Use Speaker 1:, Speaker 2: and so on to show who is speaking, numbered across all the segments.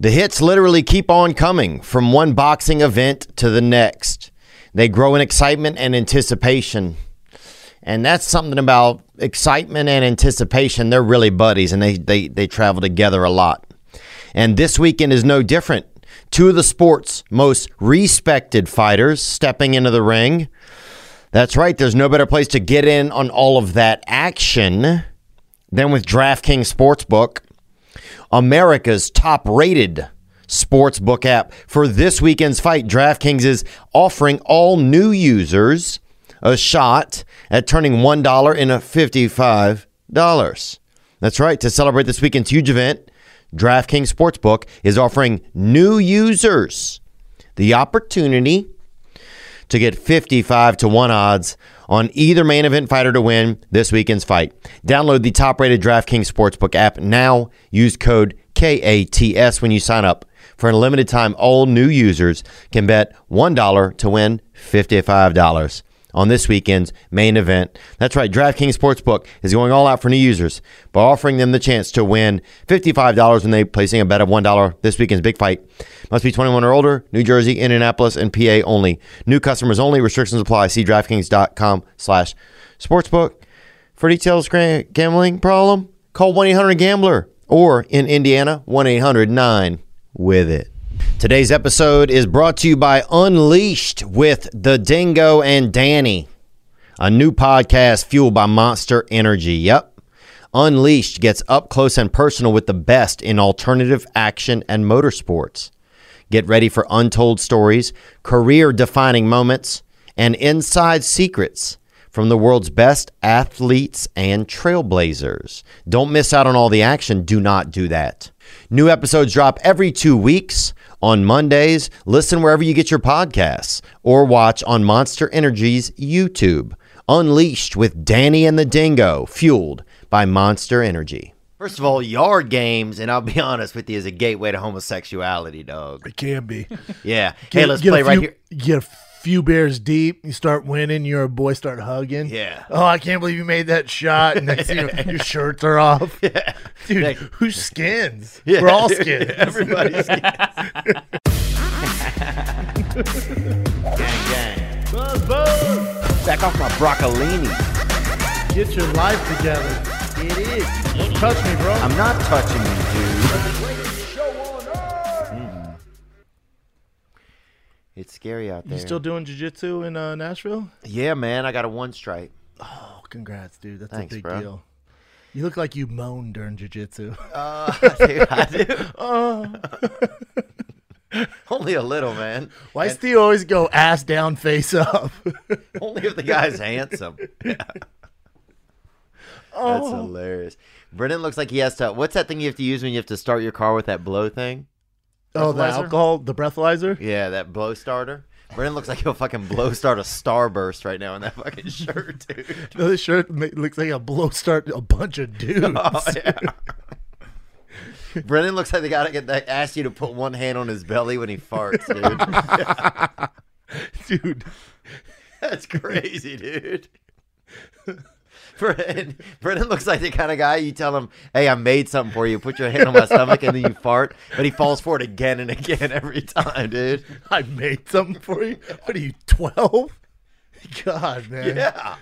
Speaker 1: The hits literally keep on coming from one boxing event to the next. They grow in excitement and anticipation. And that's something about excitement and anticipation. They're really buddies and they, they, they travel together a lot. And this weekend is no different. Two of the sport's most respected fighters stepping into the ring. That's right, there's no better place to get in on all of that action than with DraftKings Sportsbook, America's top rated sportsbook app. For this weekend's fight, DraftKings is offering all new users a shot at turning $1 into $55. That's right, to celebrate this weekend's huge event, DraftKings Sportsbook is offering new users the opportunity to get 55 to 1 odds on either main event fighter to win this weekend's fight. Download the top rated DraftKings Sportsbook app now. Use code KATS when you sign up. For a limited time, all new users can bet $1 to win $55 on this weekend's main event. That's right, DraftKings Sportsbook is going all out for new users by offering them the chance to win $55 when they placing a bet of $1 this weekend's big fight. Must be 21 or older, New Jersey, Indianapolis, and PA only. New customers only, restrictions apply. See DraftKings.com slash sportsbook. For details, gra- gambling problem, call 1-800-GAMBLER or in Indiana, 1-800-9-WITH-IT. Today's episode is brought to you by Unleashed with the Dingo and Danny, a new podcast fueled by Monster Energy. Yep. Unleashed gets up close and personal with the best in alternative action and motorsports. Get ready for untold stories, career defining moments, and inside secrets from the world's best athletes and trailblazers. Don't miss out on all the action. Do not do that. New episodes drop every two weeks on Mondays. Listen wherever you get your podcasts or watch on Monster Energy's YouTube. Unleashed with Danny and the Dingo, fueled by Monster Energy. First of all, yard games, and I'll be honest with you, is a gateway to homosexuality, dog.
Speaker 2: It can be.
Speaker 1: Yeah.
Speaker 2: Get-
Speaker 1: hey, let's
Speaker 2: get a
Speaker 1: play right
Speaker 2: few-
Speaker 1: here.
Speaker 2: Get a few bears deep. You start winning. You're a boy. Start hugging.
Speaker 1: Yeah.
Speaker 2: Oh, I can't believe you made that shot. And next thing you know, your shirts are off. Dude, who skins? We're all skins.
Speaker 1: Everybody's gang, gang. Back off my broccolini.
Speaker 2: Get your life together. It is. Don't touch me, bro.
Speaker 1: I'm not touching you, dude. Mm-hmm. It's scary out there.
Speaker 2: you still doing jujitsu in uh, Nashville?
Speaker 1: yeah, man, I got a one stripe.
Speaker 2: Oh, congrats, dude. That's
Speaker 1: Thanks,
Speaker 2: a big
Speaker 1: bro.
Speaker 2: deal. You look like you moaned during Uh, jujitsu.
Speaker 1: Uh, dude, I do. Only a little, man.
Speaker 2: Why does Steve always go ass down, face up?
Speaker 1: Only if the guy's handsome. Yeah.
Speaker 2: Oh.
Speaker 1: That's hilarious. Brennan looks like he has to. What's that thing you have to use when you have to start your car with that blow thing?
Speaker 2: oh, the
Speaker 1: Breathalyzer?
Speaker 2: alcohol, the breathalyzer?
Speaker 1: Yeah, that blow starter. Brennan looks like he'll fucking blow start a starburst right now in that fucking shirt, dude.
Speaker 2: No, this shirt ma- looks like a blow start. A bunch of dudes.
Speaker 1: Oh, yeah. Brennan looks like the guy that- that asked you to put one hand on his belly when he farts, dude.
Speaker 2: dude.
Speaker 1: That's crazy, dude. Brennan, Brennan looks like the kind of guy you tell him, "Hey, I made something for you. Put your hand on my stomach," and then you fart, but he falls for it again and again every time, dude.
Speaker 2: I made something for you. What are you, 12? God, man.
Speaker 1: Yeah.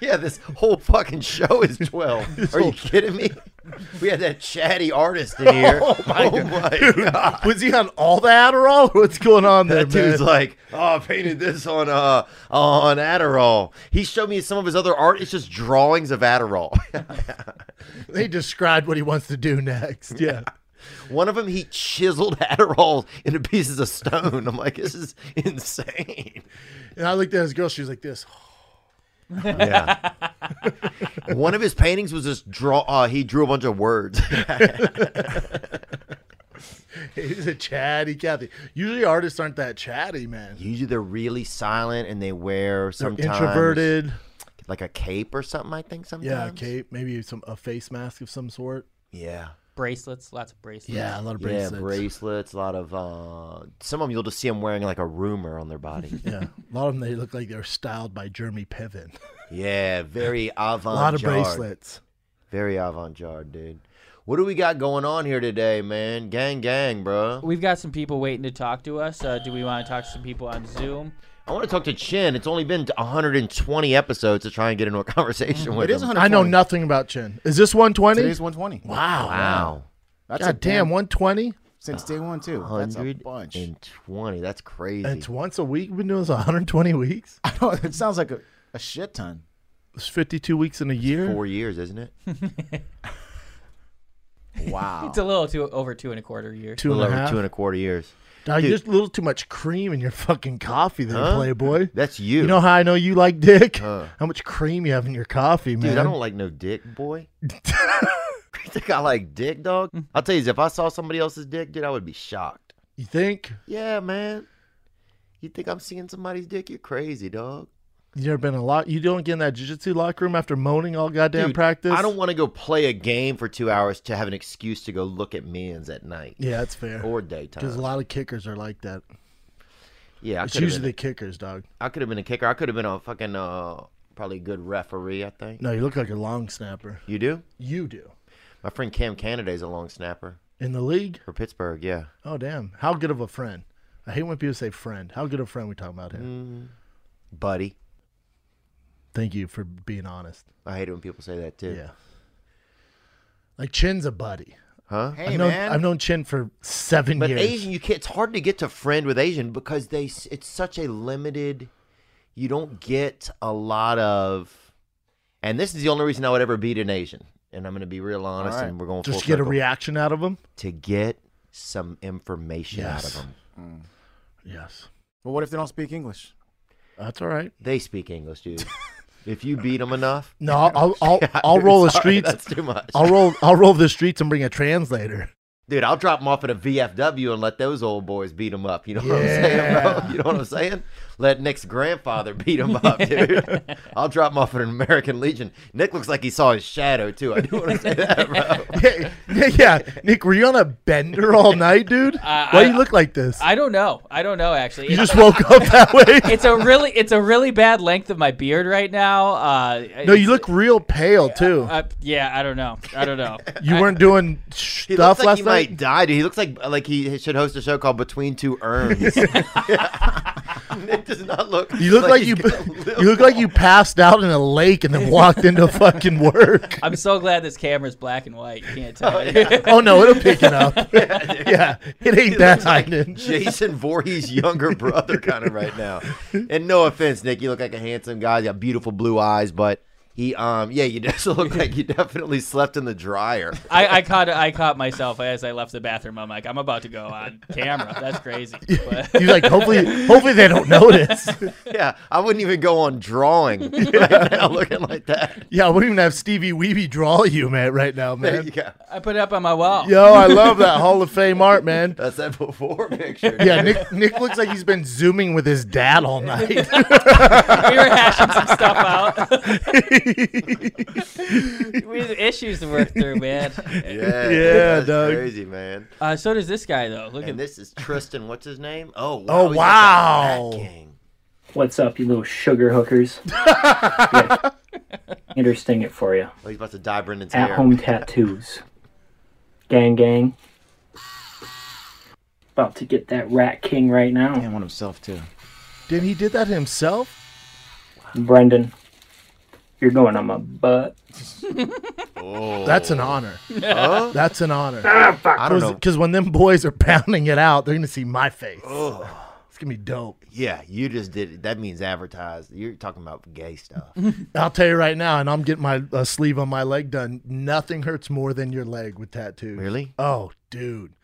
Speaker 1: Yeah, this whole fucking show is 12. Are you
Speaker 2: whole-
Speaker 1: kidding me? We had that chatty artist in here.
Speaker 2: Oh, my
Speaker 1: my God.
Speaker 2: Was he on all the Adderall? What's going on there,
Speaker 1: That dude's
Speaker 2: man?
Speaker 1: like, oh, I painted this on uh on Adderall. He showed me some of his other art. It's just drawings of Adderall.
Speaker 2: they described what he wants to do next. Yeah.
Speaker 1: One of them, he chiseled Adderall into pieces of stone. I'm like, this is insane.
Speaker 2: And I looked at his girl. She was like this.
Speaker 1: Yeah. One of his paintings was just draw. Uh, he drew a bunch of words.
Speaker 2: He's a chatty Kathy. Usually artists aren't that chatty, man.
Speaker 1: Usually they're really silent and they wear sometimes
Speaker 2: Introverted.
Speaker 1: like a cape or something. I think sometimes.
Speaker 2: Yeah, cape. Maybe some a face mask of some sort.
Speaker 1: Yeah.
Speaker 3: bracelets, lots of bracelets.
Speaker 2: Yeah, a lot of
Speaker 1: Yeah,
Speaker 2: bracelets.
Speaker 1: bracelets, a lot of uh some of them you'll just see them wearing like a rumor on their body.
Speaker 2: Yeah, a lot of them they look like they're styled by Jeremy Piven.
Speaker 1: yeah, very avant
Speaker 2: A lot of bracelets.
Speaker 1: Very avant garde, dude. What do we got going on here today, man? Gang, gang, bro.
Speaker 3: We've got some people waiting to talk to us. Uh, do we want to talk to some people on Zoom?
Speaker 1: I want to talk to Chin. It's only been 120 episodes to try and get into a conversation
Speaker 2: Mm-hmm.
Speaker 1: with
Speaker 4: It is
Speaker 1: him.
Speaker 4: 120.
Speaker 2: I know nothing about Chin. Is this 120?
Speaker 4: Today's 120.
Speaker 2: wow.
Speaker 1: Wow.
Speaker 4: That's a
Speaker 2: God damn, 120?
Speaker 4: Since day one, too. That's a bunch.
Speaker 1: 120. That's crazy.
Speaker 2: It's once a week. We've been doing this 120 weeks.
Speaker 4: I know, it sounds like a, a shit ton.
Speaker 2: It's 52 weeks in a year.
Speaker 1: four years, isn't it?
Speaker 4: Wow.
Speaker 3: It's a little too over two and a quarter years.
Speaker 1: A
Speaker 2: Two and
Speaker 1: little
Speaker 2: a
Speaker 1: over
Speaker 2: half.
Speaker 1: two and a quarter years.
Speaker 2: Dog,
Speaker 1: Dude.
Speaker 2: you're just a little too much cream in your fucking coffee there,
Speaker 1: Huh?
Speaker 2: Playboy.
Speaker 1: That's you.
Speaker 2: You know how I know you like dick?
Speaker 1: Huh.
Speaker 2: How much cream you have in your coffee, man.
Speaker 1: Dude, I don't like no dick, boy. you think I like dick, dog?
Speaker 2: Mm.
Speaker 1: I'll tell you, this, if I saw somebody else's dick, dude, I would be shocked.
Speaker 2: you think?
Speaker 1: Yeah, man. You think I'm seeing somebody's dick? You're crazy, dog.
Speaker 2: You never been a lot. You don't get in that jiu-jitsu locker room after moaning all goddamn
Speaker 1: Dude,
Speaker 2: practice.
Speaker 1: I don't want to go play a game for two hours to have an excuse to go look at men's at night
Speaker 2: Yeah, that's fair.
Speaker 1: or daytime.
Speaker 2: Because a lot of kickers are like that.
Speaker 1: yeah, I
Speaker 2: It's
Speaker 1: could have
Speaker 2: usually
Speaker 1: been,
Speaker 2: the kickers, dog.
Speaker 1: I could have been a kicker. I could have been a fucking uh, probably a good referee. I think
Speaker 2: No, you look like a long snapper.
Speaker 1: you do.
Speaker 2: You do.
Speaker 1: My friend Cam Canada's a long snapper
Speaker 2: In the league?
Speaker 1: for Pittsburgh. Yeah,
Speaker 2: Oh, damn. How good of a friend? I hate when people say friend. How good of a friend we talking about here?
Speaker 1: Mm. buddy.
Speaker 2: Thank you for being honest.
Speaker 1: I hate it when people say that too.
Speaker 2: Yeah. Like Chin's a buddy.
Speaker 1: Huh?
Speaker 4: hey,
Speaker 2: I've known,
Speaker 4: man.
Speaker 2: I've known Chin for seven
Speaker 1: But
Speaker 2: years.
Speaker 1: Asian, you can't. It's hard to get to friend with Asian because they. s- It's such a limited. You don't get a lot of, and this is the only reason I would ever beat an Asian. And I'm going to be real honest,
Speaker 4: right.
Speaker 1: and we're going
Speaker 2: Just
Speaker 1: full
Speaker 2: get a
Speaker 1: circle.
Speaker 2: reaction out of him.
Speaker 1: to get some information out
Speaker 2: Yes.
Speaker 1: of them.
Speaker 2: Yes,
Speaker 4: Well, what if they don't speak English?
Speaker 2: that's all right.
Speaker 1: They speak English, dude. if you beat them enough,
Speaker 2: No, I'll I'll, I'll, I'll roll the
Speaker 1: Sorry,
Speaker 2: streets.
Speaker 1: That's too much,
Speaker 2: I'll roll I'll roll the streets and bring a translator.
Speaker 1: dude. I'll drop them off at a VFW and let those old boys beat them up. You know what I'm saying, bro? You know what I'm saying? Let Nick's grandfather beat him up, dude. I'll drop him off at an American Legion. Nick looks like he saw his shadow too. I do want to say that, bro.
Speaker 2: yeah, yeah, yeah. Nick, were you on a bender all night, dude?
Speaker 3: Uh,
Speaker 2: Why
Speaker 3: I-
Speaker 2: do you look like this?
Speaker 3: I don't know. I don't know actually.
Speaker 2: you
Speaker 3: It's,
Speaker 2: just woke up that way.
Speaker 3: it's a really it's a really bad length of my beard right now. Uh,
Speaker 2: No, you look real pale too.
Speaker 3: Uh, yeah, I don't know. I don't know.
Speaker 2: you weren't doing
Speaker 1: He looks
Speaker 2: stuff
Speaker 1: like
Speaker 2: last
Speaker 1: he
Speaker 2: night.
Speaker 1: might die, dude. He looks like like he should host a show called Between Two Urns. Nick does not look.
Speaker 2: You look like, you
Speaker 1: he's gonna live.
Speaker 2: you look like you passed out in a lake and then walked into fucking work.
Speaker 3: I'm so glad this camera's black and white. You can't tell.
Speaker 2: Oh no, it'll pick it up. yeah, it ain't that high. dude.
Speaker 1: Jason Voorhees' younger brother, kind of right now. And no offense, Nick, you look like a handsome guy. You got beautiful blue eyes, but he, um, yeah, you just look like you definitely slept in the dryer.
Speaker 3: I, I caught I caught myself as I left the bathroom. I'm like, I'm about to go on camera. That's crazy. But
Speaker 2: He's like, hopefully, hopefully they don't notice.
Speaker 1: Yeah, I wouldn't even go on drawing right now, looking like that.
Speaker 2: Yeah, I wouldn't even have Stevie Weeby draw you, man, right now,
Speaker 1: There
Speaker 2: man.
Speaker 1: you go.
Speaker 3: I put it up on my wall.
Speaker 2: Yo, I love that Hall of Fame art, man.
Speaker 1: That's that before picture.
Speaker 2: Yeah, Nick Nick looks like he's been zooming with his dad all night.
Speaker 3: We were hashing some stuff out. we have issues to work through, man.
Speaker 1: yeah,
Speaker 2: Yeah,
Speaker 1: that's
Speaker 2: Doug.
Speaker 1: crazy, man.
Speaker 3: Uh, so does this guy though. Look at
Speaker 1: And
Speaker 3: this.
Speaker 1: this is Tristan. What's his name? Oh, wow.
Speaker 2: Oh,
Speaker 1: he's like a
Speaker 2: wow.
Speaker 1: rat king.
Speaker 5: What's up, you little sugar hookers? Yeah. Andrew sting it for you.
Speaker 1: Oh, he's about to dye Brendan's
Speaker 5: At
Speaker 1: hair.
Speaker 5: home tattoos. Gang, gang. About to get that Rat King right now.
Speaker 4: Man, one himself, too.
Speaker 2: Did he did that himself?
Speaker 5: Brendan, you're going on my butt.
Speaker 1: Oh.
Speaker 2: That's an honor. That's an honor.
Speaker 1: I don't know.
Speaker 2: Because when them boys are pounding it out, they're gonna see my face. It's gonna be dope.
Speaker 1: Yeah, you just did it. That means advertised. You're talking about gay stuff.
Speaker 2: I'll tell you right now, and I'm getting my uh, sleeve on my leg done. Nothing hurts more than your leg with tattoos.
Speaker 1: Really?
Speaker 2: Oh, dude.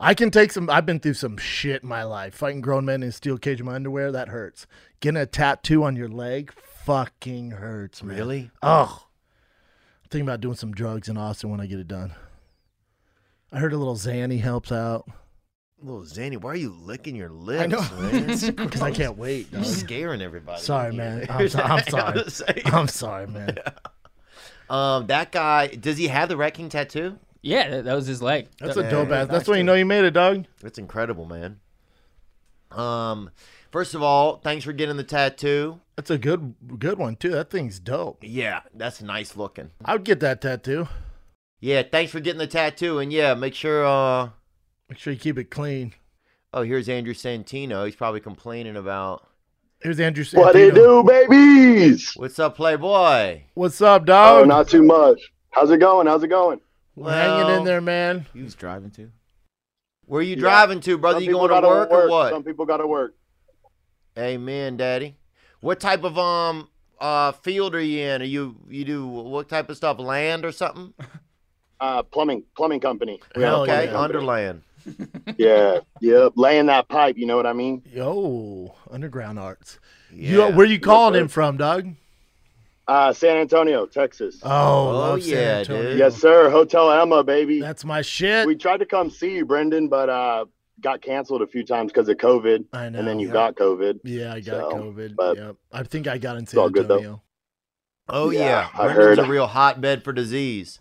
Speaker 2: I can take some. I've been through some shit in my life. Fighting grown men in a steel cage in my underwear, that hurts. Getting a tattoo on your leg fucking hurts, man.
Speaker 1: Really?
Speaker 2: Oh. I'm thinking about doing some drugs in Austin when I get it done. I heard a little Xanny helps out
Speaker 1: Little Zanny, why are you licking your lips,
Speaker 4: know.
Speaker 1: man? You're
Speaker 2: because I can't wait. dog.
Speaker 1: scaring everybody.
Speaker 2: Sorry, man. I'm, so- I'm sorry. I'm sorry, man.
Speaker 1: Um, that guy, does he have the Rat King tattoo?
Speaker 3: Yeah, that, that was his leg.
Speaker 2: That's
Speaker 3: That-
Speaker 2: a dope ass. That's when you know you made it, dog.
Speaker 1: That's incredible, man. Um, first of all, thanks for getting the tattoo.
Speaker 2: That's a good good one too. That thing's dope.
Speaker 1: Yeah, that's nice looking.
Speaker 2: I would get that tattoo.
Speaker 1: Yeah, thanks for getting the tattoo. And yeah, make sure. uh
Speaker 2: Make sure you keep it clean.
Speaker 1: Oh, here's Andrew Santino. He's probably complaining about.
Speaker 2: Here's Andrew.
Speaker 6: What do you
Speaker 2: Santino.
Speaker 6: do, babies?
Speaker 1: What's up, Playboy?
Speaker 2: What's up,
Speaker 6: Oh,
Speaker 2: dog?
Speaker 6: not too much. How's it going? How's it going?
Speaker 2: We're hanging
Speaker 1: Well,
Speaker 2: in there, man.
Speaker 4: He's driving too.
Speaker 1: Where you
Speaker 6: Yeah.
Speaker 1: driving to, brother? you
Speaker 6: people
Speaker 1: going to
Speaker 6: gotta
Speaker 1: work, or what?
Speaker 6: Some people gotta work.
Speaker 1: Amen, Daddy. What type of um uh field are you in? Are you you do what type of stuff? Land or something?
Speaker 6: Uh, plumbing, plumbing company. We have a
Speaker 2: Hell
Speaker 1: okay,
Speaker 6: plumbing
Speaker 2: yeah.
Speaker 6: company.
Speaker 1: underland.
Speaker 6: Yeah, yep. Laying that pipe. You know what I mean?
Speaker 2: Yo, underground arts.
Speaker 1: Yeah.
Speaker 2: You, where you calling
Speaker 6: sir.
Speaker 2: him from, dog?
Speaker 6: Uh, San Antonio, Texas.
Speaker 2: Oh,
Speaker 1: Oh,
Speaker 2: love San
Speaker 1: yeah,
Speaker 2: Antonio.
Speaker 1: dude.
Speaker 6: yes, sir. Hotel Emma, baby.
Speaker 2: That's my shit.
Speaker 6: we tried to come see you, Brendan, but uh, got canceled a few times because of COVID.
Speaker 2: I know.
Speaker 6: and then you got COVID.
Speaker 2: yeah, I got
Speaker 6: so,
Speaker 2: COVID.
Speaker 6: but-
Speaker 2: Yep. I think I got in San
Speaker 6: all good, though.
Speaker 2: Antonio.
Speaker 1: Oh yeah,
Speaker 6: Yeah, I
Speaker 1: Brendan's
Speaker 6: heard.
Speaker 1: a real hotbed for disease.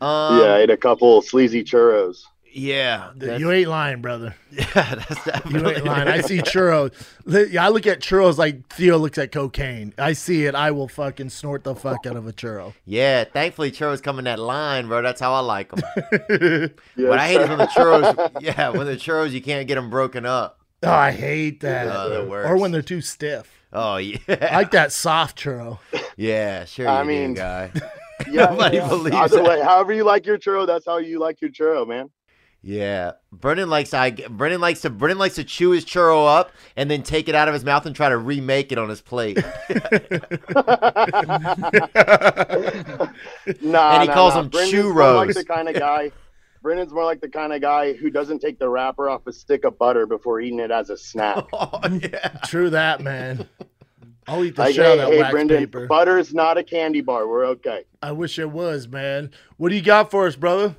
Speaker 1: Um,
Speaker 6: yeah, I ate a couple sleazy churros.
Speaker 1: yeah,
Speaker 2: Th-
Speaker 1: that's,
Speaker 2: You ain't lying, brother.
Speaker 1: yeah, that's definitely.
Speaker 2: You ain't lying. I see churros. Li- I look at churros like Theo looks at cocaine. I see it. I will fucking snort the fuck out of a churro.
Speaker 1: Yeah, thankfully churros come in that line, bro. That's how I like them.
Speaker 6: Yes,
Speaker 1: what I hate is
Speaker 6: sir.
Speaker 1: when the churros, yeah, when the churros you can't get them broken up.
Speaker 2: Oh, I hate that.
Speaker 1: Oh, they're
Speaker 2: or when
Speaker 1: worse.
Speaker 2: they're too stiff.
Speaker 1: Oh
Speaker 2: I
Speaker 1: yeah,
Speaker 2: like that soft churro.
Speaker 1: yeah, sure. You
Speaker 6: I
Speaker 1: do,
Speaker 6: mean-
Speaker 1: guy.
Speaker 6: Yeah,
Speaker 1: Nobody
Speaker 6: yeah.
Speaker 1: believes
Speaker 6: Either
Speaker 1: that.
Speaker 6: way, however you like your churro, that's how you like your churro, man.
Speaker 1: Yeah, Brendan likes I. Brendan likes to. Brendan likes to chew his churro up and then take it out of his mouth and try to remake it on his plate.
Speaker 6: Nah,
Speaker 1: And he
Speaker 6: nah,
Speaker 1: calls
Speaker 6: nah.
Speaker 1: them
Speaker 6: Brendan's More
Speaker 1: churros.
Speaker 6: like the kind of guy. Brendan's more like the kind of guy who doesn't take the wrapper off a stick of butter before eating it as a snack.
Speaker 1: oh yeah,
Speaker 2: True that, man. I'll eat the
Speaker 6: like,
Speaker 2: shit out
Speaker 6: hey,
Speaker 2: of that
Speaker 6: hey
Speaker 2: wax
Speaker 6: Brendan,
Speaker 2: paper.
Speaker 6: butter's not a candy bar. We're okay.
Speaker 2: I wish it was, man. What do you got for us, brother?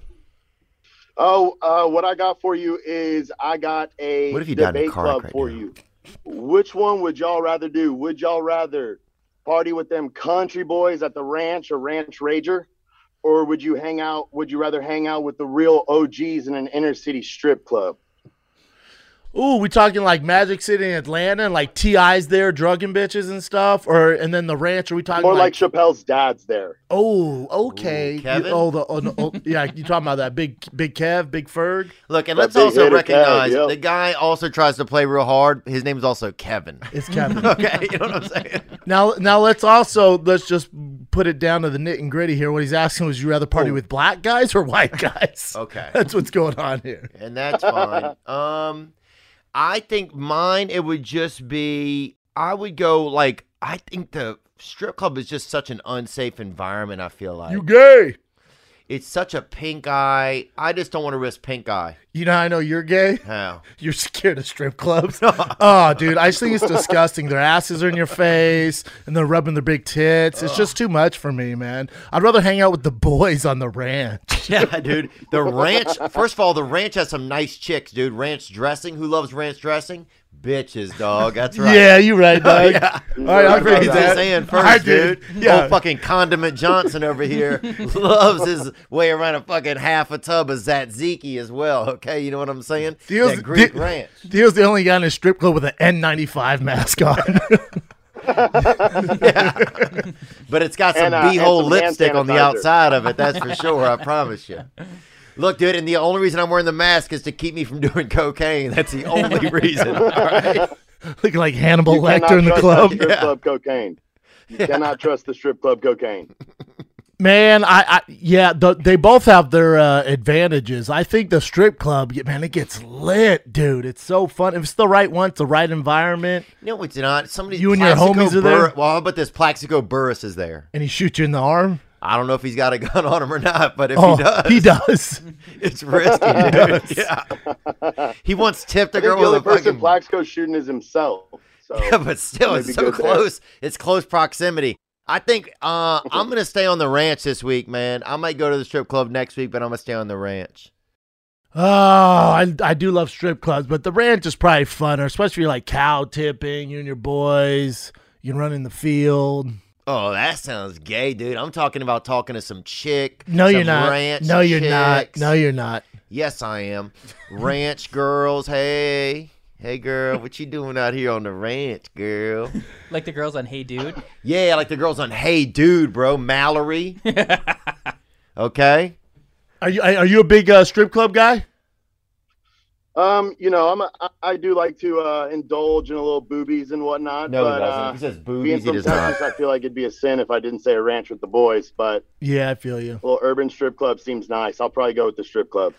Speaker 6: Oh, uh, what I got for you is I got a
Speaker 1: What if you died in a
Speaker 6: debate
Speaker 1: car
Speaker 6: club
Speaker 1: wreck right
Speaker 6: for
Speaker 1: now?
Speaker 6: you. Which one would y'all rather do? Would y'all rather party with them country boys at the ranch or ranch rager? Or would you hang out? Would you rather hang out with the real OGs in an inner city strip club?
Speaker 2: Ooh, we talking like Magic City in Atlanta and like TIs there drugging bitches and stuff? Or and then the ranch, are we talking
Speaker 6: More like
Speaker 2: like,
Speaker 6: Chappelle's dad's there.
Speaker 2: Oh, okay.
Speaker 1: Ooh,
Speaker 2: You-
Speaker 1: Kevin?
Speaker 2: oh the oh, no, oh, yeah, you talking about that big big Kev, big Ferg?
Speaker 1: look, and
Speaker 6: That
Speaker 1: let's
Speaker 6: big
Speaker 1: also
Speaker 6: hitter Kev,
Speaker 1: recognize
Speaker 6: yep.
Speaker 1: the guy also tries to play real hard. His name's also Kevin.
Speaker 2: It's Kevin.
Speaker 1: Okay, you know what I'm saying?
Speaker 2: Now, now let's also let's just put it down to the nit and gritty here. What he's asking was, you rather party with black guys or white guys?
Speaker 1: Oh. Okay.
Speaker 2: that's what's going on here.
Speaker 1: and that's fine. um, I think mine it would just be I would go like I think the strip club is just such an unsafe environment. I feel like
Speaker 2: You gay?
Speaker 1: it's such a pink eye. I just don't want to risk pink eye.
Speaker 2: You know, how I know you're gay.
Speaker 1: How?
Speaker 2: You're scared of strip clubs. oh, dude, I just think it's disgusting. Their asses are in your face, and they're rubbing their big tits. It's just too much for me, man. I'd rather hang out with the boys on the ranch.
Speaker 1: Yeah, dude. The ranch. First of all, the ranch has some nice chicks, dude. Ranch dressing. Who loves ranch dressing? Bitches, dog. That's right. Oh,
Speaker 2: Yeah, you're right, dog. All right,
Speaker 1: That's
Speaker 2: I'll agree
Speaker 1: what
Speaker 2: with
Speaker 1: I was
Speaker 2: that.
Speaker 1: saying first,
Speaker 2: I did.
Speaker 1: dude.
Speaker 2: Yeah.
Speaker 1: Old fucking Condiment Johnson over here loves his way around a fucking half a tub of Zatziki as well. Okay, you know what I'm saying?
Speaker 2: Deals-
Speaker 1: that Greek
Speaker 2: di-
Speaker 1: ranch.
Speaker 2: Theo's the only guy in a strip club with an N95 mask on.
Speaker 1: But it's got some
Speaker 6: And, uh, and
Speaker 1: beehole
Speaker 6: some hand
Speaker 1: lipstick on the
Speaker 6: sanitizer.
Speaker 1: outside of it. That's for sure. I promise you. Look, dude, and the only reason I'm wearing the mask is to keep me from doing cocaine. That's the only reason. All right.
Speaker 2: Looking like Hannibal
Speaker 6: You cannot
Speaker 2: Lecter in the
Speaker 6: trust
Speaker 2: club.
Speaker 6: that strip
Speaker 1: Yeah.
Speaker 6: club cocaine. You cannot trust the strip club cocaine.
Speaker 2: Man, I, I yeah, the, they both have their uh, advantages. I think the strip club, yeah, man, it gets lit, dude. It's so fun. If it's the right one, it's the right environment,
Speaker 1: No, it's not. Somebody.
Speaker 2: You and your
Speaker 1: Plaxico
Speaker 2: homies
Speaker 1: Bur-
Speaker 2: are there?
Speaker 1: Well, how about this? Plaxico Burris is there.
Speaker 2: and he shoots you in the arm.
Speaker 1: I don't know if he's got a gun on him or not, but if
Speaker 2: Oh,
Speaker 1: he does,
Speaker 2: he does.
Speaker 1: It's risky, dude. yeah. He once tipped a
Speaker 6: I think
Speaker 1: girl
Speaker 6: the
Speaker 1: with
Speaker 6: only
Speaker 1: a
Speaker 6: person
Speaker 1: fucking.
Speaker 6: Plaxico shooting is himself. So
Speaker 1: yeah, but still,
Speaker 6: Maybe
Speaker 1: it's so
Speaker 6: go there.
Speaker 1: close. It's close proximity. I think uh, I'm gonna stay on the ranch this week, man. I might go to the strip club next week, but I'm gonna stay on the ranch.
Speaker 2: Oh, I, I do love strip clubs, but the ranch is probably funner, especially if you're like cow tipping, you and your boys, you run in the field.
Speaker 1: Oh, that sounds gay, dude. I'm talking about talking to some chick.
Speaker 2: No,
Speaker 1: some
Speaker 2: you're not.
Speaker 1: Ranch
Speaker 2: no, you're not.
Speaker 1: chicks.
Speaker 2: No, you're not.
Speaker 1: Yes, I am. ranch girls, hey, hey, girl, what you doing out here on the ranch, girl?
Speaker 3: Like the girls on Hey Dude.
Speaker 1: Yeah, like the girls on Hey Dude, bro. Mallory. okay.
Speaker 2: Are you are you a big uh, strip club guy?
Speaker 6: Um, you know, I'm a, I, I do like to uh, indulge in a little boobies and whatnot.
Speaker 1: No,
Speaker 6: but,
Speaker 1: he doesn't.
Speaker 6: Uh,
Speaker 1: he says
Speaker 6: being
Speaker 1: boobies. He
Speaker 6: from
Speaker 1: does not.
Speaker 6: Texas, I feel like it'd be a sin if I didn't say a ranch with the boys. But
Speaker 2: Yeah, I feel you.
Speaker 6: a little urban strip club seems nice. I'll probably go with the strip club.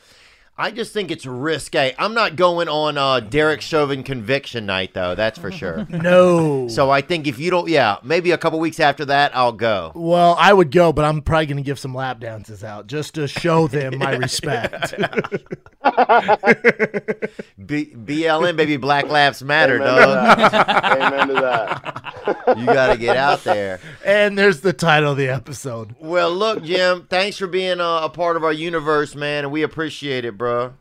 Speaker 1: I just think it's risque. I'm not going on uh, Derek Chauvin conviction night though. That's for sure.
Speaker 2: No.
Speaker 1: so I think if you don't, yeah, maybe a couple weeks after that, I'll go.
Speaker 2: well, I would go, but I'm probably going to give some lap dances out just to show them my respect.
Speaker 1: B- BLM, baby, Black Lives Matter,
Speaker 6: Amen
Speaker 1: dog.
Speaker 6: to that. Amen to that.
Speaker 1: You got to get out there.
Speaker 2: and there's the title of the episode.
Speaker 1: Well, look, Jim, thanks for being uh, a part of our universe, man, and we appreciate it, bro.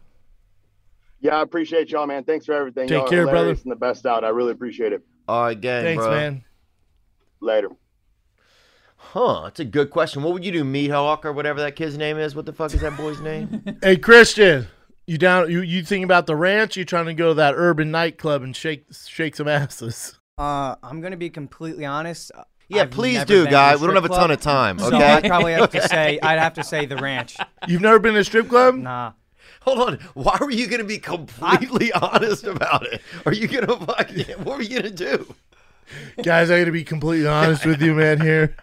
Speaker 6: Yeah, I appreciate y'all, man. Thanks for everything.
Speaker 2: Take
Speaker 6: Y'all are
Speaker 2: care, brother.
Speaker 6: hilarious And the best out. I really appreciate it.
Speaker 1: All right, gang,
Speaker 2: Thanks,
Speaker 1: bro.
Speaker 2: man.
Speaker 6: Later.
Speaker 1: Huh? That's a good question. What would you do, Meathawk or whatever that kid's name is? What the fuck is that boy's name?
Speaker 2: Hey, Christian, you down? You you thinking about the ranch? You trying to go to that urban nightclub and shake shake some asses?
Speaker 7: Uh, I'm gonna be completely honest. uh,
Speaker 1: Yeah,
Speaker 7: I've
Speaker 1: please
Speaker 7: never
Speaker 1: do,
Speaker 7: been to
Speaker 1: guy.
Speaker 7: a
Speaker 1: We don't have a
Speaker 7: strip
Speaker 1: ton
Speaker 7: club,
Speaker 1: of time.
Speaker 7: So I'd
Speaker 1: Okay.
Speaker 7: probably have to say I'd have to say the ranch.
Speaker 2: You've never been to a strip club?
Speaker 7: Nah.
Speaker 1: Hold on. Why were you going to be completely honest about it? Are you going to fucking? What were you going to do?
Speaker 2: Guys, I got to be completely honest with you, man. Here,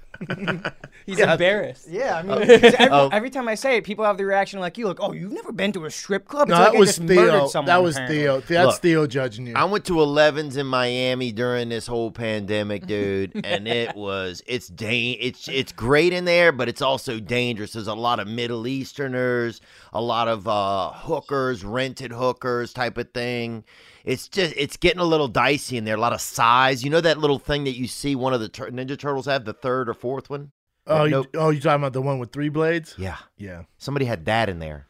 Speaker 3: He's embarrassed.
Speaker 7: Yeah, I mean, 'cause every,
Speaker 1: Oh.
Speaker 7: every time I say it, people have the reaction like you, like, "Oh, you've never been to a strip club?"
Speaker 2: no,
Speaker 7: It's
Speaker 2: that
Speaker 7: like I
Speaker 2: was
Speaker 7: just murdered
Speaker 2: Theo.
Speaker 7: someone,
Speaker 2: That was
Speaker 7: apparently.
Speaker 2: Theo. That's
Speaker 1: Look,
Speaker 2: Theo judging you.
Speaker 1: I went to 11s in Miami during this whole pandemic, dude, and it was it's dang it's it's great in there, but it's also dangerous. There's a lot of Middle Easterners, a lot of uh, hookers, rented hookers, type of thing. It's just it's getting a little dicey in there. A lot of size. You know that little thing that you see one of the tur- Ninja Turtles have, the third or fourth one.
Speaker 2: oh, you,
Speaker 1: Nope.
Speaker 2: oh, you talking about the one with three blades?
Speaker 1: Yeah,
Speaker 2: Yeah.
Speaker 1: somebody had that in there.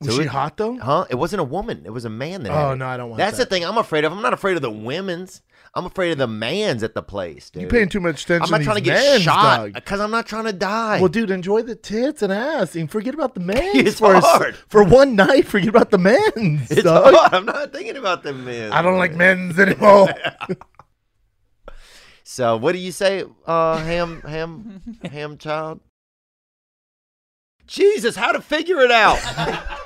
Speaker 2: Was
Speaker 1: So
Speaker 2: she
Speaker 1: it-
Speaker 2: hot though?
Speaker 1: Huh? It wasn't a woman. It was a man that. had
Speaker 2: Oh
Speaker 1: it.
Speaker 2: no, I don't want.
Speaker 1: That's the
Speaker 2: that.
Speaker 1: thing I'm afraid of. I'm not afraid of the women's. I'm afraid of the man's at the place, dude.
Speaker 2: You paying too much attention.
Speaker 1: I'm not
Speaker 2: to
Speaker 1: trying to
Speaker 2: these
Speaker 1: get
Speaker 2: mans,
Speaker 1: shot
Speaker 2: dog.
Speaker 1: because I'm not trying to die.
Speaker 2: Well, dude, enjoy the tits and ass, and forget about the men.
Speaker 1: It's
Speaker 2: for a s-
Speaker 1: hard.
Speaker 2: for one night. Forget about the men.
Speaker 1: it's hard. I'm not thinking about the men.
Speaker 2: I don't like men's anymore.
Speaker 1: So what do you say, uh, ham, ham, ham child? Jesus, how to figure it out?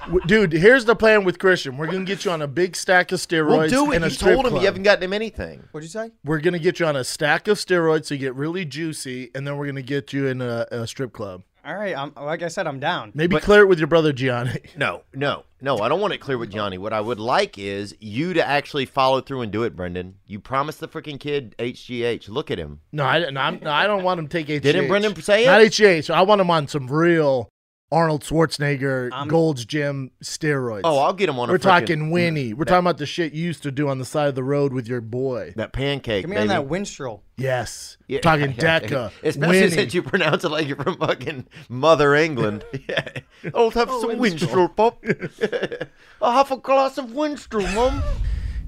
Speaker 2: W- Dude, here's the plan with Christian. We're gonna get you on a big stack of steroids.
Speaker 1: we'll do it.
Speaker 2: and a
Speaker 1: You
Speaker 2: strip
Speaker 1: told him
Speaker 2: club.
Speaker 1: you haven't gotten him anything.
Speaker 7: What'd you say?
Speaker 2: We're gonna get you on a stack of steroids so you get really juicy, and then we're gonna get you in a, a strip club.
Speaker 7: All right, I'm, like I said, I'm down.
Speaker 2: Maybe clear it with your brother Gianni.
Speaker 1: No, no, no. I don't want it clear with Johnny. What I would like is you to actually follow through and do it, Brendan. You promised the freaking kid HGH. Look at him.
Speaker 2: No, I, didn't- I'm, no, I don't want him to take HGH.
Speaker 1: Didn't Brendan say it?
Speaker 2: Not HGH. I want him on some real Arnold Schwarzenegger
Speaker 7: I'm-
Speaker 2: Gold's Gym steroids.
Speaker 1: Oh, I'll get him on.
Speaker 2: We're
Speaker 1: a frickin-
Speaker 2: talking Winnie. We're talking about the shit you used to do on the side of the road with your boy.
Speaker 1: that pancake.
Speaker 7: Give me
Speaker 1: baby.
Speaker 7: on that Winstrel.
Speaker 2: Yes.
Speaker 1: Yeah,
Speaker 2: talking
Speaker 1: yeah, yeah.
Speaker 2: Deca.
Speaker 1: Especially
Speaker 2: Winnie.
Speaker 1: since you pronounce it like you're from fucking Mother England. yeah. I'll Oh, have
Speaker 2: Oh,
Speaker 7: Oh,
Speaker 1: some Winstrel, Pop. I'll have a glass of Winstrel, Mum.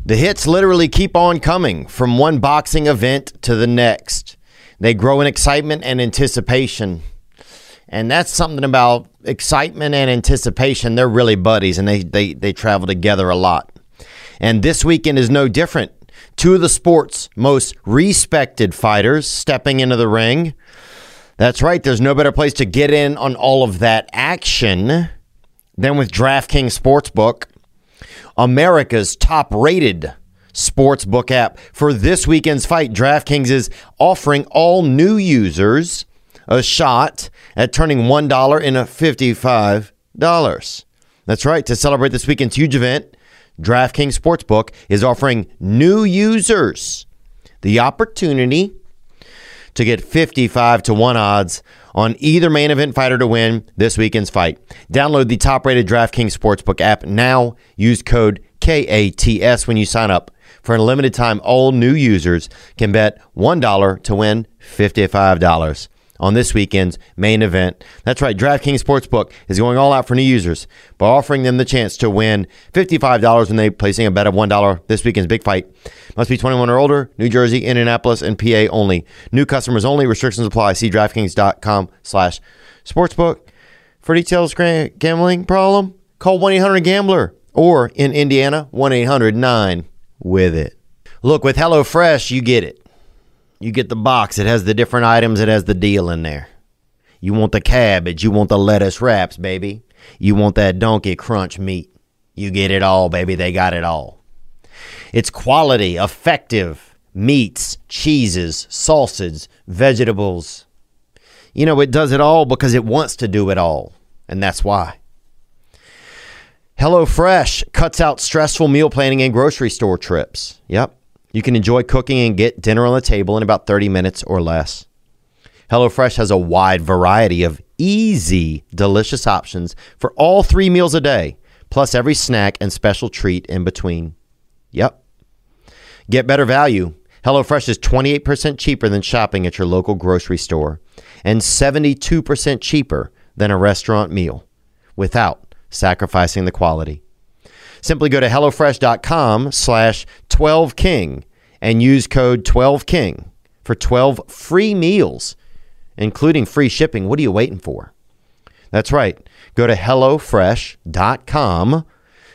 Speaker 1: The hits literally keep on coming from one boxing event to the next. They grow in excitement and anticipation. And that's something about excitement and anticipation. They're really buddies and they, they, they travel together a lot. And this weekend is no different. Two of the sport's most respected fighters stepping into the ring. That's right, there's no better place to get in on all of that action than with DraftKings Sportsbook, America's top rated sportsbook app. For this weekend's fight, DraftKings is offering all new users a shot at turning $1 into $55. That's right, to celebrate this weekend's huge event, DraftKings Sportsbook is offering new users the opportunity to get 55 to 1 odds on either main event fighter to win this weekend's fight. Download the top rated DraftKings Sportsbook app now. Use code KATS when you sign up. For a limited time, all new users can bet $1 to win $55 on this weekend's main event. That's right, DraftKings Sportsbook is going all out for new users by offering them the chance to win $55 when they placing a bet of $1 this weekend's big fight. Must be 21 or older, New Jersey, Indianapolis, and PA only. New customers only. Restrictions apply. See DraftKings.com slash sportsbook. For details, gra- gambling problem, call 1-800-GAMBLER or in Indiana, 1-800-9-WITH-IT. Look, with HelloFresh, you get it. You get the box. It has the different items. It has the deal in there. You want the cabbage. You want the lettuce wraps, baby. You want that donkey crunch meat. You get it all, baby. They got it all. It's quality, effective meats, cheeses, sauces, vegetables. You know, it does it all because it wants to do it all, and that's why. HelloFresh cuts out stressful meal planning and grocery store trips. Yep. You can enjoy cooking and get dinner on the table in about 30 minutes or less. HelloFresh has a wide variety of easy, delicious options for all three meals a day, plus every snack and special treat in between. Yep. Get better value. HelloFresh is 28% cheaper than shopping at your local grocery store and 72% cheaper than a restaurant meal without sacrificing the quality. Simply go to HelloFresh.com slash 12King and use code 12King for 12 free meals, including free shipping. What are you waiting for? That's right. Go to HelloFresh.com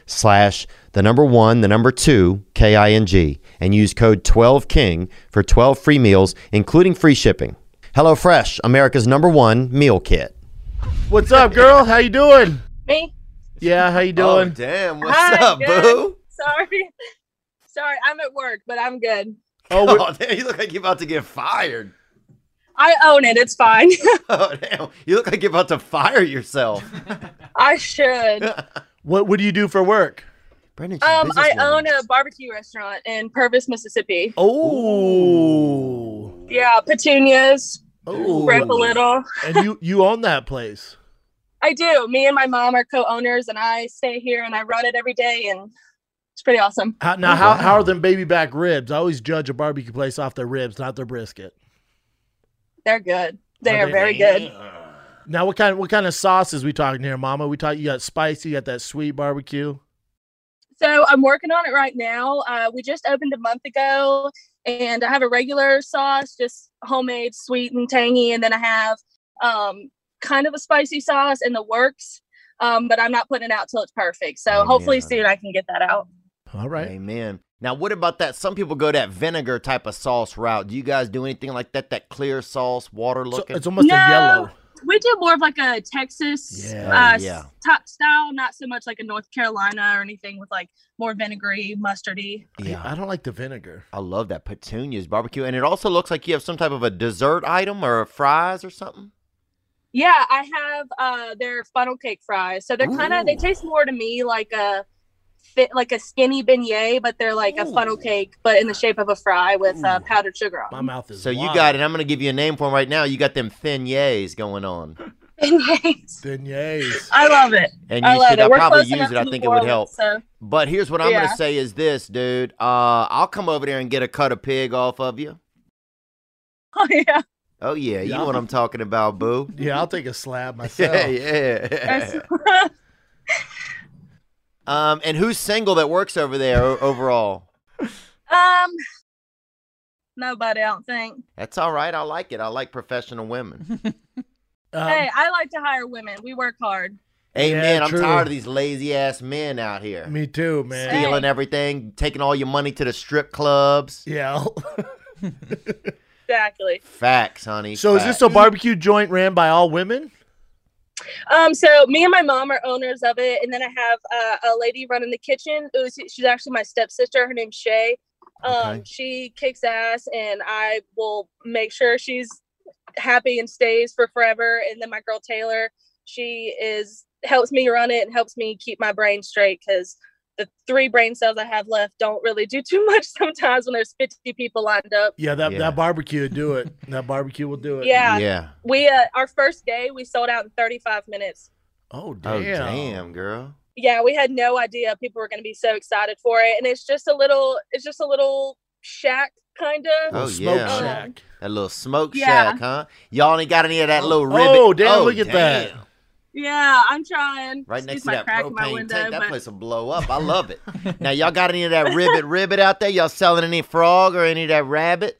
Speaker 1: slash the number one, the number two, K I N G, and use code 12King for 12 free meals, including free shipping. HelloFresh, America's number one meal kit.
Speaker 2: What's up, girl? How you doing?
Speaker 8: Me?
Speaker 2: Yeah, how you
Speaker 1: Oh,
Speaker 2: doing?
Speaker 1: damn. What's
Speaker 8: Hi,
Speaker 1: up,
Speaker 8: good.
Speaker 1: boo?
Speaker 8: Sorry. Sorry, I'm at work, but I'm good.
Speaker 1: Oh,
Speaker 2: Oh, we-
Speaker 1: damn, you look like you're about to get fired.
Speaker 8: I own it. It's fine.
Speaker 1: Oh, damn. You look like you're about to fire yourself.
Speaker 8: I should. Um,
Speaker 2: what what do you do for work?
Speaker 1: Brendan, she's
Speaker 8: I
Speaker 1: businesswoman.
Speaker 8: own a barbecue restaurant in Purvis, Mississippi.
Speaker 2: Oh.
Speaker 8: Yeah, petunias,
Speaker 2: Oh.
Speaker 8: rip a little.
Speaker 2: And you you own that place.
Speaker 8: I do. Me and my mom are co-owners, and I stay here and I run it every day, and it's pretty awesome.
Speaker 2: How, Uh, now, how, how are them baby back ribs? I always judge a barbecue place off their ribs, not their brisket.
Speaker 8: They're good. They
Speaker 2: Are
Speaker 8: are
Speaker 2: they-
Speaker 8: very good.
Speaker 2: Now, what kind what kind of sauces we talking here, Mama? We talk. You got spicy. You got that sweet barbecue.
Speaker 8: So I'm working on it right now. Uh, we just opened a month ago, and I have a regular sauce, just homemade, sweet and tangy, and then I have um, kind of a spicy sauce in the works. Um, but I'm not putting it out till it's perfect. So
Speaker 1: Amen.
Speaker 8: hopefully soon I can get that out.
Speaker 2: All right.
Speaker 1: Amen. Now, what about that? Some people go that vinegar type of sauce route. Do you guys do anything like that? That clear sauce, water
Speaker 2: So
Speaker 1: looking?
Speaker 2: it's almost a
Speaker 8: No.
Speaker 2: yellow.
Speaker 8: We do more of like a Texas
Speaker 2: Yeah.
Speaker 8: uh,
Speaker 1: Yeah.
Speaker 8: top style, not so much like a North Carolina or anything with like more vinegary, mustardy.
Speaker 1: yeah.
Speaker 2: I don't like the vinegar.
Speaker 1: I love that petunias barbecue. And it also looks like you have some type of a dessert item or fries or something.
Speaker 8: Yeah, I have uh, their funnel cake fries. So they're kind of they
Speaker 1: Ooh.
Speaker 8: taste more to me like a fit like a skinny beignet, but they're like a funnel cake, but in the shape of a fry with uh, powdered sugar
Speaker 2: My
Speaker 8: on.
Speaker 2: mouth is.
Speaker 1: So you
Speaker 2: wide.
Speaker 1: got it. I'm going to give you a name for them right now. You got them feignets going on.
Speaker 8: Beignets.
Speaker 2: Beignets.
Speaker 8: I love it.
Speaker 1: And
Speaker 8: I
Speaker 1: you
Speaker 8: love
Speaker 1: should
Speaker 8: it.
Speaker 1: I
Speaker 8: We're
Speaker 1: probably
Speaker 8: close enough
Speaker 1: use it.
Speaker 8: to
Speaker 1: I
Speaker 8: New
Speaker 1: think it would
Speaker 8: Orleans,
Speaker 1: help.
Speaker 8: So
Speaker 1: But here's what I'm going
Speaker 8: Yeah.
Speaker 1: to say is this, dude. Uh, I'll come over there and get a cut of pig off of you.
Speaker 8: oh yeah,
Speaker 1: Oh, yeah. You
Speaker 2: Yeah.
Speaker 1: know what I'm talking about, boo.
Speaker 2: Yeah, I'll take a slab myself.
Speaker 1: Yeah, yeah.
Speaker 8: That's-
Speaker 1: Um, and who's single that works over there o- overall?
Speaker 8: um, nobody. I don't think.
Speaker 1: That's all right. I like it. I like professional women.
Speaker 2: Um,
Speaker 8: hey, I like to hire women. We work hard.
Speaker 1: Hey,
Speaker 2: Yeah,
Speaker 1: man, I'm
Speaker 2: true.
Speaker 1: tired of these lazy ass men out here
Speaker 2: Me too, man.
Speaker 8: Hey.
Speaker 1: stealing everything, taking all your money to the strip clubs.
Speaker 2: Yeah.
Speaker 8: Exactly.
Speaker 1: Facts, honey.
Speaker 2: so is this a barbecue joint ran by all women?
Speaker 8: Um, so me and my mom are owners of it, and then I have uh, a lady running the kitchen. It was, she's actually my stepsister. Her name's Shay. Um,
Speaker 1: Okay.
Speaker 8: She kicks ass, and I will make sure she's happy and stays for forever. And then my girl Taylor, she is helps me run it and helps me keep my brain straight because the three brain cells I have left don't really do too much sometimes when there's 50 people lined up.
Speaker 2: Yeah, that
Speaker 1: Yeah.
Speaker 2: that barbecue would do it. That barbecue will do it.
Speaker 8: Yeah,
Speaker 1: Yeah.
Speaker 8: we uh, our first day we sold out in 35 minutes.
Speaker 2: Oh damn.
Speaker 1: Oh, damn, girl.
Speaker 8: yeah we had no idea people were going to be so excited for it and it's just a little it's just a little shack kind of Um,
Speaker 1: Oh,
Speaker 2: Little smoke
Speaker 1: yeah.
Speaker 2: shack.
Speaker 1: That little smoke
Speaker 8: Yeah.
Speaker 1: shack, huh? Y'all ain't got any of that little ribbit.
Speaker 2: Oh, damn, look at that.
Speaker 1: damn.
Speaker 8: yeah i'm trying
Speaker 1: Right
Speaker 8: Excuse
Speaker 1: next to
Speaker 8: my
Speaker 1: that
Speaker 8: crack in my
Speaker 1: propane
Speaker 8: window,
Speaker 1: tank. That
Speaker 8: but-
Speaker 1: place will blow up. I love it. now, y'all got any of that ribbit ribbit out there? Y'all selling any frog or any of that rabbit?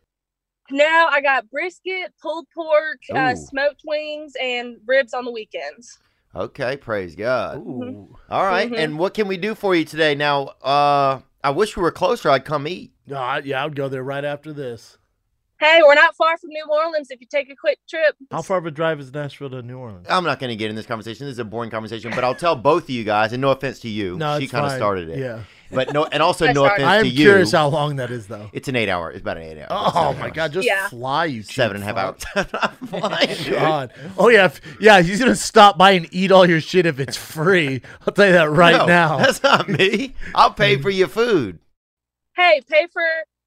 Speaker 8: no i got brisket pulled pork uh,
Speaker 1: Ooh.
Speaker 8: smoked wings and ribs on the weekends
Speaker 1: Okay, praise God.
Speaker 2: Ooh.
Speaker 1: All right,
Speaker 8: Mhm.
Speaker 1: and what can we do for you today? Now, uh, I wish we were closer. I'd come eat.
Speaker 2: No, I, yeah, I would go there right after this.
Speaker 8: Hey, we're not far from New Orleans if you take a quick trip.
Speaker 1: Oh.
Speaker 2: How far of a drive is Nashville to New Orleans?
Speaker 1: I'm not going to get in this conversation. This is a boring conversation, but I'll tell both of you guys, and no offense to you,
Speaker 2: No,
Speaker 1: she
Speaker 2: it's
Speaker 1: kind of
Speaker 2: fine.
Speaker 1: started it.
Speaker 2: Yeah,
Speaker 1: But no, and also
Speaker 8: I
Speaker 1: no
Speaker 8: started.
Speaker 1: offense
Speaker 2: I am
Speaker 1: to you.
Speaker 2: curious how long that is though.
Speaker 1: It's an eight hour. It's about an eight hour. it's
Speaker 2: Oh
Speaker 1: seven
Speaker 2: my
Speaker 1: hours.
Speaker 2: god, just
Speaker 8: Yeah.
Speaker 2: fly you cheap
Speaker 1: Seven and a half
Speaker 2: fuck.
Speaker 1: hours. I'm flying, dude.
Speaker 2: God. Oh yeah, if, yeah. He's gonna stop by and eat all your shit if it's free. I'll tell you that right
Speaker 1: No,
Speaker 2: now.
Speaker 1: That's not me. I'll pay for your food.
Speaker 8: Hey, pay for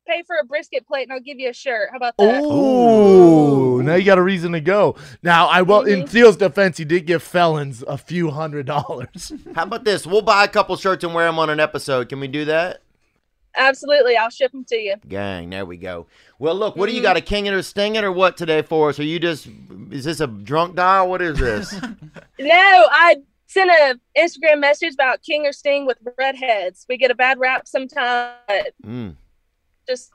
Speaker 8: pay for a brisket plate and I'll give you a shirt. How about that?
Speaker 2: Oh, now you got a reason to go. Now I will. In
Speaker 8: Mhm.
Speaker 2: Theo's defense, he did give felons a few hundred dollars.
Speaker 1: How about this? We'll buy a couple shirts and wear them on an episode. Can we do that?
Speaker 8: Absolutely, I'll ship them to you.
Speaker 1: Gang, there we go. Well, look, what do
Speaker 2: Mm-hmm.
Speaker 1: you got? A king it or sting it or what today for us? Are you just, is this a drunk dial? What is this?
Speaker 8: No, I sent a Instagram message about King or Sting with redheads. We get a bad rap sometimes. but
Speaker 1: mm.
Speaker 8: Just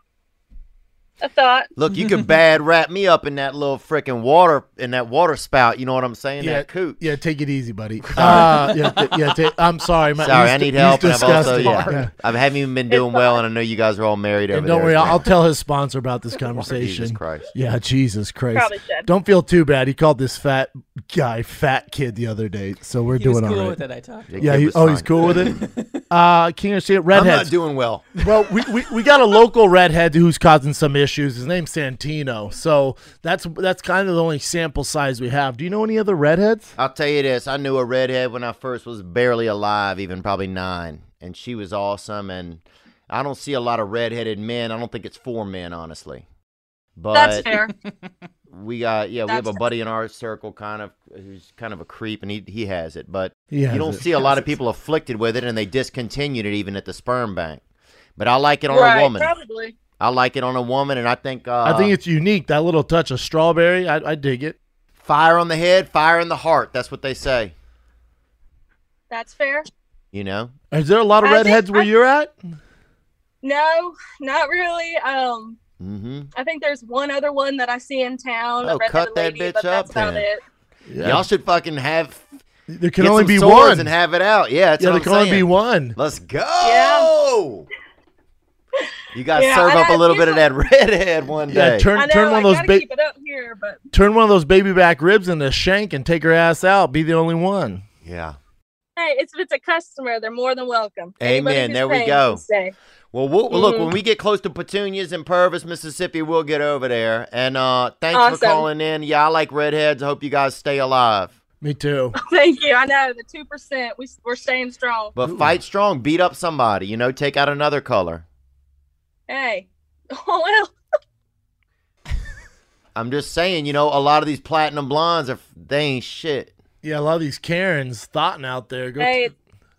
Speaker 8: a thought.
Speaker 1: Look, you could bad wrap me up in that little freaking water, in that water spout. You know what I'm saying?
Speaker 2: Yeah.
Speaker 1: That coot.
Speaker 2: yeah, take it easy, buddy. Uh, yeah, t- yeah. ta- I'm sorry, man.
Speaker 1: Sorry,
Speaker 2: He's
Speaker 1: I
Speaker 2: di-
Speaker 1: need
Speaker 2: he's
Speaker 1: help. And I've also,
Speaker 2: disgusting.
Speaker 1: yeah, I haven't even been doing well, and I know you guys are all married over
Speaker 2: And don't
Speaker 1: there
Speaker 2: worry,
Speaker 1: as
Speaker 2: I'll,
Speaker 1: well.
Speaker 2: I'll tell his sponsor about this conversation.
Speaker 1: Oh, Jesus Christ.
Speaker 2: Yeah, Jesus Christ.
Speaker 8: Probably should.
Speaker 2: Don't feel too bad. He called this fat guy fat kid the other day, so we're
Speaker 3: He was
Speaker 2: doing
Speaker 3: cool
Speaker 2: all right.
Speaker 3: with it. I talked. to him.
Speaker 1: The
Speaker 2: Yeah,
Speaker 1: kid
Speaker 2: he,
Speaker 1: was
Speaker 2: oh, he's
Speaker 1: fine.
Speaker 2: cool with it. Uh, King of Shit,
Speaker 1: I'm not
Speaker 2: redheads.
Speaker 1: doing well.
Speaker 2: well, we, we, we got a local redhead who's causing some issues. His name's Santino, so that's that's kind of the only sample size we have. Do you know any other redheads?
Speaker 1: I'll tell you this: I knew a redhead when I first was barely alive, even probably nine, and she was awesome. And I don't see a lot of redheaded men. I don't think it's for men, honestly. But
Speaker 8: That's fair.
Speaker 1: we got yeah, we have a
Speaker 8: That's-
Speaker 1: buddy in our circle, kind of who's kind of a creep, and he he has it. But
Speaker 2: He has
Speaker 1: you don't
Speaker 2: it.
Speaker 1: see a lot of people afflicted with it, and they discontinued it even at the sperm bank. But I like it on
Speaker 8: right,
Speaker 1: a woman.
Speaker 8: probably.
Speaker 1: I like it on a woman, and I think uh,
Speaker 2: I think it's unique. That little touch of strawberry, I, I dig it.
Speaker 1: fire on the head, fire in the heart. That's what they say.
Speaker 8: That's fair.
Speaker 1: You know.
Speaker 2: Is there a lot of
Speaker 8: I think-
Speaker 2: redheads where
Speaker 8: I-
Speaker 2: you're at?
Speaker 8: No, not really. Um,
Speaker 1: Mm-hmm.
Speaker 8: I think there's one other one that I see in town.
Speaker 1: Oh,
Speaker 8: a redheaded
Speaker 1: cut that
Speaker 8: lady,
Speaker 1: bitch
Speaker 8: but that's
Speaker 1: up
Speaker 8: about
Speaker 1: then.
Speaker 8: it.
Speaker 1: Y'all should fucking have
Speaker 2: There can
Speaker 1: get
Speaker 2: only
Speaker 1: some
Speaker 2: be
Speaker 1: swords
Speaker 2: one.
Speaker 1: and have it out. Yeah, that's
Speaker 2: yeah, there
Speaker 1: what
Speaker 2: can
Speaker 1: I'm
Speaker 2: only be
Speaker 1: saying.
Speaker 2: one.
Speaker 1: Let's go. You guys
Speaker 8: Yeah,
Speaker 1: serve
Speaker 8: and
Speaker 1: up a
Speaker 8: I
Speaker 1: little bit of
Speaker 8: feel-
Speaker 1: that redhead one day.
Speaker 2: Yeah, turn
Speaker 8: I know.
Speaker 2: turn one
Speaker 8: I
Speaker 2: of those
Speaker 8: gotta
Speaker 2: ba-
Speaker 8: keep it up here, but
Speaker 2: turn one of those baby back ribs into shank and take her ass out. Be the only one.
Speaker 1: Yeah.
Speaker 8: hey, it's, if it's a customer, they're more than welcome. Anybody
Speaker 1: Amen.
Speaker 8: who's
Speaker 1: There we
Speaker 8: paying
Speaker 1: go.
Speaker 8: can stay.
Speaker 1: Well, we'll well, look
Speaker 8: Mhm.
Speaker 1: when we get close to Petunias and Purvis, Mississippi, we'll get over there. And uh thanks for
Speaker 8: Awesome.
Speaker 1: calling in. Yeah, I like redheads. I hope you guys stay alive.
Speaker 2: Me too.
Speaker 8: Thank you. I know the two percent. We we're staying strong.
Speaker 1: But fight strong, beat up somebody. You know, take out another color.
Speaker 8: Hey, oh well.
Speaker 1: I'm just saying. You know, a lot of these platinum blondes are they ain't shit.
Speaker 2: Yeah, a lot of these Karens thoughtin' out there. Go
Speaker 8: Hey,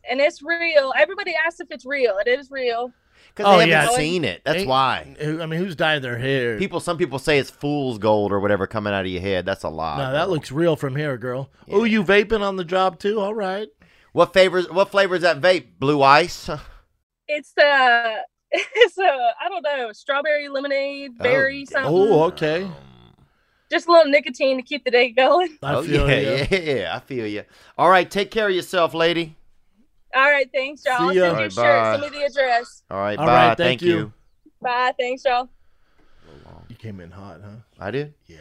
Speaker 8: and it's real. Everybody asks if it's real. It is real.
Speaker 1: Because
Speaker 2: Oh,
Speaker 1: they
Speaker 2: yeah.
Speaker 1: haven't seen it. That's
Speaker 2: Ain't-
Speaker 1: why.
Speaker 2: Who- I mean, who's dyed their hair?
Speaker 1: People, some people say it's fool's gold or whatever coming out of your head. That's a lie.
Speaker 2: no, that looks real from here, girl.
Speaker 1: Yeah.
Speaker 2: Oh, you vaping on the job too? All right.
Speaker 1: What favors? What flavor is that vape? Blue ice.
Speaker 8: It's uh it's uh I don't know, strawberry lemonade, berry
Speaker 1: damn.
Speaker 8: something.
Speaker 2: Oh, okay.
Speaker 8: Just a little nicotine to keep the day going.
Speaker 2: I
Speaker 1: oh
Speaker 2: feel
Speaker 1: yeah,
Speaker 2: ya.
Speaker 1: yeah, yeah. I feel you. All right, take care of yourself, lady.
Speaker 8: All right, thanks, y'all. I'll
Speaker 2: See
Speaker 8: Send you
Speaker 2: ya.
Speaker 8: a
Speaker 1: Alright,
Speaker 8: shirt.
Speaker 1: bye.
Speaker 8: Send me the address.
Speaker 1: All right,
Speaker 2: All
Speaker 1: bye.
Speaker 2: right,
Speaker 1: thank
Speaker 2: thank
Speaker 1: you.
Speaker 2: you.
Speaker 8: Bye. Thanks, y'all.
Speaker 2: You came in hot, huh?
Speaker 1: I do.
Speaker 2: Yeah,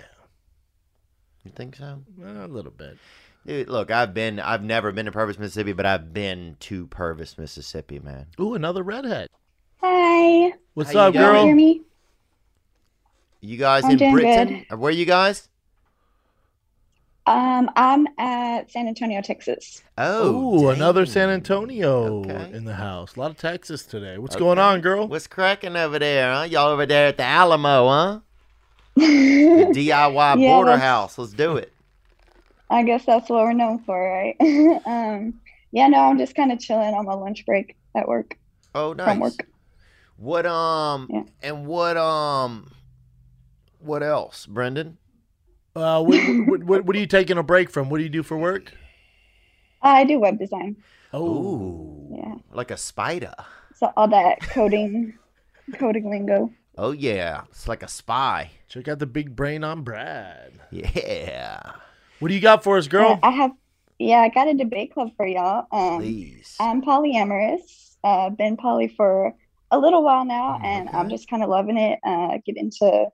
Speaker 1: You think so?
Speaker 2: a little bit.
Speaker 1: Dude, look, I've been. I've never been to Purvis, Mississippi, but I've been to Purvis, Mississippi, man.
Speaker 2: Ooh, another redhead.
Speaker 9: Hi.
Speaker 2: What's
Speaker 1: How you
Speaker 2: up,
Speaker 1: doing?
Speaker 9: Can you hear
Speaker 2: girl?
Speaker 9: me?
Speaker 1: You guys
Speaker 9: I'm
Speaker 1: in
Speaker 9: doing
Speaker 1: Britain? Uh, Where you guys?
Speaker 9: Um, I'm at San Antonio, Texas.
Speaker 1: Oh,
Speaker 2: Ooh, another
Speaker 1: dang.
Speaker 2: San Antonio
Speaker 1: Okay.
Speaker 2: in the house. A lot of Texas today. What's going on, girl?
Speaker 1: What's cracking over there? Huh? Y'all over there at the Alamo, huh? The
Speaker 9: I
Speaker 1: DIY
Speaker 9: Yeah,
Speaker 1: border
Speaker 9: that's-
Speaker 1: house. Let's do it.
Speaker 9: guess that's what we're known for, right? um, yeah, no, I'm just kind of chilling on my lunch break at work
Speaker 1: Oh, nice.
Speaker 9: from work.
Speaker 1: What um
Speaker 9: Yeah.
Speaker 1: and what um what else, Brendan?
Speaker 2: Uh, what, what, what, what are you taking a break from? What do you do for work?
Speaker 9: I do web design,
Speaker 1: Oh, Ooh.
Speaker 9: yeah.
Speaker 1: Like a spider.
Speaker 9: So all that coding, coding lingo.
Speaker 1: Oh yeah. It's like a spy.
Speaker 2: Check out the big brain on Brad.
Speaker 1: Yeah.
Speaker 2: What do you got for us,
Speaker 9: Yeah,
Speaker 2: girl?
Speaker 9: I have, yeah, I got a debate club for y'all. Um,
Speaker 1: Please.
Speaker 9: I'm polyamorous. Uh, been poly for a little while now,
Speaker 1: Mm,
Speaker 9: and
Speaker 1: okay.
Speaker 9: I'm just kind of loving it. Uh, get into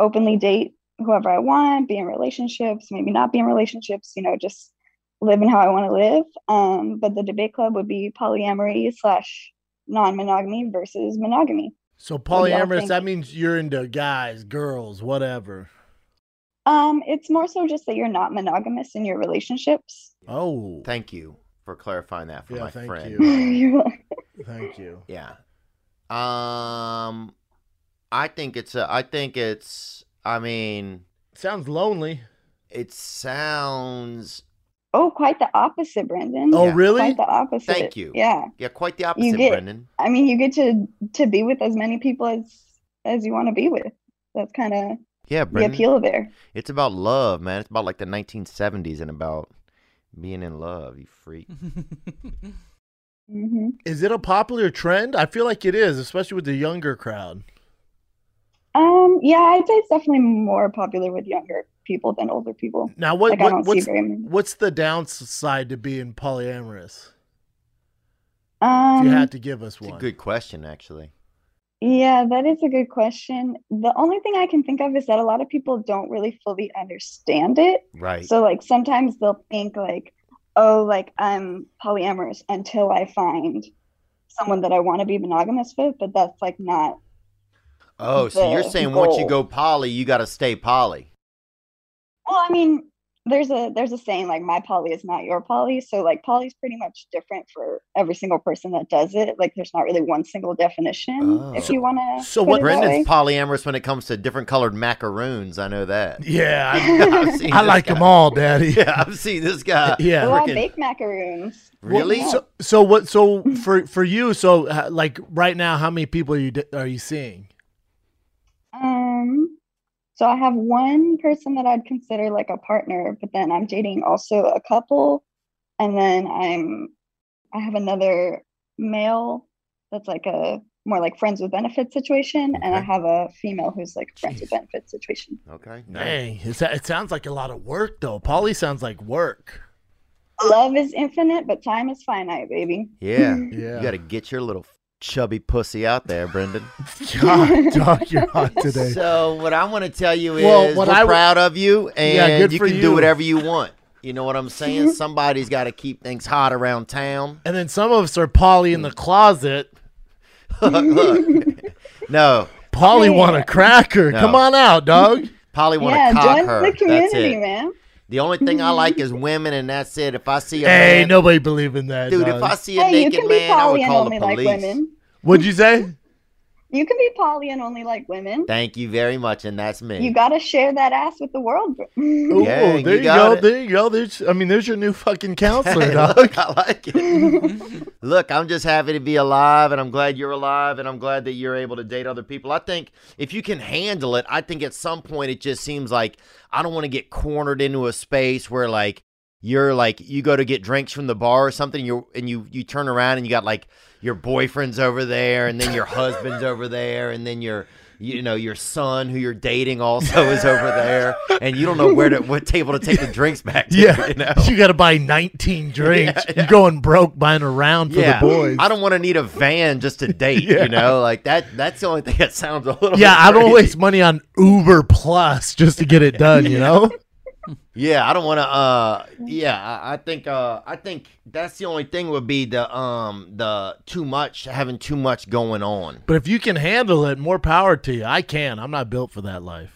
Speaker 9: openly date whoever I want, be in relationships, maybe not be in relationships, you know, just living how I want to live. Um, but the debate club would be polyamory slash non monogamy versus monogamy.
Speaker 2: So
Speaker 9: What do y'all
Speaker 2: polyamorous,
Speaker 9: think?
Speaker 2: that means you're into guys, girls, whatever.
Speaker 9: Um, it's more so just that you're not monogamous in your relationships.
Speaker 2: Oh,
Speaker 1: Thank you for clarifying that for
Speaker 2: Yeah,
Speaker 1: my
Speaker 2: thank
Speaker 1: friend.
Speaker 2: you.
Speaker 9: You're like,
Speaker 2: thank you.
Speaker 1: Yeah. Um, I think it's a. I think it's. I mean,
Speaker 2: Sounds lonely.
Speaker 1: it sounds.
Speaker 9: oh, quite the opposite, Brendan.
Speaker 2: Oh,
Speaker 1: Yeah.
Speaker 2: really?
Speaker 9: Quite the opposite.
Speaker 1: Thank you.
Speaker 9: Yeah.
Speaker 1: Yeah, quite the opposite,
Speaker 9: get-
Speaker 1: Brendan.
Speaker 9: I mean, you get to to be with as many people as as you want to be with. That's kind of
Speaker 1: Yeah,
Speaker 9: the
Speaker 1: Brendan.
Speaker 9: appeal there.
Speaker 1: It's about love, man. It's about like the 1970s and about being in love. You freak.
Speaker 9: hmm
Speaker 2: Is it a popular trend? I feel like it is, especially with the younger crowd.
Speaker 9: Um, yeah, I'd say it's definitely more popular with younger people than older people.
Speaker 2: Now, what,
Speaker 9: like I
Speaker 2: what
Speaker 9: don't
Speaker 2: what's
Speaker 9: see very many.
Speaker 2: what's the downside to being polyamorous? If
Speaker 9: Um,
Speaker 2: you had to give us
Speaker 1: It's a
Speaker 2: one,
Speaker 1: good question, actually.
Speaker 9: yeah, that is a good question. The only thing I can think of is that a lot of people don't really fully understand it.
Speaker 1: Right.
Speaker 9: So like sometimes they'll think like, oh, like I'm polyamorous until I find someone that I want to be monogamous with, but that's like not
Speaker 1: oh, so you're
Speaker 9: the
Speaker 1: saying once you
Speaker 9: goal.
Speaker 1: go poly, you got to stay poly.
Speaker 9: Well, I mean, there's a there's a saying like my poly is not your poly. So like poly is pretty much different for every single person that does it. Like there's not really one single definition
Speaker 1: Oh.
Speaker 9: if you want to.
Speaker 2: So what-
Speaker 1: Brendan's polyamorous when it comes to different colored macaroons. I know that.
Speaker 2: yeah,
Speaker 1: I've seen
Speaker 2: I, I
Speaker 1: this
Speaker 2: like
Speaker 1: guy.
Speaker 2: them all, Daddy.
Speaker 1: Yeah, I've seen this guy.
Speaker 2: Yeah.
Speaker 9: Well, I
Speaker 1: freaking-
Speaker 9: bake macaroons.
Speaker 1: really?
Speaker 9: Yeah.
Speaker 2: So, so what? So for for you, so uh, like right now, how many people are you d- are you seeing?
Speaker 9: Um, so I have one person that I'd consider like a partner, but then I'm dating also a couple, and then I'm I have another male that's like a more like friends with benefits situation, and I
Speaker 1: Okay. Oh.
Speaker 9: have a female who's like friends with benefits situation.
Speaker 1: Okay.
Speaker 2: Dang, it's, it sounds like a lot of work though. Poly sounds like work.
Speaker 9: Love is infinite, but time is finite, baby.
Speaker 1: Yeah.
Speaker 2: Yeah.
Speaker 1: You got to get your little chubby pussy out there, Brendan.
Speaker 2: God, dog, you're hot today.
Speaker 1: so what I want to tell you is
Speaker 2: Well, what
Speaker 1: we're
Speaker 2: I w-
Speaker 1: proud of you,
Speaker 2: Yeah,
Speaker 1: and
Speaker 2: good
Speaker 1: you
Speaker 2: for
Speaker 1: can
Speaker 2: you.
Speaker 1: do whatever you want. You know what I'm saying? Somebody's got to keep things hot around town.
Speaker 2: And then some of us are poly in the closet.
Speaker 1: No,
Speaker 2: Polly want a cracker.
Speaker 1: No.
Speaker 2: Come on out, dog.
Speaker 1: Polly want to
Speaker 9: yeah,
Speaker 1: cock
Speaker 9: join
Speaker 1: her.
Speaker 9: the
Speaker 1: That's
Speaker 9: community,
Speaker 1: it.
Speaker 9: man.
Speaker 1: The only thing I like is women, and that's it. If I see a
Speaker 2: hey,
Speaker 1: man,
Speaker 2: nobody believe in that,
Speaker 1: dude, if
Speaker 2: dog.
Speaker 1: I see a
Speaker 9: Hey, you
Speaker 1: naked
Speaker 9: can be
Speaker 1: man, I would
Speaker 9: poly and
Speaker 1: call the
Speaker 9: only
Speaker 1: police.
Speaker 9: like women.
Speaker 2: What'd you say?
Speaker 9: You can be poly and only like women.
Speaker 1: Thank you very much, and that's me.
Speaker 9: You gotta share that ass with the world.
Speaker 2: Ooh,
Speaker 1: Yeah, you
Speaker 2: there you,
Speaker 1: got
Speaker 2: go.
Speaker 1: it.
Speaker 2: There you go. There's, I mean, there's your new fucking counselor,
Speaker 1: Hey,
Speaker 2: dog.
Speaker 1: look, I like it. look, I'm just happy to be alive, and I'm glad you're alive, and I'm glad that you're able to date other people. I think if you can handle it, I think at some point it just seems like I don't want to get cornered into a space where like you're like you go to get drinks from the bar or something, you and you you turn around and you got like your boyfriend's over there, and then your husband's over there, and then your you know your son who you're dating also is over there and you don't know where to what table to take the drinks back to
Speaker 2: Yeah,
Speaker 1: you know
Speaker 2: you got to buy 19 drinks. You're going broke buying a round for the boys.
Speaker 1: I don't want to need a van just to date,
Speaker 2: Yeah.
Speaker 1: you know? Like that that's the only thing that sounds a little
Speaker 2: yeah,
Speaker 1: bit
Speaker 2: I don't
Speaker 1: crazy.
Speaker 2: waste money on Uber Plus just to get it done. You know?
Speaker 1: Yeah, I don't want to uh yeah, I, I think uh I think that's the only thing would be the um the too much having too much going on.
Speaker 2: but if you can handle it, more power to you. I can. I'm not built for that life.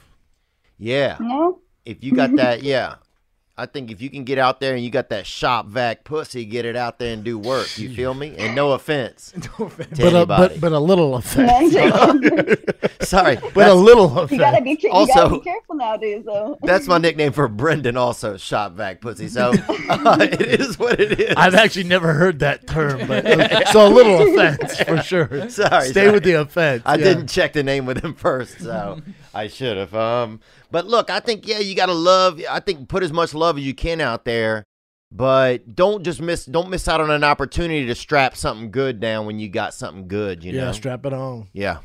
Speaker 1: Yeah.
Speaker 9: no?
Speaker 1: If you
Speaker 9: Mm-hmm.
Speaker 1: got that, yeah. I think if you can get out there and you got that shop vac pussy, get it out there and do work. You feel me? And no offense to
Speaker 2: But uh, a,
Speaker 1: anybody.
Speaker 2: but but a little
Speaker 9: I'm
Speaker 2: offense.
Speaker 9: joking.
Speaker 1: Sorry,
Speaker 2: but a little
Speaker 9: you gotta
Speaker 2: offense.
Speaker 9: be ca- you gotta
Speaker 1: Also-
Speaker 9: be careful nowadays though.
Speaker 1: That's my nickname for Brendan, also shop vac pussy. So uh, it is what it is.
Speaker 2: I've actually never heard that term, but uh, so a little offense for sure.
Speaker 1: Sorry,
Speaker 2: Stay
Speaker 1: sorry.
Speaker 2: with the offense.
Speaker 1: I
Speaker 2: yeah.
Speaker 1: didn't check the name with him first, so I should have. Um, but look, I think yeah, you gotta love. I think put as much love as you can out there, but don't just miss. Don't miss out on an opportunity to strap something good down when you got something good. You
Speaker 2: yeah,
Speaker 1: know.
Speaker 2: strap it on.
Speaker 1: yeah.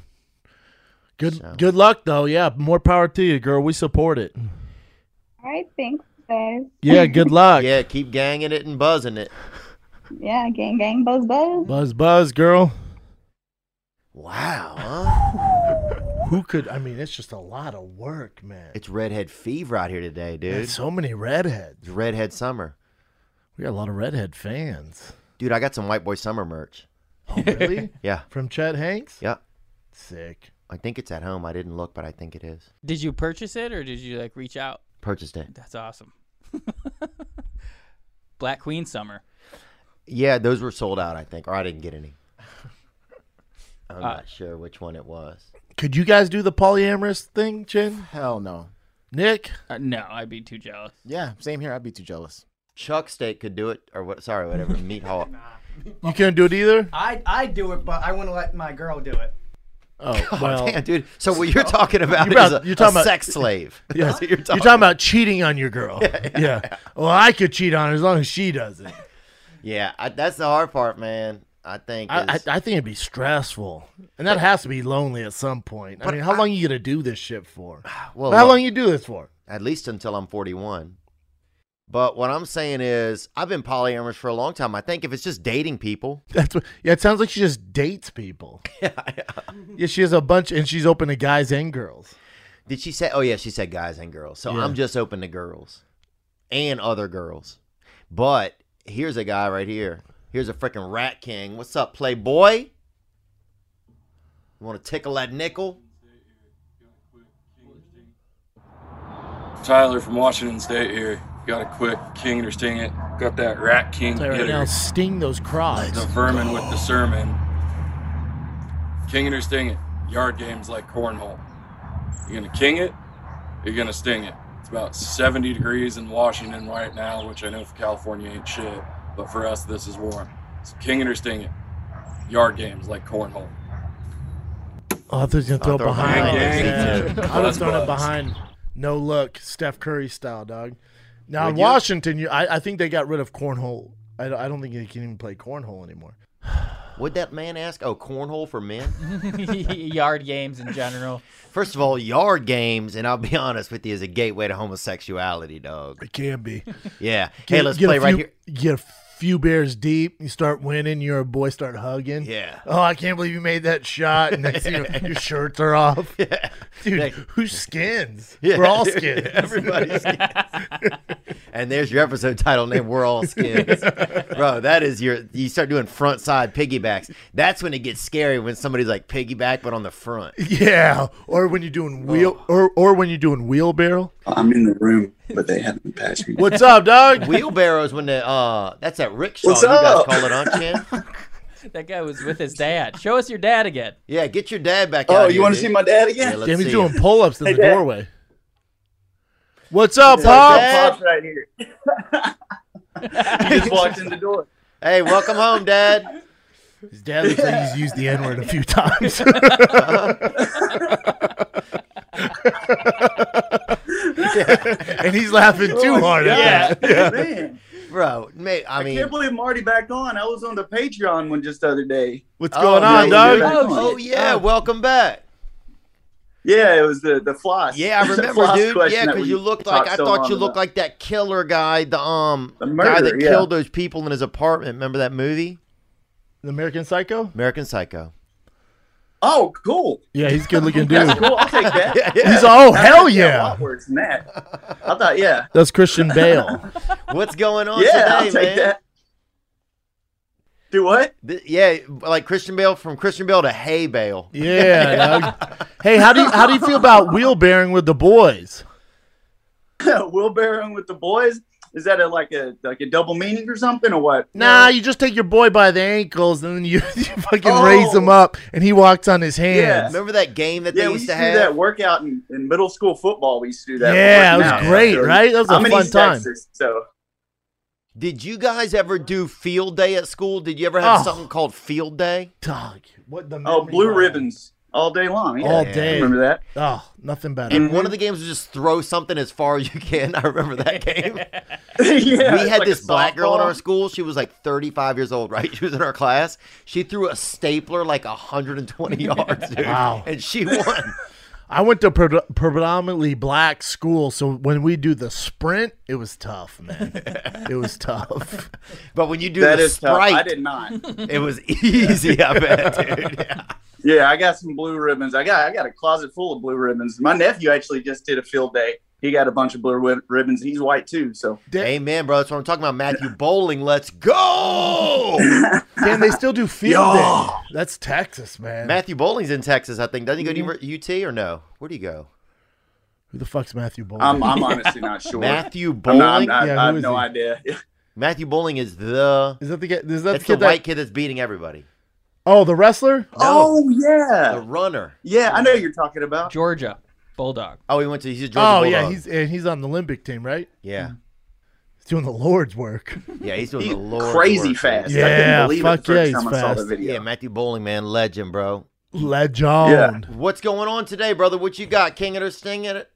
Speaker 2: Good
Speaker 1: So.
Speaker 2: good luck though. Yeah, more power to you, girl. We support it.
Speaker 9: All right, thanks guys.
Speaker 2: Yeah, good luck.
Speaker 1: Yeah. Keep ganging it and buzzing it.
Speaker 9: Yeah, gang gang buzz buzz.
Speaker 2: Buzz buzz, girl.
Speaker 1: Wow. Huh?
Speaker 2: Who could? I mean, it's just a lot of work, man.
Speaker 1: It's redhead fever out here today, dude.
Speaker 2: Man, so many redheads.
Speaker 1: it's redhead summer.
Speaker 2: We got a lot of redhead fans.
Speaker 1: Dude, I got some white boy summer merch.
Speaker 2: Oh, really?
Speaker 1: Yeah.
Speaker 2: From Chet Hanks?
Speaker 1: Yeah.
Speaker 2: Sick.
Speaker 1: I think it's at home. I didn't look, but I think it is.
Speaker 3: Did you purchase it or did you like reach out?
Speaker 1: Purchased it.
Speaker 3: That's awesome. Black Queen Summer.
Speaker 1: Yeah, those were sold out, I think, or I didn't get any. I'm
Speaker 3: Uh,
Speaker 1: not sure which one it was.
Speaker 2: Could you guys do the polyamorous thing, Chin?
Speaker 4: Hell no.
Speaker 2: Nick?
Speaker 3: Uh, no, I'd be too jealous.
Speaker 4: Yeah, same here. I'd be too jealous.
Speaker 1: Chuck Steak could do it, or what? Sorry, whatever. Meat Hall.
Speaker 2: You can't do it either?
Speaker 7: I I do it, but I wouldn't let my girl do it.
Speaker 2: Oh,
Speaker 1: Oh,
Speaker 2: well.
Speaker 1: damn, dude. So what you're talking about,
Speaker 2: You're about-
Speaker 1: is a,
Speaker 2: you're talking
Speaker 1: a
Speaker 2: about-
Speaker 1: sex slave.
Speaker 2: Yeah.
Speaker 1: That's what
Speaker 2: you're, talking about cheating on your girl. Yeah, Well, I could cheat on her as long as she doesn't.
Speaker 1: Yeah, I, that's the hard part, man. I think.
Speaker 2: I, I,
Speaker 1: is-
Speaker 2: I think it'd be stressful, and that has to be lonely at some point. I mean, how long you gonna do this shit for?
Speaker 1: well,
Speaker 2: how
Speaker 1: look,
Speaker 2: long you do this for?
Speaker 1: at least until I'm 41. But what I'm saying is, I've been polyamorous for a long time. I think if it's just dating people,
Speaker 2: That's what. Yeah, it sounds like she just dates people. Yeah, yeah. she has a bunch, and she's open to guys and girls.
Speaker 1: did she say? Oh yeah, she said guys and girls. So
Speaker 2: Yeah.
Speaker 1: I'm just open to girls and other girls. But here's a guy right here. Here's a freaking rat king. What's up, playboy? You want to tickle that nickel?
Speaker 10: Tyler from Washington State here. Got a quick king or sting it. Got that rat king
Speaker 2: Tell you right
Speaker 10: hitter.
Speaker 2: now, sting those
Speaker 10: the
Speaker 2: crocs.
Speaker 10: vermin with the sermon. King it or sting it. Yard games like cornhole. You're gonna king it. You're gonna sting it. It's about 70 degrees in Washington right now, which I know for California ain't shit, but for us this is warm. So king it or sting it. Yard games like cornhole.
Speaker 2: Oh, I thought you were gonna throw it
Speaker 1: throw it
Speaker 2: behind.
Speaker 10: behind.
Speaker 2: Yeah.
Speaker 10: Yeah.
Speaker 2: I
Speaker 10: Buzz,
Speaker 2: was throwing it
Speaker 10: buzz.
Speaker 2: behind. No look, Steph Curry style, dog. Now in
Speaker 1: Would you?
Speaker 2: Washington, you, I, I think they got rid of cornhole. I, don't- I don't think they can even play cornhole anymore.
Speaker 1: Would that man ask? Oh, cornhole for men.
Speaker 3: Yard games in general.
Speaker 1: First of all, yard games, and I'll be honest with you, is a gateway to homosexuality, dog.
Speaker 2: It can be.
Speaker 1: Yeah.
Speaker 2: Get-
Speaker 1: hey, let's
Speaker 2: get a
Speaker 1: play right
Speaker 2: few-
Speaker 1: here.
Speaker 2: Get a few beers deep. You start winning. You're a boy. Start hugging.
Speaker 1: Yeah.
Speaker 2: Oh, I can't believe you made that shot. And next thing you know, your shirts are off. Dude,
Speaker 1: Like-
Speaker 2: who's skins?
Speaker 1: Yeah,
Speaker 2: We're all
Speaker 1: dude,
Speaker 2: skins.
Speaker 1: Everybody's skins. and there's your episode title name, We're All Skins. Bro, that is your, you start doing front side piggybacks. That's when it gets scary when somebody's like piggyback, but on the front.
Speaker 2: Yeah. Or when you're doing wheel,
Speaker 1: Oh.
Speaker 2: or or when you're doing wheelbarrow.
Speaker 10: I'm in the room, but they haven't patched me.
Speaker 2: What's up, dog?
Speaker 1: Wheelbarrows when the, uh, that's that rickshaw
Speaker 10: What's
Speaker 1: you
Speaker 10: up?
Speaker 1: guys call it, aren't you?
Speaker 3: That guy was with his dad. Show us your dad again.
Speaker 1: Yeah, get your dad back out
Speaker 10: Oh, you
Speaker 1: here,
Speaker 10: want to
Speaker 1: dude.
Speaker 10: see my dad
Speaker 1: Yeah,
Speaker 10: again?
Speaker 1: let's
Speaker 2: Damn, he's
Speaker 1: see
Speaker 2: doing
Speaker 1: it.
Speaker 2: pull ups in the
Speaker 10: Dad.
Speaker 2: doorway. What's up, Pop?
Speaker 1: Dad?
Speaker 10: right here. he just walked in the door.
Speaker 1: Hey, welcome home, Dad.
Speaker 2: His dad looks like he's used the N word a few times. and he's laughing too hard
Speaker 3: Yeah.
Speaker 2: at that.
Speaker 10: Oh,
Speaker 2: Yeah.
Speaker 10: Man,
Speaker 1: Bro, mate, I
Speaker 10: I
Speaker 1: mean.
Speaker 10: can't believe Marty backed on. I was on the Patreon one just the other day.
Speaker 2: What's
Speaker 1: Oh,
Speaker 2: going on,
Speaker 10: yeah,
Speaker 2: dog?
Speaker 10: yeah.
Speaker 1: Oh, yeah, welcome back.
Speaker 10: Yeah, it was the the floss.
Speaker 1: Yeah, I
Speaker 10: The
Speaker 1: remember,
Speaker 10: floss
Speaker 1: dude.
Speaker 10: question
Speaker 1: Yeah,
Speaker 10: that
Speaker 1: because
Speaker 10: we
Speaker 1: you looked like
Speaker 10: talked
Speaker 1: I
Speaker 10: so
Speaker 1: thought
Speaker 10: long
Speaker 1: you looked
Speaker 10: about.
Speaker 1: like that killer guy, the um
Speaker 10: The
Speaker 1: guy that
Speaker 10: murderer, yeah.
Speaker 1: killed those people in his apartment. Remember that movie,
Speaker 2: The American Psycho?
Speaker 1: American Psycho?
Speaker 10: Oh, cool.
Speaker 2: Yeah, he's good looking dude.
Speaker 10: Cool. I'll take that.
Speaker 2: He's oh
Speaker 10: That
Speaker 2: hell
Speaker 10: could be A
Speaker 2: yeah.
Speaker 10: lot worse than that. I thought, yeah,
Speaker 2: That's Christian Bale.
Speaker 1: What's going on
Speaker 10: yeah, I'll
Speaker 1: today,
Speaker 10: take
Speaker 1: man?
Speaker 10: that. Do what?
Speaker 1: Th- yeah, like Christian Bale from Christian Bale to Hay Bale.
Speaker 2: Yeah, dog. Hey, how do you how do you feel about wheel bearing with the boys?
Speaker 10: Wheelbarrowing with the boys? Is that a like a like a double meaning or something or what?
Speaker 2: Nah, you just take your boy by the ankles and then you, you fucking
Speaker 10: Oh.
Speaker 2: raise him up and he walks on his hands.
Speaker 1: Remember that game that
Speaker 10: Yeah,
Speaker 1: they
Speaker 10: we
Speaker 1: used
Speaker 10: used
Speaker 1: to
Speaker 10: to do that
Speaker 1: have?
Speaker 10: workout in, in middle school football. We used to do that.
Speaker 2: Yeah, it was
Speaker 10: working out.
Speaker 2: great,
Speaker 10: So,
Speaker 2: right? That was a
Speaker 10: I'm in
Speaker 2: fun
Speaker 10: East
Speaker 2: time.
Speaker 10: Texas, so
Speaker 1: Did you guys ever do field day at school? Did you ever have
Speaker 2: Oh.
Speaker 1: something called field day?
Speaker 2: Dog, what the
Speaker 10: oh,
Speaker 2: memories
Speaker 10: blue
Speaker 2: are.
Speaker 10: ribbons all day long. Yeah,
Speaker 2: all
Speaker 1: Yeah.
Speaker 10: I
Speaker 2: day.
Speaker 10: remember that?
Speaker 2: Oh, nothing better.
Speaker 1: And one of the games was just throw something as far as you can. I remember that game.
Speaker 10: yeah,
Speaker 1: we
Speaker 10: it's
Speaker 1: had
Speaker 10: like
Speaker 1: this
Speaker 10: a
Speaker 1: black girl in
Speaker 10: softball.
Speaker 1: our school. She was like 35 years old, right? She was in our class. She threw a stapler like 120 yards, dude.
Speaker 2: Wow.
Speaker 1: And she won.
Speaker 2: I went to pre- predominantly black school, so when we do the sprint, it was tough, man. it was tough.
Speaker 1: But when you do
Speaker 10: That
Speaker 1: the
Speaker 10: is tough. I
Speaker 1: sprite,
Speaker 10: did not.
Speaker 1: it was easy, I bet, dude. Yeah.
Speaker 11: Yeah, I got some blue ribbons. I got I got a closet full of blue ribbons. My nephew actually just did a field day. He got a bunch of blue rib- ribbons. He's white too, so
Speaker 1: Amen, bro. That's what I'm talking about. Matthew Bowling, let's go.
Speaker 2: Damn, they still do field
Speaker 1: Yo.
Speaker 2: day. That's Texas, man. Mm-hmm.
Speaker 1: Matthew Bowling's in Texas, I think. Doesn't he go to UT or no? Where do you go?
Speaker 2: Who the fuck's Matthew Bowling?
Speaker 11: I'm I'm honestly not sure.
Speaker 1: Matthew
Speaker 11: I'm not-
Speaker 1: Bowling.
Speaker 11: I'm not- I have no idea.
Speaker 1: Matthew Bowling is the
Speaker 2: is that the is that
Speaker 1: that's
Speaker 2: the
Speaker 1: the,
Speaker 2: kid that-
Speaker 1: white kid that's beating everybody.
Speaker 2: Oh, the wrestler?
Speaker 11: Oh yeah,
Speaker 1: the runner.
Speaker 11: Yeah, I know you're talking about
Speaker 3: Georgia Bulldog.
Speaker 1: Oh, he went to he's a Georgia
Speaker 2: Oh
Speaker 1: Bulldog.
Speaker 2: yeah, he's and he's on the Olympic team, right?
Speaker 1: Yeah.
Speaker 2: He's doing the Lord's work.
Speaker 1: yeah, he's doing
Speaker 11: He's
Speaker 1: the Lord's
Speaker 11: crazy
Speaker 1: work.
Speaker 11: fast.
Speaker 2: I couldn't Yeah, believe it the fuck first yeah, time he's I saw the
Speaker 11: fast. video.
Speaker 1: Yeah, Matthew Bowling, man, legend, bro.
Speaker 2: Legend.
Speaker 1: What's going on today, brother? What you got? King of the Sting at it?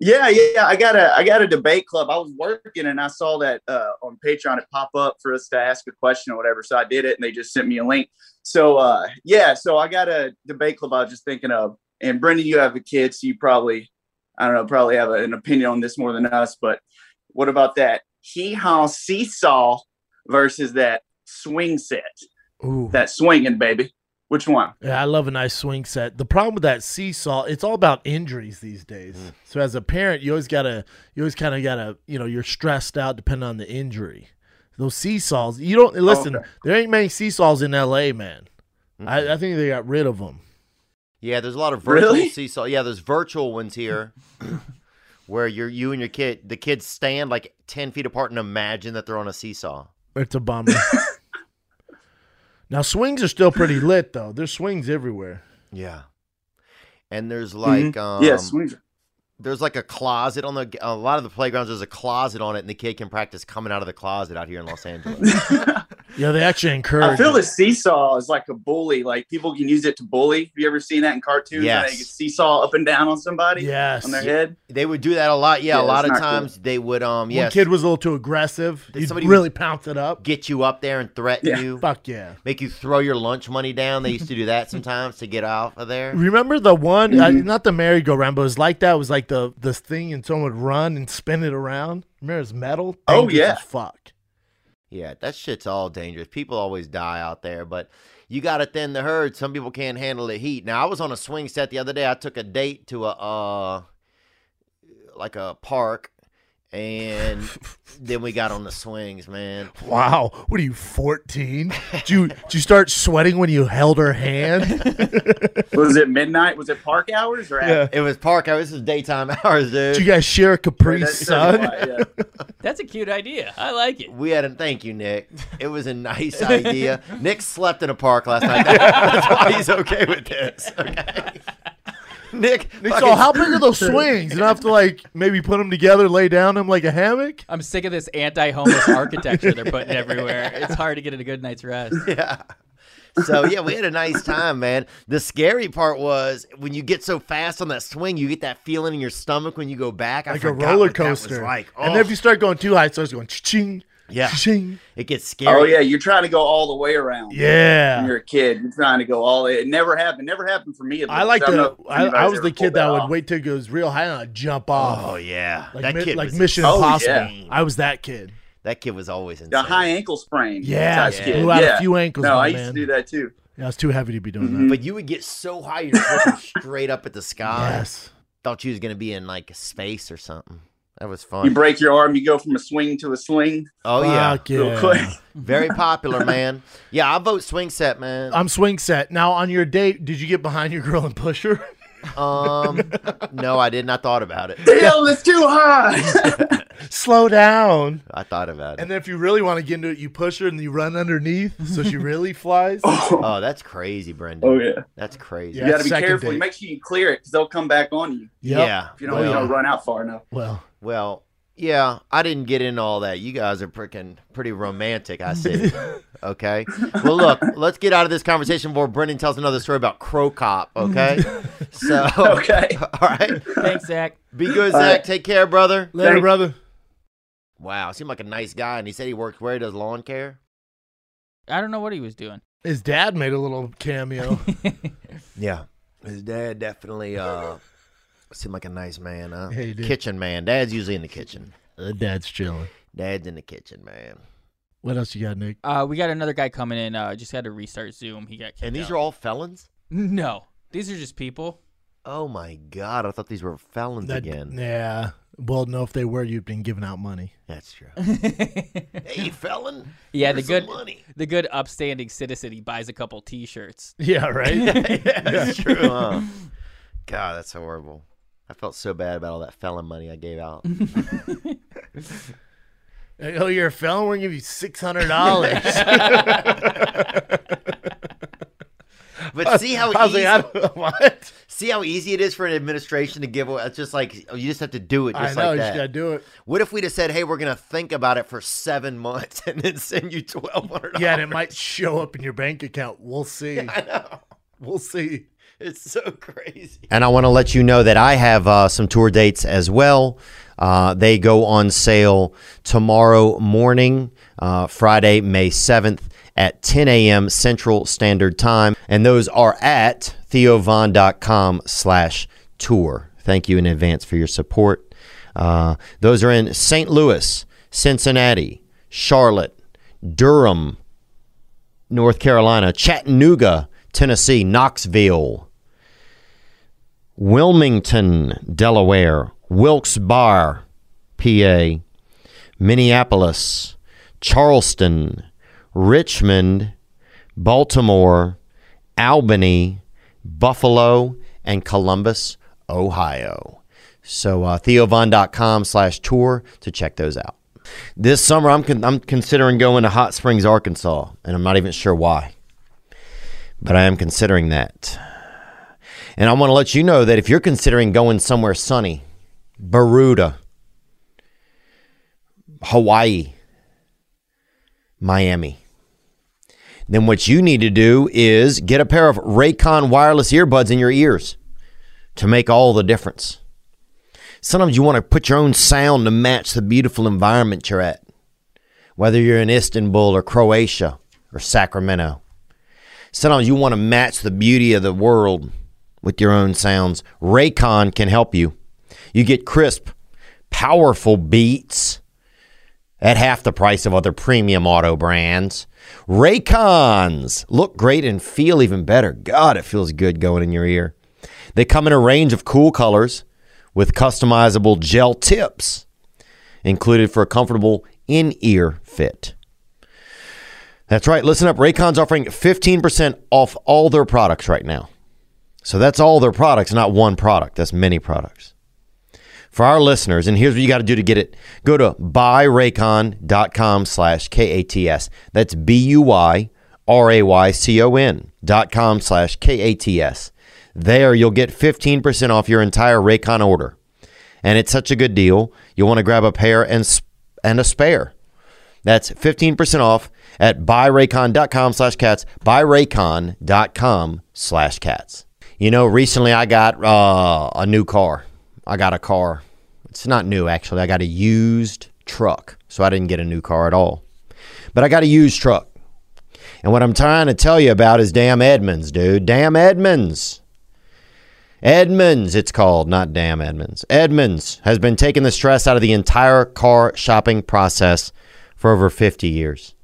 Speaker 11: Yeah, yeah. I got a I got a debate club. I was working and I saw that uh, on Patreon it pop up for us to ask a question or whatever. So I did it and they just sent me a link. So uh, yeah, so I got a debate club. I was just thinking of. And Brendan, you have a kid, so you probably I don't know probably have an opinion on this more than us. But what about that hee haw seesaw versus that swing set?
Speaker 2: Ooh.
Speaker 11: That swinging baby. Which one?
Speaker 2: Yeah, I love a nice swing set. The problem with that seesaw, it's all about injuries these days.
Speaker 11: Mm.
Speaker 2: So as a parent, you always gotta, you always kind of gotta, you know, you're stressed out depending on the injury. Those seesaws, you don't
Speaker 11: Oh,
Speaker 2: listen. There ain't many seesaws in L.A., man. I, I think they got rid of them.
Speaker 1: Yeah, there's a lot of virtual
Speaker 2: Really?
Speaker 1: seesaw. Yeah, there's virtual ones here where you're you and your kid the kids stand like ten feet apart and imagine that they're on a seesaw.
Speaker 2: It's a bummer. now swings are still pretty lit though. There's swings everywhere.
Speaker 1: Yeah. And there's
Speaker 2: Mm-hmm.
Speaker 1: like um
Speaker 11: Yeah, swings are-
Speaker 1: there's like a closet on the a lot of the playgrounds there's a closet on it and the kid can practice coming out of the closet out here in Los Angeles.
Speaker 2: Yeah, they actually encourage.
Speaker 11: I feel the seesaw is like a bully. Like people can use it to bully. Have you ever seen that in cartoons? where
Speaker 1: Yes.
Speaker 11: They can seesaw up and down on somebody.
Speaker 2: Yes.
Speaker 11: On their head.
Speaker 1: They would do that a lot. Yeah,
Speaker 11: Yeah,
Speaker 1: a lot
Speaker 11: it's not
Speaker 1: of
Speaker 11: cool.
Speaker 1: times they would um
Speaker 2: One
Speaker 1: yes,
Speaker 2: kid was a little too aggressive.
Speaker 1: Did
Speaker 2: You
Speaker 1: somebody-
Speaker 2: really pounced it up.
Speaker 1: get you up there and threaten
Speaker 2: Yeah.
Speaker 1: you.
Speaker 2: Fuck yeah.
Speaker 1: Make you throw your lunch money down. They used to do that sometimes to get out of there.
Speaker 2: Remember the one, uh,
Speaker 1: Mm-hmm.
Speaker 2: not the merry-go-round, but it was like that. It was like the this thing, and someone would run and spin it around. Remember, it's metal.
Speaker 1: Oh,
Speaker 2: Dangerous
Speaker 1: yeah.
Speaker 2: as fuck.
Speaker 1: Yeah, that shit's all dangerous. People always die out there, but you got to thin the herd. Some people can't handle the heat. Now, I was on a swing set the other day. I took a date to a uh like a park and then we got on the swings, man.
Speaker 2: Wow, what are you, fourteen? Did you did you start sweating when you held her hand?
Speaker 11: Was it midnight? Was it park hours or after?
Speaker 1: It was park hours. This is daytime hours, dude.
Speaker 2: Did you guys share a Capri
Speaker 1: That's-
Speaker 2: Sun?
Speaker 3: That's a cute idea. I like it.
Speaker 1: We had a thank you, Nick. It was a nice idea. Nick slept in a park last night. That's why he's okay with this. Okay. Nick,
Speaker 2: Nick, so
Speaker 1: fucking-
Speaker 2: how big are those swings? You have to like maybe put them together, lay down them like a hammock.
Speaker 3: I'm sick of this anti-homeless architecture they're putting everywhere. It's hard to get a good night's rest.
Speaker 1: Yeah. So yeah, we had a nice time, man. The scary part was when you get so fast on that swing, you get that feeling in your stomach when you go back. I
Speaker 2: Like a
Speaker 1: forgot
Speaker 2: roller
Speaker 1: what that was
Speaker 2: coaster.
Speaker 1: like, Oh,
Speaker 2: And then if you start going too high, it starts going ching.
Speaker 1: Yeah.
Speaker 2: Ching.
Speaker 1: It gets
Speaker 11: Oh yeah, you're trying to go all the way around.
Speaker 2: Yeah.
Speaker 11: When you're a kid, you're trying to go all. It never happened. Never happened for me. at
Speaker 2: I
Speaker 11: least.
Speaker 2: like
Speaker 11: don't
Speaker 2: to.
Speaker 11: know if
Speaker 2: I, I
Speaker 11: anybody's
Speaker 2: was
Speaker 11: ever
Speaker 2: the kid
Speaker 11: pulled
Speaker 2: that
Speaker 11: off.
Speaker 2: would wait till it goes real high and I'd jump off.
Speaker 1: Oh yeah,
Speaker 2: like,
Speaker 1: that
Speaker 2: mi-
Speaker 1: kid
Speaker 2: like
Speaker 1: was
Speaker 2: Mission
Speaker 1: insane.
Speaker 2: Impossible.
Speaker 1: Oh, yeah.
Speaker 2: I was that kid.
Speaker 1: That kid was always insane.
Speaker 11: the high ankle sprain.
Speaker 2: Yeah,
Speaker 11: size
Speaker 2: yeah.
Speaker 11: kid.
Speaker 2: blew out a
Speaker 11: Yeah.
Speaker 2: few ankles,
Speaker 11: No,
Speaker 2: my
Speaker 11: I used
Speaker 2: man.
Speaker 11: to do that too.
Speaker 2: Yeah, I was too heavy to be doing
Speaker 11: Mm-hmm.
Speaker 2: that.
Speaker 1: But you would get so high, you're looking straight up at the sky.
Speaker 2: Yes.
Speaker 1: Thought you was gonna be in like space or something. That was fun.
Speaker 11: You break your arm, you go from a swing to a sling.
Speaker 1: Oh yeah,
Speaker 11: real quick.
Speaker 1: very popular, man. Yeah, I vote swing set, man.
Speaker 2: I'm swing set. Now on your date, did you get behind your girl and push her?
Speaker 1: Um, no, I didn't. I thought about it.
Speaker 11: Damn, it's too high.
Speaker 2: Slow down.
Speaker 1: I thought about it.
Speaker 2: And then if you really want to get into it, you push her and you run underneath so she really flies.
Speaker 1: Oh, that's crazy, Brendan.
Speaker 11: Oh, yeah.
Speaker 1: that's crazy.
Speaker 11: you got to be careful. You Make sure you clear it because they'll come back on you.
Speaker 1: Yep. Yeah.
Speaker 11: If you don't, you
Speaker 1: Well-
Speaker 11: don't run out far enough.
Speaker 2: Well,
Speaker 1: Well, yeah, I didn't get into all that. You guys are freaking pretty romantic, I see. okay. Well, look, let's get out of this conversation before Brendan tells another story about Crow Cop, okay? so,
Speaker 11: okay.
Speaker 1: All right.
Speaker 3: Thanks, Zach.
Speaker 1: Be good,
Speaker 3: All
Speaker 1: Zach.
Speaker 3: right.
Speaker 1: Take care, brother.
Speaker 3: Later, Thanks.
Speaker 2: brother.
Speaker 1: Wow, seemed like a nice guy, and he said he works where he does lawn care.
Speaker 3: I don't know what he was doing.
Speaker 2: his dad made a little cameo.
Speaker 1: Yeah. His dad definitely uh seemed like a nice man, huh?
Speaker 2: Yeah, he did.
Speaker 1: Kitchen man. Dad's usually in the kitchen.
Speaker 2: the dad's chilling.
Speaker 1: Dad's in the kitchen, man.
Speaker 2: What else you got, Nick?
Speaker 3: Uh, we got another guy coming in. Uh, just had to restart Zoom. He got kicked
Speaker 1: And these
Speaker 3: out.
Speaker 1: are all felons?
Speaker 3: No, these are just people.
Speaker 1: Oh my God! I thought these were felons
Speaker 2: That-
Speaker 1: again.
Speaker 2: Yeah. Well, no, if they were, you'd been giving out money.
Speaker 1: That's true.
Speaker 3: hey,
Speaker 1: felon.
Speaker 3: Yeah,
Speaker 1: here's
Speaker 3: the good
Speaker 1: some money.
Speaker 3: the good upstanding citizen. He buys a couple T-shirts.
Speaker 2: Yeah, right?
Speaker 1: yeah, that's
Speaker 3: Yeah.
Speaker 1: true. huh? God, that's horrible. I felt so bad about all that felon money I gave out.
Speaker 2: Hey, Oh, you're a felon. We're gonna give you six hundred dollars.
Speaker 1: But see how
Speaker 2: I was
Speaker 1: easy,
Speaker 2: like, I don't- what?
Speaker 1: See how easy it is for an administration to give away. It's just like you just have to do it.
Speaker 2: I
Speaker 1: Just
Speaker 2: know,
Speaker 1: like
Speaker 2: you
Speaker 1: that.
Speaker 2: just gotta do it.
Speaker 1: What if we just said, "Hey, we're gonna think about it for seven months and then send you twelve hundred dollars"?
Speaker 2: yeah, and it might show up in your bank account. We'll see. We'll see.
Speaker 1: It's so crazy.
Speaker 2: And
Speaker 1: And I want to let you know that I have uh, some tour dates as well. Uh, they go on sale tomorrow morning, uh, Friday, May 7th at 10 a.m. Central Standard Time. And those are at theovon.com slash tour. Thank you in advance for your support. Uh, those are in St. Louis, Cincinnati, Charlotte, Durham, North Carolina, Chattanooga, Tennessee, Knoxville, Wilmington, Delaware, Wilkes-Barre, PA, Minneapolis, Charleston, Richmond, Baltimore, Albany, Buffalo, and Columbus, Ohio. So uh, theovon.com slash tour to check those out. This summer, I'm, con- I'm considering going to Hot Springs, Arkansas, and I'm not even sure why, but I am considering that. And I want to let you know that if you're considering going somewhere sunny, Baruda, Hawaii, Miami, then what you need to do is get a pair of Raycon wireless earbuds in your ears to make all the difference. Sometimes you want to put your own sound to match the beautiful environment you're at, whether you're in Istanbul or Croatia or Sacramento. Sometimes you want to match the beauty of the world with your own sounds. Raycon can help you. You get crisp, powerful beats at half the price of other premium auto brands. Raycons look great and feel even better. God, it feels good going in your ear. They come in a range of cool colors with customizable gel tips included for a comfortable in ear fit. That's right. Listen up. Raycon's offering 15% off all their products right now. So that's all their products, not one product. That's many products. For our listeners, and here's what you got to do to get it. Go to buyraycon.com slash K-A-T-S. That's B-U-Y-R-A-Y-C-O-N dot com slash K-A-T-S. There you'll get 15% off your entire Raycon order. And it's such a good deal. You'll want to grab a pair and, sp- and a spare. That's 15% off at buyraycon.com slash cats, buyraycon.com slash cats. You know, recently I got uh, a new car. I got a car. It's not new, actually. I got a used truck. So I didn't get a new car at all. But I got a used truck. And what I'm trying to tell you about is damn Edmonds, dude. Damn Edmonds. Edmonds, it's called, not damn Edmonds. Edmonds has been taking the stress out of the entire car shopping process for over 50 years.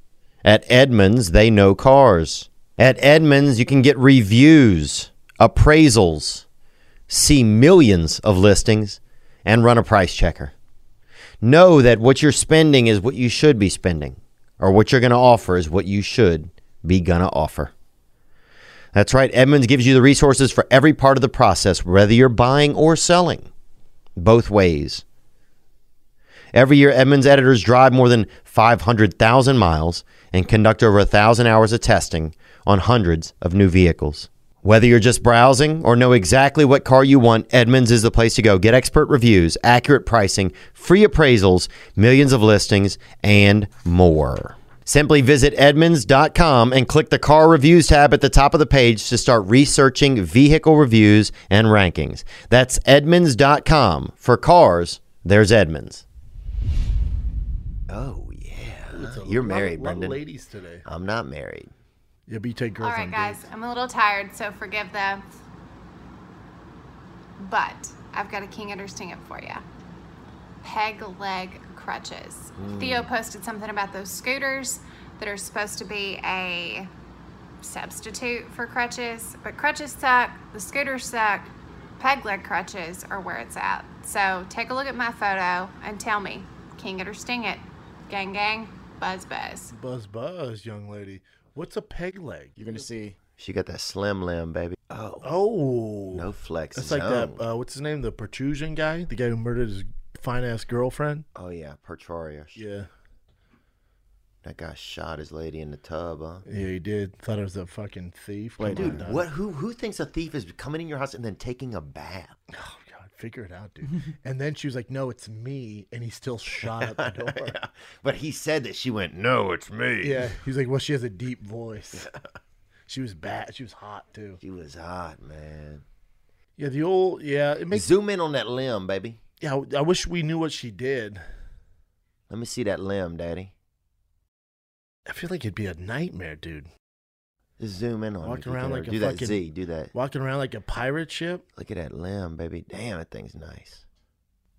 Speaker 1: At Edmonds, they know cars. At Edmonds, you can get reviews, appraisals, see millions of listings, and run a price checker. Know that what you're spending is what you should be spending, or what you're going to offer is what you should be going to offer. That's right. Edmunds gives you the resources for every part of the process, whether you're buying or selling, both ways. Every year, Edmunds editors drive more than 500,000 miles and conduct over 1,000 hours of testing on hundreds of new vehicles. Whether you're just browsing or know exactly what car you want, Edmunds is the place to go. Get expert reviews, accurate pricing, free appraisals, millions of listings, and more. Simply visit Edmunds.com and click the Car Reviews tab at the top of the page to start researching vehicle reviews and rankings. That's Edmunds.com. For cars, there's Edmunds. Oh, yeah. You're married,
Speaker 2: lot of
Speaker 1: Brendan.
Speaker 2: ladies today.
Speaker 1: I'm not married.
Speaker 2: Yeah, but you take girls
Speaker 12: All right,
Speaker 2: on
Speaker 12: guys, I'm a little tired, so forgive the. But I've got a king understing it for you. Peg leg crutches.
Speaker 13: Mm.
Speaker 12: Theo posted something about those scooters that are supposed to be a substitute for crutches, but crutches suck, the scooters suck, peg leg crutches are where it's at. So take a look at my photo and tell me, king it or sting it. Gang gang, buzz buzz.
Speaker 2: Buzz buzz, young lady. What's a peg leg?
Speaker 4: You're gonna see.
Speaker 1: She got that slim limb, baby. Oh.
Speaker 2: Oh.
Speaker 1: No flex.
Speaker 2: It's like
Speaker 1: zone.
Speaker 2: that. Uh, what's his name? The protrusion guy, the guy who murdered his fine ass girlfriend.
Speaker 1: Oh yeah, Perchorius.
Speaker 2: Yeah.
Speaker 1: That guy shot his lady in the tub, huh?
Speaker 2: Yeah, he did. Thought it was a fucking thief. Come on
Speaker 1: dude,
Speaker 2: now.
Speaker 1: what? Who? Who thinks a thief is coming in your house and then taking a bath?
Speaker 2: Oh, Figure it out, dude. and then she was like, "No, it's me," and he still shot at the door.
Speaker 1: But he said that she went, "No, it's me."
Speaker 2: Yeah, he's like, well, she has a deep voice. she was bad. She was hot too.
Speaker 1: She was hot, man.
Speaker 2: Yeah, the old yeah. It makes
Speaker 1: zoom in on that limb, baby.
Speaker 2: Yeah, I, I wish we knew what she did.
Speaker 1: Let me see that limb, Daddy.
Speaker 2: I feel like it'd be a nightmare, dude.
Speaker 1: Just zoom in on it.
Speaker 2: Walking
Speaker 1: if you
Speaker 2: around
Speaker 1: can.
Speaker 2: like a
Speaker 1: do that
Speaker 2: fucking-
Speaker 1: Z. Do that.
Speaker 2: Walking around like a pirate ship.
Speaker 1: Look at that limb, baby. Damn, that thing's nice.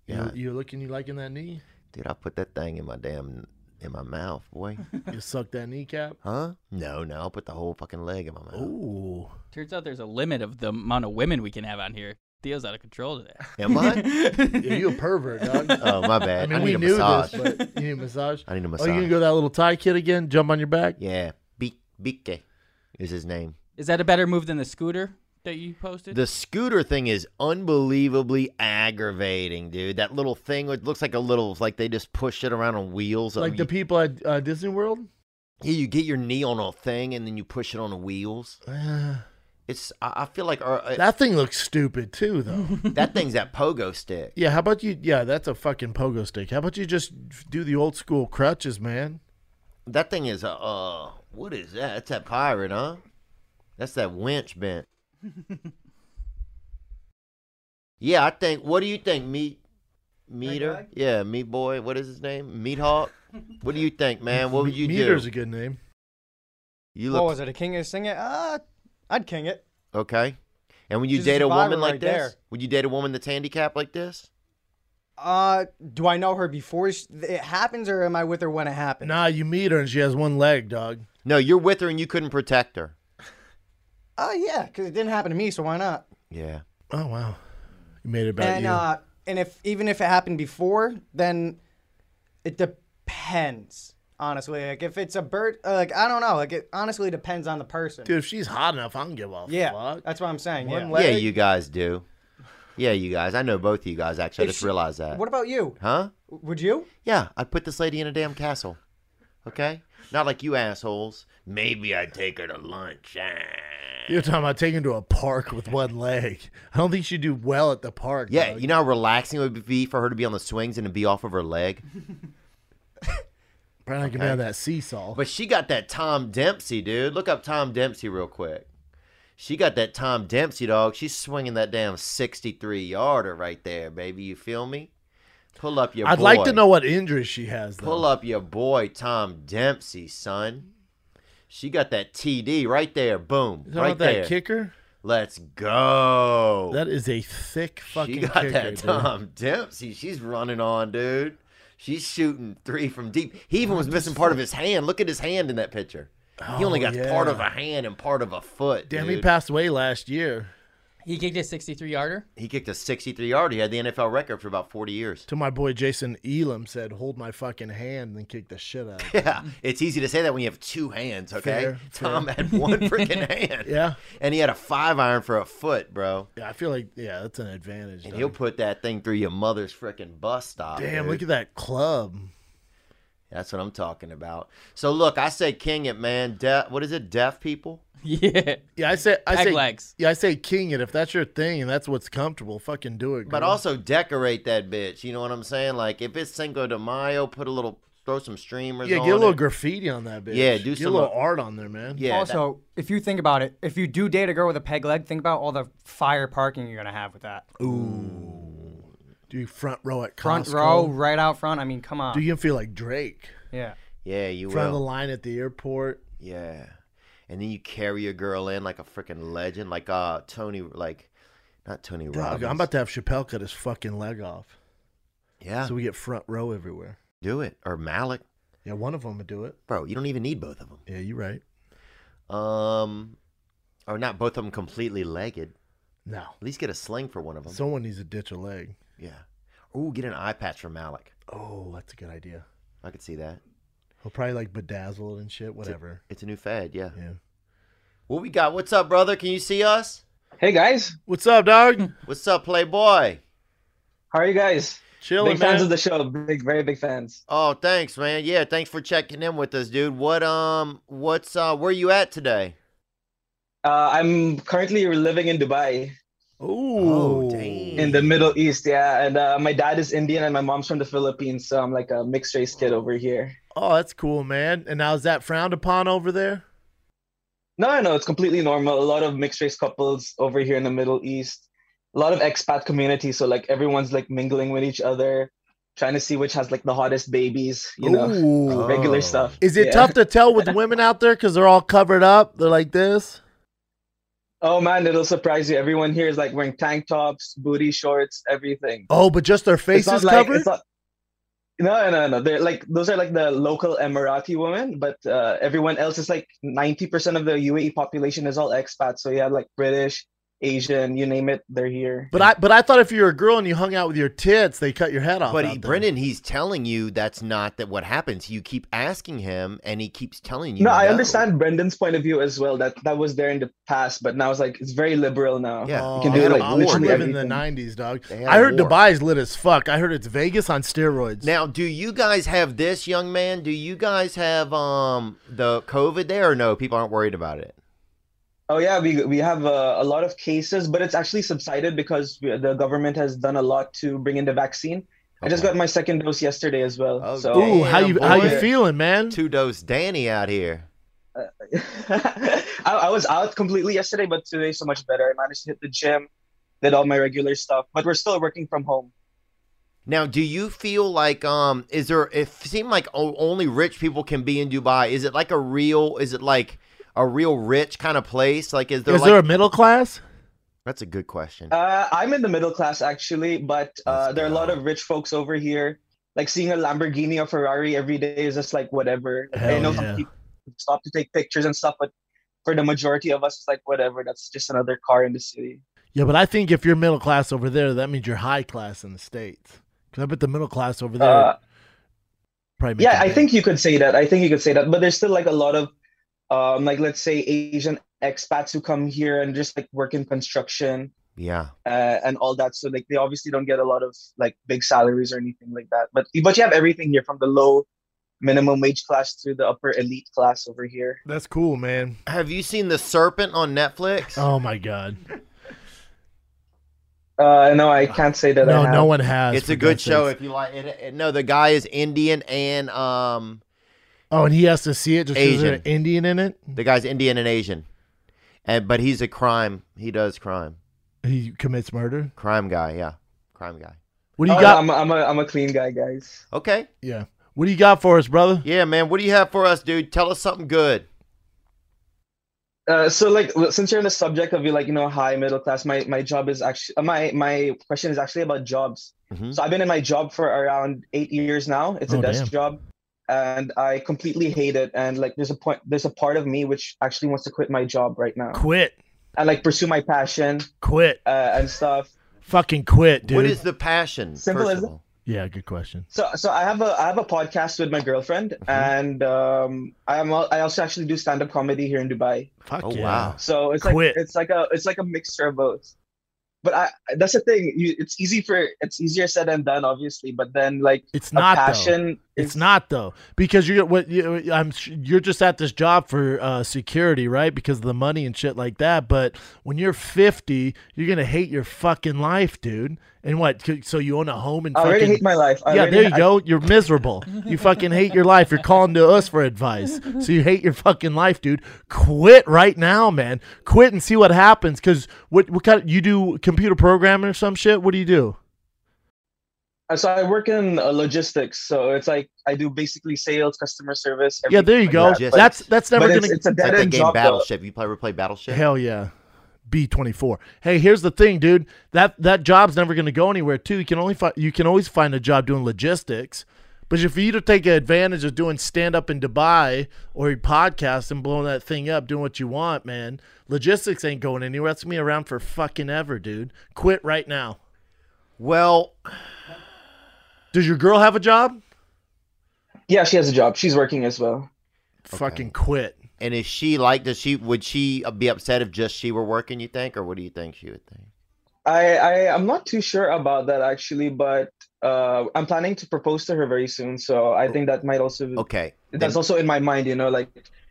Speaker 1: Yeah,
Speaker 2: Yeah. You, you looking? You liking that knee?
Speaker 1: dude, I put that thing in my damn in my mouth, boy.
Speaker 2: You suck that kneecap.
Speaker 1: huh? No, no, I'll put the whole fucking leg in my mouth.
Speaker 2: Ooh.
Speaker 3: Turns out there's a limit of the amount of women we can have on here. Theo's out of control today.
Speaker 1: Am I?
Speaker 2: Yeah, you a pervert, dog.
Speaker 1: Oh, my bad.
Speaker 2: I mean,
Speaker 1: I
Speaker 2: we
Speaker 1: need a
Speaker 2: knew
Speaker 1: massage.
Speaker 2: this, but you need a massage.
Speaker 1: I need a
Speaker 2: Oh, you gonna
Speaker 1: massage.
Speaker 2: go that little Thai kid again? Jump on your back?
Speaker 1: Yeah, Bi- Bike is his name.
Speaker 3: Is that a better move than the scooter that you posted?
Speaker 1: The scooter thing is unbelievably aggravating, dude. That little thing, it looks like a little, like they just push it around on wheels. Um,
Speaker 2: like the
Speaker 1: you,
Speaker 2: people at uh, Disney World.
Speaker 1: yeah, you get your knee on a thing and then you push it on the wheels. It's, I, I feel like our,
Speaker 2: that thing looks stupid too, though.
Speaker 1: that thing's that pogo stick.
Speaker 2: yeah, how about you? Yeah, that's a fucking pogo stick. How about you just do the old school crutches, man?
Speaker 1: That thing is a, uh, what is that? That's that pirate, huh? That's that winch bent. yeah, I think. What do you think, meat meter? Yeah, meat boy. What is his name? Meat hawk. what do you think, man? What would you
Speaker 2: Meter's
Speaker 1: do?
Speaker 2: a good name.
Speaker 1: You
Speaker 7: what
Speaker 1: look
Speaker 7: was it? A king is singing? Uh, I'd king it.
Speaker 1: okay. And when you
Speaker 7: She's a
Speaker 1: date a
Speaker 7: survivor
Speaker 1: woman like
Speaker 7: right
Speaker 1: this,
Speaker 7: there.
Speaker 1: would you date a woman that's handicapped like this?
Speaker 7: Uh, do I know her before sh- it happens, or am I with her when it happens?
Speaker 2: Nah, you meet her and she has one leg, dog.
Speaker 1: No, you're with her and you couldn't protect her.
Speaker 7: Oh yeah, because it didn't happen to me, so why not?
Speaker 1: Yeah.
Speaker 2: Oh wow, you made it about
Speaker 7: and
Speaker 2: you.
Speaker 7: uh, and if even if it happened before, then it depends. Honestly, like if it's a bird, uh, like I don't know, like it honestly depends on the person.
Speaker 2: Dude, if she's hot enough, I don't give a
Speaker 7: yeah,
Speaker 2: fuck.
Speaker 7: that's what I'm saying.
Speaker 2: One
Speaker 7: yeah.
Speaker 1: Yeah, you guys do. Yeah, you guys. I know both of you guys. Actually, I
Speaker 7: If
Speaker 1: just
Speaker 7: she-
Speaker 1: realized that.
Speaker 7: What about you?
Speaker 1: Huh?
Speaker 7: Would you?
Speaker 1: Yeah, I'd put this lady in a damn castle. Okay? Not like you assholes. Maybe I'd take her to lunch. Ah.
Speaker 2: You're talking about taking to a park with one leg. I don't think she'd do well at the park.
Speaker 1: Yeah, you know how relaxing it would be for her to be on the swings and to be off of her leg?
Speaker 2: Probably not gonna
Speaker 1: Okay.
Speaker 2: have that seesaw.
Speaker 1: But she got that Tom Dempsey, dude. Look up Tom Dempsey real quick. She got that Tom Dempsey, dog. She's swinging that damn 63 yarder right there, baby. You feel me? Pull up your
Speaker 2: I'd like to
Speaker 1: boy.
Speaker 2: know what injuries she has. Though.
Speaker 1: Pull up your boy Tom Dempsey, son. She got that TD right there. Boom.
Speaker 2: You talking
Speaker 1: Right
Speaker 2: about that
Speaker 1: there.
Speaker 2: kicker?
Speaker 1: Let's go.
Speaker 2: That is a thick fucking
Speaker 1: She got
Speaker 2: kicker.
Speaker 1: that
Speaker 2: dude.
Speaker 1: Tom Dempsey. She's running on, dude. She's shooting three from deep. He even was missing part of his hand. Look at his hand in that picture. he only
Speaker 2: Oh,
Speaker 1: got part
Speaker 2: yeah.
Speaker 1: of a hand and part of a foot.
Speaker 2: Damn, he
Speaker 1: dude.
Speaker 2: passed away last year.
Speaker 3: he kicked a 63 yarder.
Speaker 1: He kicked a 63 yard. He had the NFL record for about 40 years.
Speaker 2: To my boy Jason Elam said, "Hold my fucking hand," and then kick the shit out. of it.
Speaker 1: Yeah, it's easy to say that when you have two hands, okay?
Speaker 2: Fair,
Speaker 1: Tom
Speaker 2: fair.
Speaker 1: had one freaking hand.
Speaker 2: Yeah.
Speaker 1: And he had a five iron for a foot, bro.
Speaker 2: yeah, I feel like yeah, that's an advantage.
Speaker 1: And
Speaker 2: dog.
Speaker 1: he'll put that thing through your mother's freaking bus stop.
Speaker 2: Damn,
Speaker 1: dude.
Speaker 2: look at that club.
Speaker 1: That's what I'm talking about. So look, I say king it, man. De- what is it? Deaf people?
Speaker 3: Yeah.
Speaker 2: Yeah, I say I
Speaker 3: Peg
Speaker 2: say
Speaker 3: legs.
Speaker 2: yeah, I say king it if that's your thing and that's what's comfortable. Fucking do it.
Speaker 1: But
Speaker 2: girl.
Speaker 1: also decorate that bitch. You know what I'm saying? Like if it's Cinco de Mayo, put a little, throw some streamers.
Speaker 2: yeah,
Speaker 1: on
Speaker 2: get a little
Speaker 1: it.
Speaker 2: graffiti on that bitch.
Speaker 1: Yeah, do
Speaker 2: Get
Speaker 1: some,
Speaker 2: a little
Speaker 1: uh,
Speaker 2: art on there, man.
Speaker 1: Yeah, that-
Speaker 7: also, if you think about it, if you do date a girl with a peg leg, think about all the fire parking you're gonna have with that.
Speaker 2: Ooh, do front row at Costco.
Speaker 7: Front row, right out front. I mean, come on.
Speaker 2: Do you feel like Drake?
Speaker 7: Yeah.
Speaker 1: Yeah, you
Speaker 2: front of the
Speaker 1: will.
Speaker 2: line at the airport.
Speaker 1: Yeah, and then you carry your girl in like a freaking legend, like uh Tony, like not Tony
Speaker 2: Dog,
Speaker 1: Robbins.
Speaker 2: I'm about to have Chappelle cut his fucking leg off.
Speaker 1: yeah,
Speaker 2: So we get front row everywhere.
Speaker 1: do it or Malik,
Speaker 2: Yeah, one of them would do it.
Speaker 1: bro. You don't even need both of them.
Speaker 2: Yeah, you're right.
Speaker 1: Um, or not both of them completely legged.
Speaker 2: No.
Speaker 1: At least get a sling for one of them.
Speaker 2: Someone needs to ditch a leg.
Speaker 1: Yeah. Ooh, get an eye patch for Malik.
Speaker 2: Oh, that's a good idea.
Speaker 1: I could see that.
Speaker 2: He'll probably like bedazzled and shit.
Speaker 1: It's a-
Speaker 2: Whatever.
Speaker 1: It's a, new fad. Yeah.
Speaker 2: Yeah.
Speaker 1: What we got? What's up, brother? Can you see us?
Speaker 13: Hey guys.
Speaker 2: What's up, dog?
Speaker 1: What's up, Playboy?
Speaker 13: How are you guys?
Speaker 2: Chilling,
Speaker 13: Big fans
Speaker 1: man.
Speaker 13: of the show. Big, very big fans.
Speaker 1: Oh, thanks, man. Yeah, thanks for checking in with us, dude. What um, what's uh, where you at today?
Speaker 13: Uh, I'm currently living in Dubai.
Speaker 2: Oh,
Speaker 13: In the Middle East, yeah. And uh, my dad is Indian and my mom's from the Philippines, so I'm like a mixed race kid over here.
Speaker 2: Oh, that's cool, man. And now is that frowned upon over there?
Speaker 13: No, no, it's completely normal. A lot of mixed race couples over here in the Middle East. A lot of expat community, so like everyone's like mingling with each other, trying to see which has like the hottest babies, you know,
Speaker 2: Ooh. Oh.
Speaker 13: regular stuff.
Speaker 2: Is it
Speaker 13: Yeah.
Speaker 2: tough to tell with women out there because they're all covered up? They're like this.
Speaker 13: Oh man, it'll surprise you. Everyone here is like wearing tank tops, booty shorts, everything.
Speaker 2: Oh, but just their
Speaker 13: It's not
Speaker 2: faces
Speaker 13: like-
Speaker 2: covered.
Speaker 13: it's not- no, no, no. They're like those are like the local Emirati women, but uh, everyone else is like ninety percent of the UAE population is all expats. So you have like British, Asian, you name it, they're here.
Speaker 2: but I but I thought if you were a girl and you hung out with your tits, they cut your head off.
Speaker 1: But
Speaker 2: out
Speaker 1: he,
Speaker 2: there.
Speaker 1: Brendan, he's telling you that's not that what happens. You keep asking him, and he keeps telling you.
Speaker 13: No, I understand Brendan's point of view as well. That that was there in the past, but now it's like it's very liberal now. you can
Speaker 2: I
Speaker 13: do
Speaker 2: wanna-
Speaker 13: like
Speaker 2: I wanna
Speaker 13: literally
Speaker 2: live in
Speaker 13: everything.
Speaker 2: the '90s, dog.
Speaker 1: had
Speaker 2: I
Speaker 1: a
Speaker 2: heard
Speaker 1: war.
Speaker 2: Dubai's lit as fuck. I heard it's Vegas on steroids.
Speaker 1: Now, do you guys have this, young man? Do you guys have um the COVID there or no? People aren't worried about it.
Speaker 13: Oh yeah, we we have uh, a lot of cases, but it's actually subsided because we, the government has done a lot to bring in the vaccine. I just got my second dose yesterday as well. so
Speaker 2: Oh, Ooh, how you how you feeling, man?
Speaker 1: Two dose Danny out here.
Speaker 13: I, I was out completely yesterday, but today's so much better. I managed to hit the gym, did all my regular stuff, but we're still working from home.
Speaker 1: Now, do you feel like um is there it seemed like o- only rich people can be in Dubai? Is it like a real is it like a real rich kind of place? Like is there
Speaker 2: Is
Speaker 1: like
Speaker 2: there a middle class?
Speaker 1: That's a good question.
Speaker 13: Uh, I'm in the middle class actually, but uh, there are a lot of rich folks over here. Like seeing a Lamborghini or Ferrari every day is just like whatever. I
Speaker 2: Hell
Speaker 13: know
Speaker 2: yeah.
Speaker 13: some people stop to take pictures and stuff, but for the majority of us, it's like whatever. That's just another car in the city.
Speaker 2: Yeah, but I think if you're middle class over there, that means you're high class in the states. Because I bet the middle class over there
Speaker 13: Uh,
Speaker 2: probably. make
Speaker 13: Yeah,
Speaker 2: it
Speaker 13: I think you could say that. I think you could say that. But there's still like a lot of, um, like let's say Asian expats who come here and just like work in construction
Speaker 1: Yeah.
Speaker 13: uh, and all that. So like they obviously don't get a lot of like big salaries or anything like that. But but you have everything here from the low minimum wage class to the upper elite class over here.
Speaker 2: That's cool, man.
Speaker 1: Have you seen The Serpent on Netflix?
Speaker 2: Oh my god.
Speaker 13: Uh, no, I can't say that. I
Speaker 2: No,
Speaker 13: have.
Speaker 2: no one has.
Speaker 1: It's a
Speaker 2: for
Speaker 1: good
Speaker 2: God's
Speaker 1: show
Speaker 2: sakes.
Speaker 1: if you like it, it- No, the guy is Indian and um
Speaker 2: Oh, and he has to see it just because
Speaker 1: Asian.
Speaker 2: there's an Indian in it.
Speaker 1: the guy's Indian and Asian. And but he's a crime. He does crime.
Speaker 2: He commits murder.
Speaker 1: Crime guy, yeah. Crime guy.
Speaker 2: What do you
Speaker 13: Oh,
Speaker 2: got?
Speaker 13: I'm a, I'm a I'm a clean guy, guys.
Speaker 1: Okay.
Speaker 2: yeah. What do you got for us, brother?
Speaker 1: Yeah, man. What do you have for us, dude? Tell us something good.
Speaker 13: Uh, so like w- since you're on the subject of you like you know high middle class my my job is actually uh, my my question is actually about jobs
Speaker 1: Mhm.
Speaker 13: so i've been in my job for around eight years now it's
Speaker 2: Mm-hmm. Oh,
Speaker 13: a desk
Speaker 2: damn.
Speaker 13: job and i completely hate it and like there's a point there's a part of me which actually wants to quit my job right now
Speaker 2: Quit.
Speaker 13: and like pursue my passion
Speaker 2: Quit.
Speaker 13: uh, and stuff
Speaker 2: Fucking quit, dude.
Speaker 1: What is the passion?
Speaker 13: Simple as
Speaker 1: first of
Speaker 13: that.
Speaker 1: all?
Speaker 2: yeah, good question.
Speaker 13: so so i have a i have a podcast with my girlfriend
Speaker 2: Mm-hmm.
Speaker 13: and um i'm al- i also actually do stand-up comedy here in dubai
Speaker 2: Fuck
Speaker 1: Oh
Speaker 2: yeah.
Speaker 1: wow.
Speaker 13: So it's
Speaker 2: Quit.
Speaker 13: like it's like a it's like a mixture of both. But I that's the thing. You, it's easy for it's easier said than done, obviously. But then like
Speaker 2: It's
Speaker 13: a
Speaker 2: not though.
Speaker 13: passion.
Speaker 2: It's not though, because you're what you, I'm. sh- You're just at this job for uh, security, right? Because of the money and shit like that. But when you're 50, you're gonna hate your fucking life, dude. And what? c- So you own a home and
Speaker 13: I
Speaker 2: fucking
Speaker 13: already hate my life. I
Speaker 2: yeah,
Speaker 13: already-
Speaker 2: there you
Speaker 13: I-
Speaker 2: go. You're miserable. You fucking hate your life. You're calling to us for advice. So you hate your fucking life, dude. Quit right now, man. Quit and see what happens. Cause what what kind? you do computer programming or some shit? What do you do?
Speaker 13: So I work in uh, logistics. So it's like I do basically sales, customer service.
Speaker 2: Yeah, there you
Speaker 13: everything
Speaker 2: go.
Speaker 13: like that, but-
Speaker 2: That's that's never
Speaker 13: but
Speaker 2: gonna.
Speaker 13: it's, it's a
Speaker 1: Like
Speaker 13: dead
Speaker 1: that
Speaker 13: end
Speaker 1: game
Speaker 13: job. though.
Speaker 1: Battleship. You play ever play Battleship?
Speaker 2: Hell yeah. B24. Hey, here's the thing, dude. That that job's never going to go anywhere, too. You can only fi- you can always find a job doing logistics, But if you to take advantage of doing stand up in Dubai or your podcast and blowing that thing up, doing what you want, man, logistics ain't going anywhere. That's gonna be around for fucking ever, dude. Quit right now.
Speaker 1: Well,
Speaker 2: does your girl have a job?
Speaker 13: Yeah, she has a job. She's working as well.
Speaker 2: Fucking quit.
Speaker 1: And is she like? Does she? Would she be upset if just she were working? You think, or what do you think she would think?
Speaker 13: I, I I'm not too sure about that actually, but uh, I'm planning to propose to her very soon. So I think that might also
Speaker 1: okay.
Speaker 13: That's also in my mind, you know, like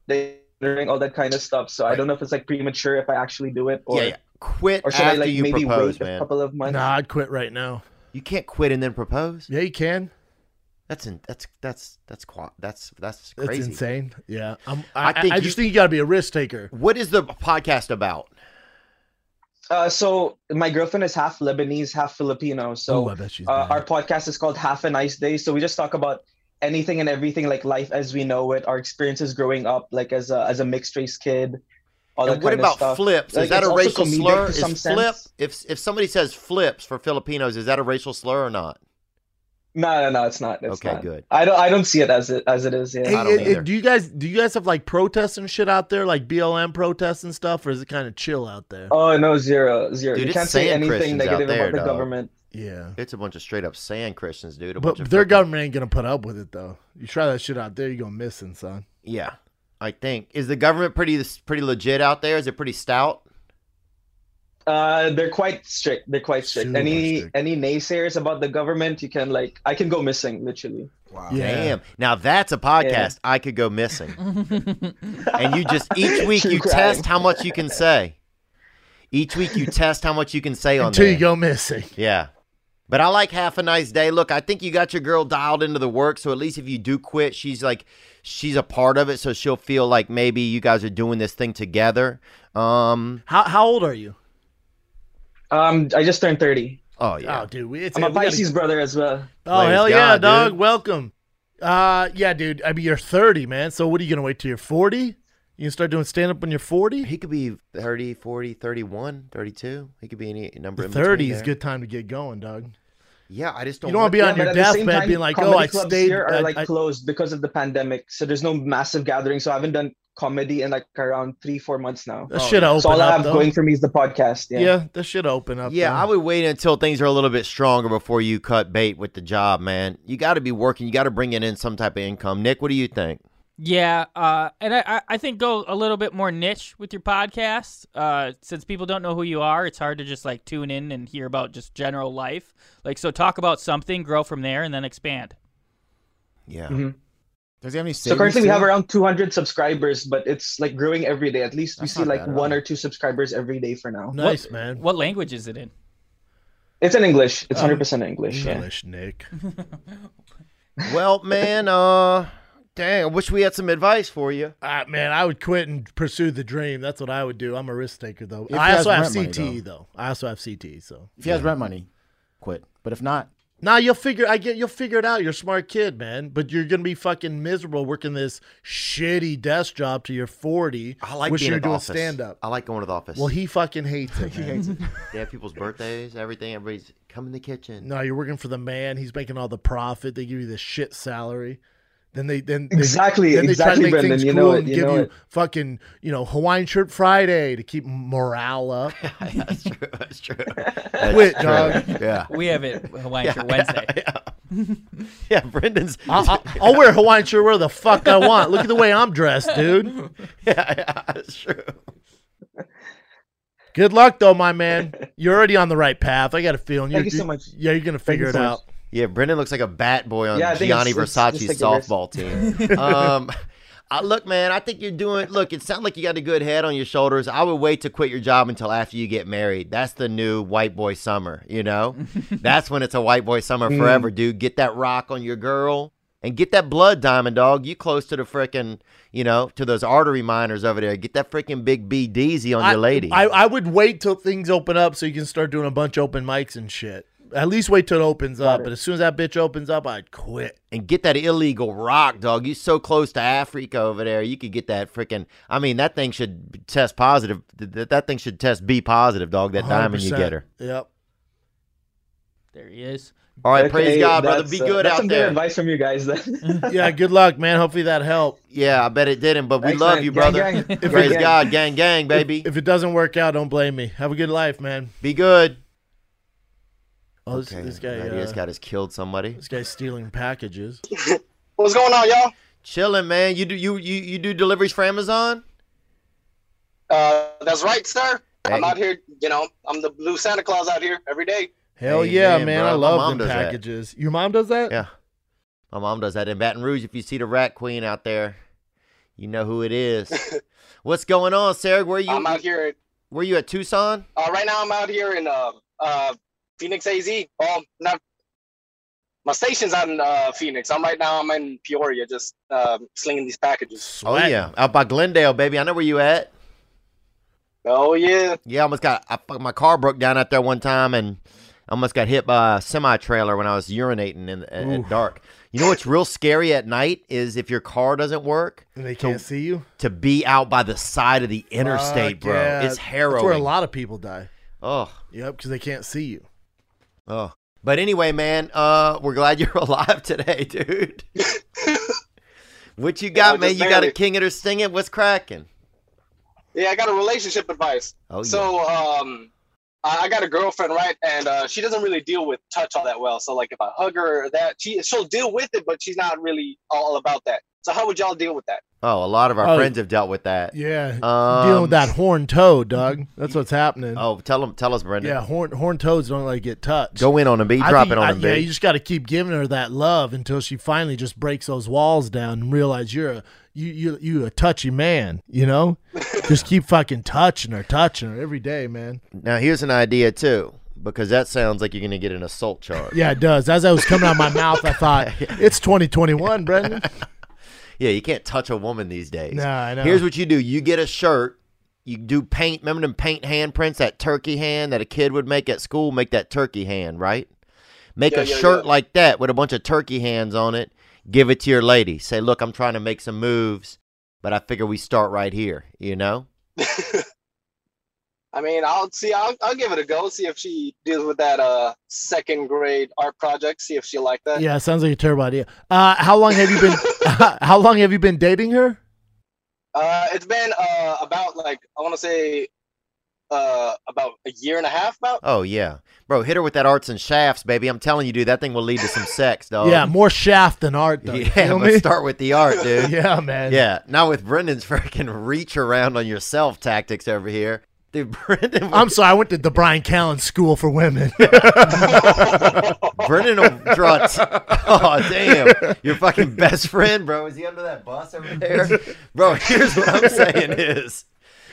Speaker 13: they doing all that kind of stuff. So I don't know if it's like premature if I actually do it or
Speaker 1: yeah, yeah. Quit
Speaker 13: or should I
Speaker 1: after
Speaker 13: like
Speaker 1: you
Speaker 13: maybe
Speaker 1: propose,
Speaker 13: wait
Speaker 1: man.
Speaker 13: a couple of months?
Speaker 2: Nah, I'd quit right now.
Speaker 1: You can't quit and then propose.
Speaker 2: Yeah, you can.
Speaker 1: That's in, that's that's that's qua- that's that's
Speaker 2: That's
Speaker 1: crazy.
Speaker 2: insane. Yeah, I'm,
Speaker 1: I
Speaker 2: I,
Speaker 1: think
Speaker 2: I,
Speaker 1: you-
Speaker 2: just think you got to be a risk taker.
Speaker 1: What is the podcast about?
Speaker 13: Uh, so my girlfriend is half Lebanese, half Filipino. So
Speaker 2: Ooh, I bet she's
Speaker 13: uh, our podcast is called Half a Nice Day. So we just talk about anything and everything, like life as we know it, our experiences growing up, like as a as a mixed race kid. All
Speaker 1: And
Speaker 13: that
Speaker 1: what
Speaker 13: kind of
Speaker 1: about
Speaker 13: stuff.
Speaker 1: flips?
Speaker 13: Like,
Speaker 1: is that
Speaker 13: it's
Speaker 1: a
Speaker 13: also
Speaker 1: racial
Speaker 13: comedic
Speaker 1: slur?
Speaker 13: to
Speaker 1: Is
Speaker 13: some sense.
Speaker 1: flip if if somebody says flips for Filipinos, is that a racial slur or not?
Speaker 13: No, no, no, it's not. It's
Speaker 1: Okay,
Speaker 13: not.
Speaker 1: good.
Speaker 13: I don't. I don't see it as it as it is. Yeah.
Speaker 2: Hey, hey, hey, do you guys do you guys have like protests and shit out there, like BLM protests and stuff, or is it kind of chill out there?
Speaker 13: Oh no, zero, zero.
Speaker 1: Dude,
Speaker 13: you
Speaker 1: it's
Speaker 13: can't say
Speaker 1: sand
Speaker 13: anything
Speaker 1: Christians out
Speaker 13: negative
Speaker 1: there,
Speaker 13: about the
Speaker 1: dog.
Speaker 13: government.
Speaker 2: Yeah,
Speaker 1: it's a bunch of straight up sand Christians, dude. A bunch
Speaker 2: but
Speaker 1: of
Speaker 2: their government ain't gonna put up with it though. You try that shit out there, you go missing, son.
Speaker 1: yeah, I think is the government pretty pretty legit out there? Is it pretty stout?
Speaker 13: Uh, they're quite strict. They're quite strict. any any naysayers about the government, you can like I can go missing literally. Wow.
Speaker 1: Damn. Now that's a podcast I could go missing. and you just each week
Speaker 13: True
Speaker 1: you
Speaker 13: crime.
Speaker 1: test how much you can say. Each week you test how much you can say on
Speaker 2: Until
Speaker 1: there.
Speaker 2: you go missing.
Speaker 1: Yeah. But I like half a nice day. Look, I think you got your girl dialed into the work, so at least if you do quit, she's like she's a part of it, so she'll feel like maybe you guys are doing this thing together. Um
Speaker 2: How how old are you?
Speaker 13: Um, I just turned thirty.
Speaker 1: Oh yeah.
Speaker 2: Oh, dude, we, it's,
Speaker 13: I'm a
Speaker 2: we gotta-
Speaker 13: Pisces brother as well.
Speaker 2: Oh hell yeah,
Speaker 1: God,
Speaker 2: dog!
Speaker 1: dude.
Speaker 2: Welcome. Uh, yeah, dude. I mean, you're 30, man. So what are you gonna wait till you're 40? You gonna start doing stand up when you're 40?
Speaker 1: He could be 30, 40, 31, 32. He could be any number in between
Speaker 2: 30 is
Speaker 1: there.
Speaker 2: good time to get going, dog.
Speaker 1: Yeah, I just don't
Speaker 2: You don't want to be
Speaker 13: Yeah,
Speaker 2: on
Speaker 13: but
Speaker 2: your
Speaker 13: at the same
Speaker 2: deathbed
Speaker 13: time,
Speaker 2: being like, "Oh,
Speaker 13: comedy
Speaker 2: I
Speaker 13: clubs
Speaker 2: stayed."
Speaker 13: Here
Speaker 2: I-
Speaker 13: are like
Speaker 2: I-
Speaker 13: closed because of the pandemic, so there's no massive gathering. So I haven't done comedy in like around three, four months now.
Speaker 1: Oh,
Speaker 2: That shit
Speaker 13: yeah. So
Speaker 2: open
Speaker 13: all I
Speaker 2: up,
Speaker 13: have
Speaker 2: though.
Speaker 13: going for me is the podcast.
Speaker 2: yeah.
Speaker 13: Yeah.
Speaker 2: that should open up.
Speaker 1: Yeah,
Speaker 2: though.
Speaker 1: I would wait until things are a little bit stronger before you cut bait with the job, man. You got to be working. You got to bring in some type of income. Nick, what do you think?
Speaker 3: Yeah, uh, and I, I- I think go a little bit more niche with your podcast. Uh, since people don't know who you are, it's hard to just like tune in and hear about just general life. Like, so talk about something, grow from there, and then expand.
Speaker 1: Yeah.
Speaker 13: Mhm.
Speaker 4: Does he have any
Speaker 13: So
Speaker 4: savings?
Speaker 13: currently we
Speaker 4: too?
Speaker 13: have around 200 subscribers, but it's like growing every day. At least we see like one or two subscribers every day for now.
Speaker 2: Nice, man.
Speaker 3: What language is it in?
Speaker 13: It's in English. It's
Speaker 3: Um,
Speaker 13: 100% English. Yeah.
Speaker 2: English, Nick.
Speaker 1: Well, man, uh, dang, I wish we had some advice for you.
Speaker 2: Ah, man, I would quit and pursue the dream. That's what I would do. I'm a risk taker, though.
Speaker 4: If
Speaker 2: I
Speaker 4: he has
Speaker 2: also have
Speaker 4: rent money,
Speaker 2: CTE, though. I also have CTE, so
Speaker 4: If he has rent money, quit. But if not,
Speaker 2: Nah, you'll figure. I get you'll figure it out. You're a smart kid, man. But you're gonna be fucking miserable working this shitty desk job till you're 40.
Speaker 1: I like
Speaker 2: wish
Speaker 1: being
Speaker 2: you were
Speaker 1: in the
Speaker 2: doing
Speaker 1: office.
Speaker 2: stand up.
Speaker 1: I like going to the office.
Speaker 2: Well, he fucking hates it. man.
Speaker 1: They have people's birthdays, everything. Everybody's come in the kitchen.
Speaker 2: No, you're working for the man. He's making all the profit. They give you this shit salary. Then they then they-
Speaker 13: Exactly,
Speaker 2: then they try to
Speaker 13: exactly,
Speaker 2: make
Speaker 13: Brendan.
Speaker 2: things
Speaker 13: You
Speaker 2: cool
Speaker 13: know it,
Speaker 2: and
Speaker 13: you
Speaker 2: give
Speaker 13: know
Speaker 2: you
Speaker 13: it.
Speaker 2: fucking you know Hawaiian shirt Friday to keep morale up.
Speaker 1: That's true. That's true.
Speaker 2: Quit,
Speaker 1: That's true.
Speaker 2: dog.
Speaker 1: Yeah.
Speaker 3: We have it Hawaiian
Speaker 1: Yeah,
Speaker 3: Shirt Wednesday.
Speaker 1: Yeah, Brendan's.
Speaker 2: I'll, I'll, I'll wear Hawaiian shirt where the fuck I want. Look at the way I'm dressed, dude.
Speaker 1: yeah, yeah, that's true.
Speaker 2: Good luck though, my man. You're already on the right path. I got a feeling.
Speaker 13: Thank
Speaker 2: You're-
Speaker 13: you so much.
Speaker 2: Yeah, you're gonna
Speaker 13: Thank you
Speaker 2: figure it
Speaker 13: so much.
Speaker 2: out.
Speaker 1: Yeah, Brendan looks like a bat boy on
Speaker 13: Yeah, I think
Speaker 1: Gianni
Speaker 13: it's- it's
Speaker 1: Versace's
Speaker 13: just like a risk.
Speaker 1: softball team. um, I, look, man, I think you're doing. Look, it sounds like you got a good head on your shoulders. I would wait to quit your job until after you get married. That's the new white boy summer. You know, that's when it's a white boy summer
Speaker 13: Mm.
Speaker 1: forever, dude. Get that rock on your girl and get that blood diamond, dog. You close to the frickin', you know, to those artery miners over there. Get that frickin' big B Deezy on
Speaker 2: I,
Speaker 1: your lady.
Speaker 2: I, I would wait till things open up so you can start doing a bunch of open mics and shit. At least wait till it opens up. But as soon as that bitch opens up, I'd quit.
Speaker 1: and get that illegal rock, dog. You so close to Africa over there. You could get that freaking. I mean, that thing should test positive. That that thing should test B positive, dog. That diamond you
Speaker 2: 100%.
Speaker 1: get her.
Speaker 2: Yep.
Speaker 3: There he is.
Speaker 1: All right, praise
Speaker 13: Okay,
Speaker 1: God, brother.
Speaker 13: that's,
Speaker 1: Be
Speaker 13: uh,
Speaker 1: good
Speaker 13: that's
Speaker 1: out
Speaker 13: some good
Speaker 1: there.
Speaker 13: advice from you guys. Then.
Speaker 2: yeah, good luck, man. Hopefully that helped.
Speaker 1: Yeah, I bet it didn't, but we
Speaker 2: Thanks,
Speaker 1: love
Speaker 2: man.
Speaker 1: you,
Speaker 2: Gang,
Speaker 1: brother.
Speaker 2: gang. If it-
Speaker 1: Praise
Speaker 2: gang.
Speaker 1: God, gang, gang, baby.
Speaker 2: If, if it doesn't work out, don't blame me. Have a good life, man.
Speaker 1: Be good.
Speaker 2: Oh, this, this guy.
Speaker 1: That
Speaker 2: Uh,
Speaker 1: guy just killed somebody.
Speaker 2: this guy's stealing packages.
Speaker 1: What's going on, y'all? Chilling, man. You do you you, you do deliveries for Amazon?
Speaker 14: Uh, that's right, sir. I'm
Speaker 1: Hey.
Speaker 14: out here, you know, I'm the blue Santa Claus out here every day.
Speaker 2: Hell
Speaker 1: Hey,
Speaker 2: yeah,
Speaker 1: man,
Speaker 2: man!
Speaker 1: bro.
Speaker 2: I
Speaker 1: My mom
Speaker 2: love them
Speaker 1: does that.
Speaker 2: packages. Your mom does that?
Speaker 1: Yeah. My mom does that in Baton Rouge. If you see the Rat Queen out there, you know who it is. What's going on, Sarah? Where you?
Speaker 14: I'm out here.
Speaker 1: Were you at Tucson?
Speaker 14: Uh, right now, I'm out here in uh, uh, Phoenix, AZ. Well, not my station's out in uh, Phoenix. I'm right now. I'm in Peoria, just um, slinging these packages.
Speaker 1: Oh yeah, out by Glendale, baby. I know where you at.
Speaker 14: Oh yeah.
Speaker 1: Yeah, I almost got I, fuck- my car broke down out there one time, and I almost got hit by a semi trailer when I was urinating in the, at, at
Speaker 2: Oof.
Speaker 1: dark. You know what's real scary at night is if your car doesn't work
Speaker 2: And they can't see you.
Speaker 1: to be out by the side of the interstate,
Speaker 2: Fuck
Speaker 1: bro.
Speaker 2: yeah.
Speaker 1: It's harrowing.
Speaker 2: That's where a lot of people die.
Speaker 1: Oh.
Speaker 2: Yep, because they can't see you.
Speaker 1: Oh. But anyway, man, uh, we're glad you're alive today, dude. what you got,
Speaker 14: Yeah,
Speaker 1: man?
Speaker 14: just
Speaker 1: You got a
Speaker 14: barely.
Speaker 1: king it or sting it? What's cracking?
Speaker 14: Yeah, I got a relationship advice.
Speaker 1: Oh, yeah.
Speaker 14: So, um, I I got a girlfriend, right? And uh, she doesn't really deal with touch all that well. So, like, if I hug her or that, she she'll deal with it, but she's not really all about that. So, how would y'all deal with that?
Speaker 1: Oh, a lot of our
Speaker 2: Oh,
Speaker 1: friends have dealt with that.
Speaker 2: Yeah, dealing
Speaker 1: Um,
Speaker 2: with that horn toe, Doug. That's what's happening.
Speaker 1: oh, tell them, tell us, Brendan.
Speaker 2: Yeah, horn horn toads don't like get touched.
Speaker 1: Go in on them, B.
Speaker 2: I
Speaker 1: Drop
Speaker 2: think-
Speaker 1: it on
Speaker 2: I-
Speaker 1: them,
Speaker 2: Yeah,
Speaker 1: B.
Speaker 2: you just got to keep giving her that love until she finally just breaks those walls down and realize you're a you you you a touchy man. You know, just keep fucking touching her, touching her every day, man.
Speaker 1: Now here's an idea too, because that sounds like you're gonna get an assault charge.
Speaker 2: Yeah, it does. As I was coming out of my mouth, I thought it's 2021, Brendan.
Speaker 1: Yeah, you can't touch a woman these days.
Speaker 2: Nah, I know.
Speaker 1: Here's what you do: you get a shirt, you do paint. Remember them paint handprints, that turkey hand that a kid would make at school. Make that turkey hand, right? Make
Speaker 15: Yeah,
Speaker 1: a
Speaker 15: yeah,
Speaker 1: shirt
Speaker 15: yeah.
Speaker 1: like that with a bunch of turkey hands on it. Give it to your lady. Say, look, I'm trying to make some moves, but I figure we start right here. You know?
Speaker 14: I mean, I'll see. I'll, I'll give it a go. See if she deals with that uh second grade art project. See if she like that.
Speaker 2: Yeah, sounds like a terrible idea. Uh, how long have you been? how long have you been dating her?
Speaker 14: Uh, it's been uh about like I want to say uh about a year and a half about.
Speaker 1: Oh yeah, bro, hit her with that arts and shafts, baby. I'm telling you, dude, that thing will lead to some sex, dog.
Speaker 2: Yeah, more shaft than art, though.
Speaker 1: Oh. Yeah, but start with the art, dude.
Speaker 2: Yeah, man.
Speaker 1: Yeah, not with Brendan's freaking reach around on yourself tactics over here, dude. Brendan,
Speaker 2: I'm sorry, I went to the Brian Callen School for Women.
Speaker 1: Brendan will draw. T- oh damn, your fucking best friend, bro. Is he under that bus over there, bro? Here's what I'm saying is,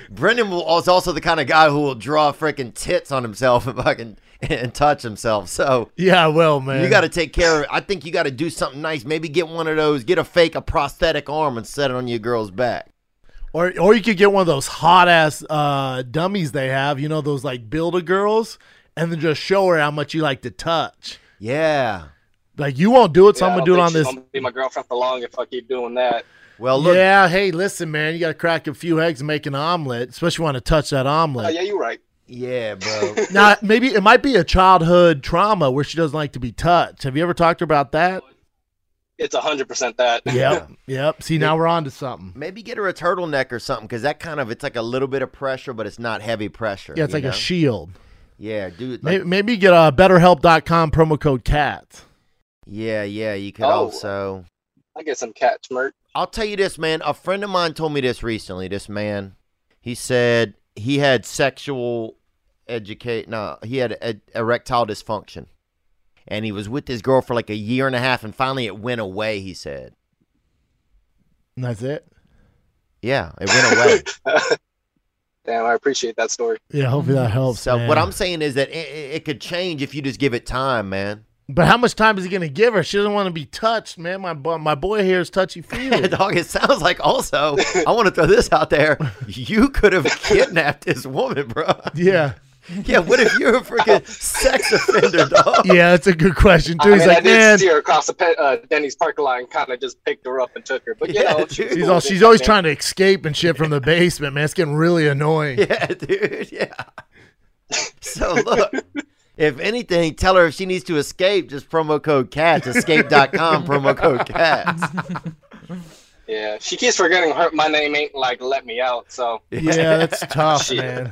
Speaker 1: Brendan will, is also the kind of guy who will draw freaking tits on himself and fucking and touch himself. So
Speaker 2: yeah, well, man.
Speaker 1: You got to take care of it. I think you got to do something nice. Maybe get one of those, get a fake, a prosthetic arm and set it on your girl's back.
Speaker 2: Or, or you could get one of those hot ass uh, dummies they have, you know, those like builder girls, and then just show her how much you like to touch.
Speaker 1: Yeah.
Speaker 2: Like, you won't do it, so
Speaker 14: Yeah, I
Speaker 2: I'm going
Speaker 14: don't
Speaker 2: to do it
Speaker 14: think
Speaker 2: on
Speaker 14: she's
Speaker 2: this.
Speaker 14: gonna be my girlfriend for long if I keep doing that.
Speaker 1: Well,
Speaker 2: Yeah, hey, listen, man, you got to crack a few eggs and make an omelet, especially want to touch that omelet.
Speaker 14: Oh, yeah, you're right.
Speaker 1: Yeah, bro.
Speaker 14: Oh.
Speaker 2: Now, maybe it might be a childhood trauma where she doesn't like to be touched. Have you ever talked to her about that?
Speaker 14: it's hundred percent that.
Speaker 2: Yep, yep. See, now we're on to something.
Speaker 1: Maybe get her a turtleneck or something because that kind of it's like a little bit of pressure, but it's not heavy pressure.
Speaker 2: Yeah, it's
Speaker 1: you
Speaker 2: like
Speaker 1: know?
Speaker 2: a shield.
Speaker 1: Yeah, dude.
Speaker 2: Maybe, maybe get uh, a BetterHelp.com promo code CAT.
Speaker 1: Yeah, yeah. You could
Speaker 14: Oh.
Speaker 1: also.
Speaker 14: I get some cat smirk.
Speaker 1: I'll tell you this, man. A friend of mine told me this recently. This man, he said he had sexual educate. No, he had ed- erectile dysfunction, and he was with this girl for like a year and a half, and finally it went away. He said,
Speaker 2: And that's it.
Speaker 1: "Yeah, it went away."
Speaker 14: Damn, I appreciate that story.
Speaker 2: Yeah, hopefully that helps.
Speaker 1: so
Speaker 2: man.
Speaker 1: what I'm saying is that it, it it could change if you just give it time, man.
Speaker 2: But how much time is he going to give her? She doesn't want to be touched, man. My bo- my boy here is touchy feely.
Speaker 1: Dog, it sounds like also, I want to throw this out there. You could have kidnapped this woman, bro.
Speaker 2: yeah,
Speaker 1: Yeah, what if you're a freaking sex offender, dog?
Speaker 2: yeah, that's a good question too.
Speaker 14: I
Speaker 2: He's
Speaker 14: mean, I
Speaker 2: like,
Speaker 14: did
Speaker 2: man,
Speaker 14: see her across the pe- uh, Denny's parking lot and kind of just picked her up and took her. But you know, she's,
Speaker 2: she's
Speaker 14: cool
Speaker 2: all
Speaker 14: with
Speaker 2: she's
Speaker 14: it,
Speaker 2: always
Speaker 14: man.
Speaker 2: trying to escape and shit from the basement, man. It's getting really annoying.
Speaker 1: Yeah, dude. Yeah. So look, If anything, tell her if she needs to escape, just promo code cats, escape.com, promo code cats.
Speaker 14: Yeah, she keeps forgetting her. My name ain't like let me out. So
Speaker 2: Yeah, that's tough,
Speaker 14: Shit.
Speaker 2: man.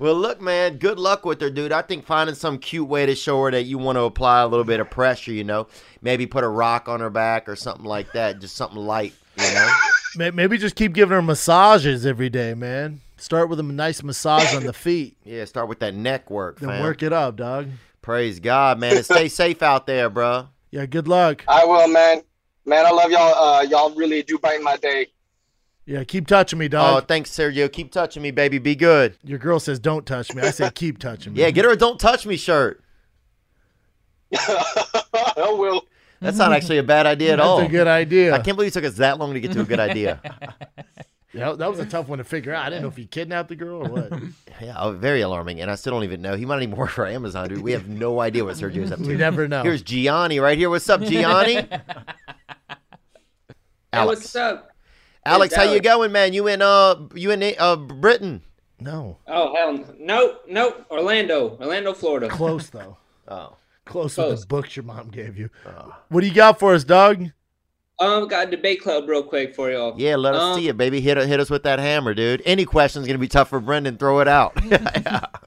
Speaker 1: Well, look, man, good luck with her, dude. I think finding some cute way to show her that you want to apply a little bit of pressure, you know, maybe put a rock on her back or something like that, just something light, you know.
Speaker 2: May- Maybe just keep giving her massages every day, man. Start with a nice massage on the feet,
Speaker 1: Yeah, start with that neck work,
Speaker 2: then
Speaker 1: fam.
Speaker 2: work it up, dog.
Speaker 1: Praise God, man, and stay safe out there, bro.
Speaker 2: Yeah, good luck.
Speaker 14: I will, man. Man, I love y'all. Uh, y'all really do brighten my day.
Speaker 2: Yeah, keep touching me,
Speaker 1: Oh,
Speaker 2: dog.
Speaker 1: thanks, Sergio. Keep touching me, baby. Be good.
Speaker 2: Your girl says don't touch me. I say keep touching me.
Speaker 1: Yeah, get her a "Don't Touch Me" shirt.
Speaker 14: I will.
Speaker 1: That's not actually a bad idea at
Speaker 2: That's
Speaker 1: all.
Speaker 2: a good idea.
Speaker 1: I can't believe it took us that long to get to a good idea.
Speaker 2: Yeah, that was a tough one to figure out. I didn't know if you kidnapped the girl or what.
Speaker 1: Yeah, oh, very alarming, and I still don't even know. He might even work for Amazon, dude. We have no idea what Sergio's up to.
Speaker 2: We never know.
Speaker 1: Here's Gianni right here. What's up, Gianni? Alex,
Speaker 15: what's up?
Speaker 1: Alex,
Speaker 15: It's
Speaker 1: how you
Speaker 15: Alex.
Speaker 1: going, man? You in uh, you in uh, Britain?
Speaker 2: No,
Speaker 15: Oh hell, no. no, no, Orlando, Orlando, Florida.
Speaker 2: Close though.
Speaker 1: Oh,
Speaker 2: close, with the books your mom gave you. What do you got for us, dog?
Speaker 15: Um, got a debate club real quick for y'all.
Speaker 1: Oh. yeah. Let us
Speaker 15: Um,
Speaker 1: see it, baby. Hit hit us with that hammer, dude. Any question's gonna be tough for Brendan. Throw it out.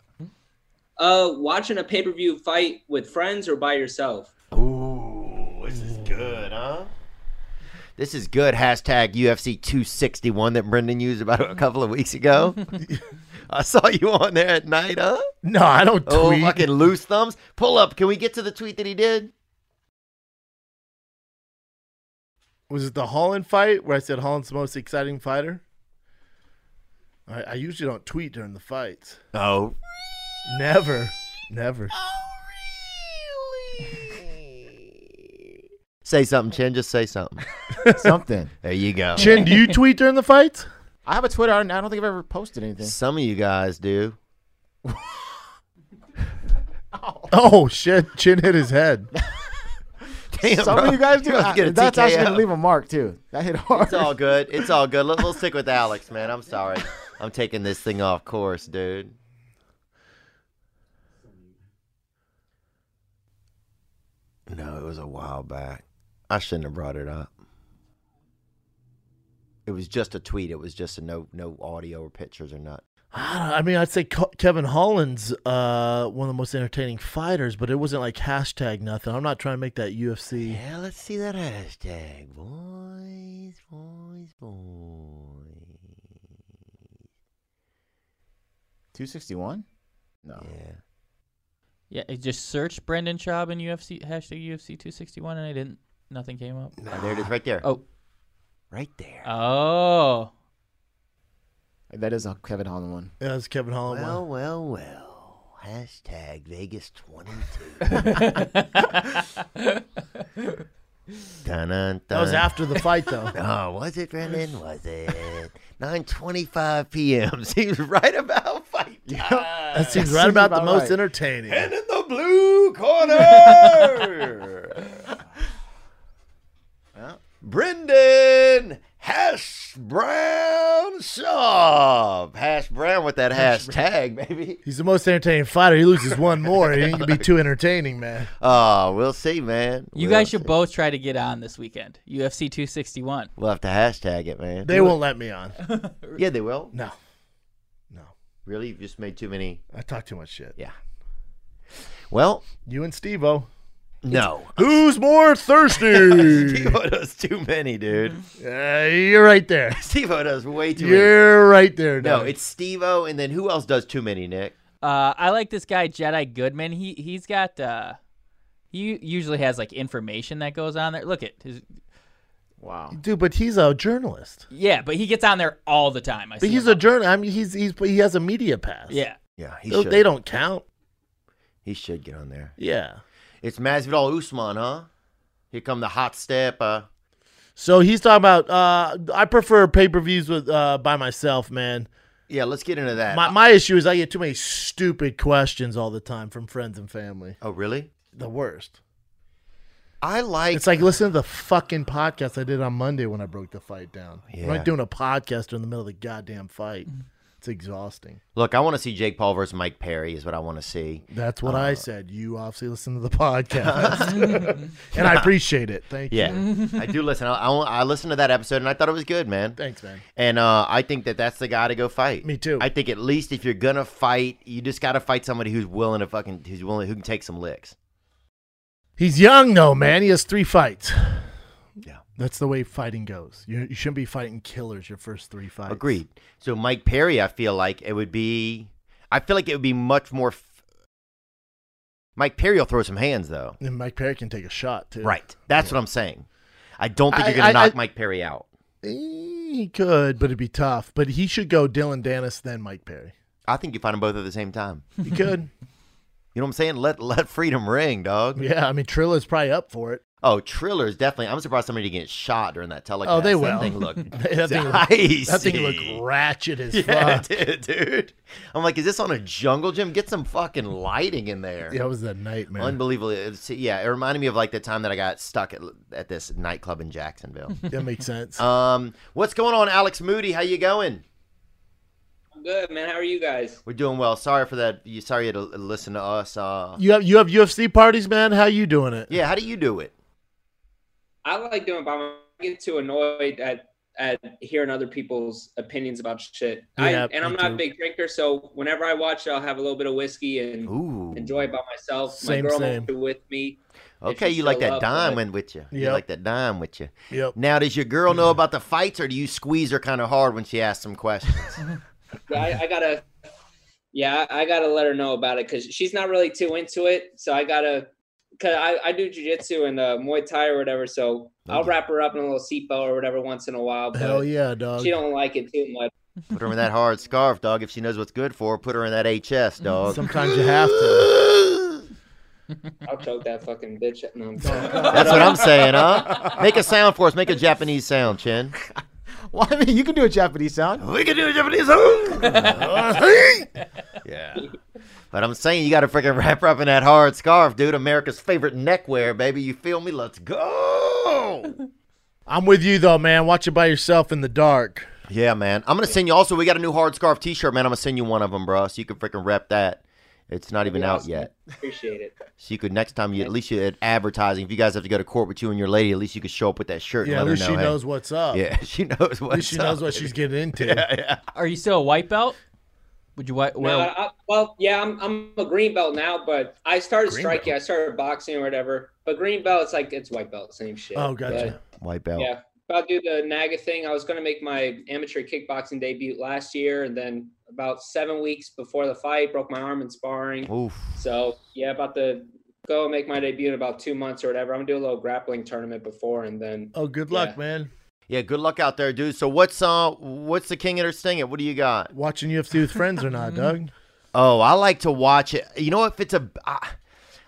Speaker 15: Uh, watching a pay per view fight with friends or by yourself.
Speaker 1: Ooh, this is good, huh? This is good. Hashtag UFC 261 that Brendan used about a couple of weeks ago. I saw you on there at night, huh?
Speaker 2: No, I don't
Speaker 1: Oh,
Speaker 2: tweet.
Speaker 1: fucking loose thumbs. Pull up. Can we get to the tweet that he did?
Speaker 2: Was it the Holland fight where I said Holland's the most exciting fighter? I, I usually don't tweet during the fights.
Speaker 1: Oh.
Speaker 2: Never. Never.
Speaker 1: Say something, Chin. Just say something.
Speaker 4: Something.
Speaker 1: There you go.
Speaker 2: Chin, do you tweet during the fights?
Speaker 4: I have a Twitter. I don't I don't think I've ever posted anything.
Speaker 1: Some of you guys do.
Speaker 2: Oh, shit. Chin hit his head.
Speaker 1: Damn,
Speaker 4: Some
Speaker 1: bro.
Speaker 4: of you guys do.
Speaker 1: You're about to get a
Speaker 4: I- That's actually
Speaker 1: TKO.
Speaker 4: gonna leave a mark too. That hit hard.
Speaker 1: It's all good. It's all good. Let, we'll stick with Alex, man. I'm sorry. I'm taking this thing off course, dude. No, it was a while back. I shouldn't have brought it up. It was just a tweet. It was just a no no audio or pictures or not.
Speaker 2: I, don't, I mean, I'd say Co- Kevin Holland's uh, one of the most entertaining fighters, but it wasn't like hashtag nothing. I'm not trying to make that UFC.
Speaker 1: Yeah, let's see that hashtag, boys, boys, boys.
Speaker 4: Two sixty one. No.
Speaker 1: Yeah.
Speaker 3: Yeah, I just searched Brendan Schaub in UFC hashtag UFC 261, and I didn't. Nothing came up.
Speaker 1: Oh, there it is, right there.
Speaker 3: Oh,
Speaker 1: right there.
Speaker 3: Oh,
Speaker 4: That is a Kevin Holland one.
Speaker 2: Yeah, that's Kevin Holland. one.
Speaker 1: Well, well, well. Hashtag Vegas 22.
Speaker 2: That was after the fight, though.
Speaker 1: oh, was it, Brendan? Was it? 9.25 p.m. Seems right about fight time.
Speaker 2: That seems right about the most entertaining.
Speaker 1: And in the blue corner, Brendan Hash Brown Shop. Hash Brown with that hashtag, baby.
Speaker 2: He's the most entertaining fighter. He loses one more. He ain't going to be too entertaining, man.
Speaker 1: Oh, we'll see, man.
Speaker 3: you
Speaker 1: We'll
Speaker 3: guys should both try to get on this weekend. UFC 261.
Speaker 1: We'll have to hashtag it, man.
Speaker 2: They won't let me on.
Speaker 1: Yeah, they will.
Speaker 2: No.
Speaker 1: Really, you've just made too many.
Speaker 2: I talk too much shit.
Speaker 1: Yeah. Well,
Speaker 2: You and Steve O.
Speaker 1: no.
Speaker 2: Who's more thirsty?
Speaker 1: Steve-O does too many, dude.
Speaker 2: Uh, you're right there.
Speaker 1: Steve-O does way too many.
Speaker 2: You're right there.
Speaker 1: No,
Speaker 2: Doug.
Speaker 1: it's Steve-O, and then who else does too many, Nick?
Speaker 3: Uh, I like this guy Jedi Goodman. He he's got uh, he usually has like information that goes on there. Look at his.
Speaker 4: Wow.
Speaker 2: dude, but he's a journalist.
Speaker 3: Yeah, but he gets on there all the time. I
Speaker 2: But
Speaker 3: see
Speaker 2: he's
Speaker 3: him.
Speaker 2: a journalist. I mean, he's he's he has a media pass.
Speaker 3: Yeah.
Speaker 1: Yeah, he
Speaker 2: They-
Speaker 1: should.
Speaker 2: they don't count.
Speaker 1: He should get on there.
Speaker 2: Yeah.
Speaker 1: It's Masvidal Usman, huh? Here come the hot step. Uh,
Speaker 2: So he's talking about. Uh, I prefer pay per views with uh, by myself, man.
Speaker 1: yeah, let's get into that.
Speaker 2: My my issue is I get too many stupid questions all the time from friends and family.
Speaker 1: oh, really?
Speaker 2: The worst.
Speaker 1: I like.
Speaker 2: It's like listen to the fucking podcast I did on Monday when I broke the fight down. I'm
Speaker 1: Yeah.
Speaker 3: Mm.
Speaker 2: not doing a podcast in the middle of the goddamn fight. It's It's exhausting.
Speaker 1: Look, I want to see Jake Paul versus Mike Perry is what I want to see.
Speaker 2: That's what
Speaker 1: Uh.
Speaker 2: I said. You obviously listen to the podcast, and I appreciate it. Thank you.
Speaker 1: Yeah, I do listen. I, I, I listened to that episode and I thought it was good, man.
Speaker 2: Thanks, man.
Speaker 1: And uh, I think that that's the guy to go fight.
Speaker 2: Me too.
Speaker 1: I think at least if you're gonna fight, you just gotta fight somebody who's willing to fucking who's willing who can take some licks.
Speaker 2: He's young though, man. He has three fights. Yeah, that's the way fighting goes. You, you shouldn't be fighting killers your first three fights.
Speaker 1: Agreed. So Mike Perry, I feel like it would be. I feel like it would be much more. F- Mike Perry will throw some hands though.
Speaker 2: And Mike Perry can take a shot too.
Speaker 1: Right. That's what I'm saying. I don't think you're
Speaker 2: I-
Speaker 1: gonna
Speaker 2: I-
Speaker 1: knock
Speaker 2: I-
Speaker 1: Mike Perry out.
Speaker 2: He could, but it'd be tough. But he should go Dylan Dennis then Mike Perry.
Speaker 1: I think you find them both at the same time.
Speaker 2: He could.
Speaker 1: You know what I'm saying? Let let freedom ring, dog.
Speaker 2: yeah, I mean Trilla's probably up for it.
Speaker 1: Oh, Triller's definitely. I'm surprised somebody didn't get shot during that telecast.
Speaker 2: oh, they
Speaker 1: That
Speaker 2: will.
Speaker 1: Thing looked
Speaker 2: that, thing
Speaker 1: dicey.
Speaker 2: looked, that thing looked ratchet as
Speaker 1: Yeah,
Speaker 2: fuck.
Speaker 1: it did, dude. I'm like, is this on a jungle gym? Get some fucking lighting in there.
Speaker 2: Yeah, it was that night, man.
Speaker 1: Unbelievable. It's, yeah, it reminded me of like the time that I got stuck at, at this nightclub in Jacksonville.
Speaker 2: that makes sense.
Speaker 1: um, what's going on, Alex Moody? How you going?
Speaker 15: I'm good, man. How are you guys?
Speaker 1: We're doing well. Sorry for that. You sorry you had to listen to us. Uh,
Speaker 2: You have you have UFC parties, man. How you doing it?
Speaker 1: yeah. How do you do it?
Speaker 15: I like doing, but I get too annoyed at at hearing other people's opinions about shit.
Speaker 2: Yeah,
Speaker 15: I, and I'm
Speaker 2: me
Speaker 15: not
Speaker 2: too.
Speaker 15: a big drinker, so whenever I watch it, I'll have a little bit of whiskey and enjoy it by myself.
Speaker 1: Same,
Speaker 15: My girl
Speaker 1: same.
Speaker 15: won't be with me. if
Speaker 1: Okay,
Speaker 15: she's
Speaker 1: you like
Speaker 15: still
Speaker 1: that
Speaker 15: up,
Speaker 1: dime
Speaker 15: but-
Speaker 1: in with you. You
Speaker 15: Yep.
Speaker 1: like that dime with you.
Speaker 2: Yep.
Speaker 1: Now, does your girl know about the fights, or do you squeeze her kind of hard when she asks some questions?
Speaker 15: Yeah, I, I gotta. Yeah, I I gotta let her know about it because she's not really too into it. So I gotta, cause I, I do jujitsu and uh, Muay Thai or whatever. So I'll wrap her up in a little seatbelt or whatever once in a while. But
Speaker 2: Hell yeah, dog.
Speaker 15: She don't like it too much.
Speaker 1: put her in that hard scarf, dog. If she knows what's good for her, put her in that HS, dog.
Speaker 2: Sometimes you have to.
Speaker 15: I'll choke that fucking bitch. No, I'm
Speaker 1: That's what I'm saying, huh? Make a sound for us. Make a Japanese sound, Chin.
Speaker 4: Well, I mean, you can do a Japanese sound.
Speaker 1: We can do a Japanese sound. yeah. But I'm saying you got to freaking wrap her up in that hard scarf, dude. America's favorite neckwear, baby. You feel me? Let's go.
Speaker 2: I'm with you though, man. Watch it by yourself in the dark.
Speaker 1: Yeah, man. I'm gonna send you. Also, we got a new hard scarf T-shirt, man. I'm gonna send you one of them, bro. So you can freaking rep that. It's not even out yet.
Speaker 15: Appreciate it.
Speaker 1: So you could next time you at least you at advertising. If you guys have to go to court with you and your lady, at least you could show up with that shirt.
Speaker 2: Yeah,
Speaker 1: and
Speaker 2: at
Speaker 1: let
Speaker 2: least
Speaker 1: her
Speaker 2: she
Speaker 1: know, hey.
Speaker 2: knows what's up.
Speaker 1: Yeah, she knows what's
Speaker 2: At least she knows
Speaker 1: up,
Speaker 2: what
Speaker 1: baby.
Speaker 2: she's getting into.
Speaker 1: Yeah, yeah.
Speaker 3: Are you still a white belt? Would you white?
Speaker 15: Well,
Speaker 3: Well,
Speaker 15: I, well, yeah, I'm, I'm a green belt now, but I started
Speaker 3: Green
Speaker 15: striking. I started boxing or whatever. But green belt, it's like it's white belt, same shit.
Speaker 1: Oh, gotcha.
Speaker 15: But,
Speaker 1: White belt.
Speaker 15: Yeah, about to do the Naga thing. I was gonna make my amateur kickboxing debut last year, and then about seven weeks before the fight, broke my arm in sparring.
Speaker 1: Oof.
Speaker 15: So yeah, about to go and make my debut in about two months or whatever. I'm gonna do a little grappling tournament before, and then
Speaker 2: Oh, good luck, man.
Speaker 1: Yeah, good luck out there, dude. So what's uh what's the king of their stinging? What do you got?
Speaker 2: Watching UFC with friends or not, Doug?
Speaker 1: Oh, I like to watch it. You know, if it's a, I,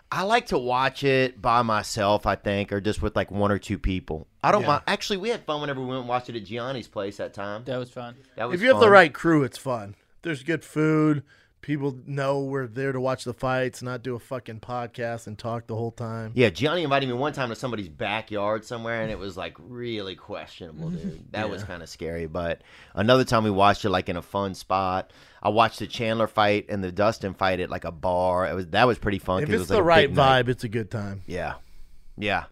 Speaker 1: I like to watch it by myself. I think, or just with like one or two people. I don't
Speaker 2: Yeah.
Speaker 1: mind. Actually, we had fun whenever we went and watched it at Gianni's place that time.
Speaker 3: That was fun.
Speaker 1: That was.
Speaker 2: If you have the
Speaker 1: fun.
Speaker 2: right crew, it's fun. There's good food. People know we're there to watch the fights, not do a fucking podcast and talk the whole time.
Speaker 1: Yeah, Gianni invited me one time to somebody's backyard somewhere, and it was like really questionable, dude. That was
Speaker 2: Yeah.
Speaker 1: kind of scary. But another time we watched it like in a fun spot. I watched the Chandler fight and the Dustin fight at like a bar. It was that was pretty fun.
Speaker 2: if
Speaker 1: 'cause it
Speaker 2: it's
Speaker 1: was,
Speaker 2: the
Speaker 1: like, a
Speaker 2: right
Speaker 1: big
Speaker 2: vibe,
Speaker 1: night.
Speaker 2: it's a good time.
Speaker 1: yeah, yeah,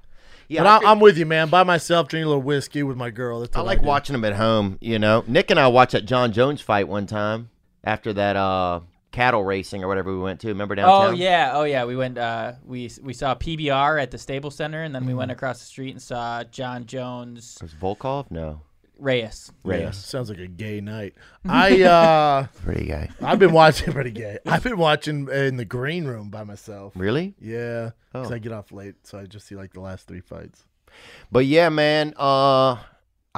Speaker 1: yeah.
Speaker 2: but
Speaker 1: I
Speaker 2: I,
Speaker 1: fig-
Speaker 2: I'm with you, man. By myself, drinking a little whiskey with my girl. That's
Speaker 1: I
Speaker 2: what
Speaker 1: like
Speaker 2: do.
Speaker 1: watching them at home. You know, Nick and I watched that John Jones fight one time after that uh, cattle racing or whatever we went to. Remember downtown?
Speaker 3: oh yeah, oh yeah. We went. Uh, we we saw PBR at the stable center, and
Speaker 2: Mm-hmm.
Speaker 3: then we went across the street and saw John Jones
Speaker 1: Was Volkov? No.
Speaker 3: Reyes.
Speaker 1: Reyes.
Speaker 2: Yeah, sounds like a gay night. I uh
Speaker 1: Pretty gay.
Speaker 2: I've been watching pretty gay. I've been watching in the green room by myself.
Speaker 1: Really?
Speaker 2: Yeah. Because
Speaker 1: Oh.
Speaker 2: I get off late, so I just see like the last three fights.
Speaker 1: But yeah, man, uh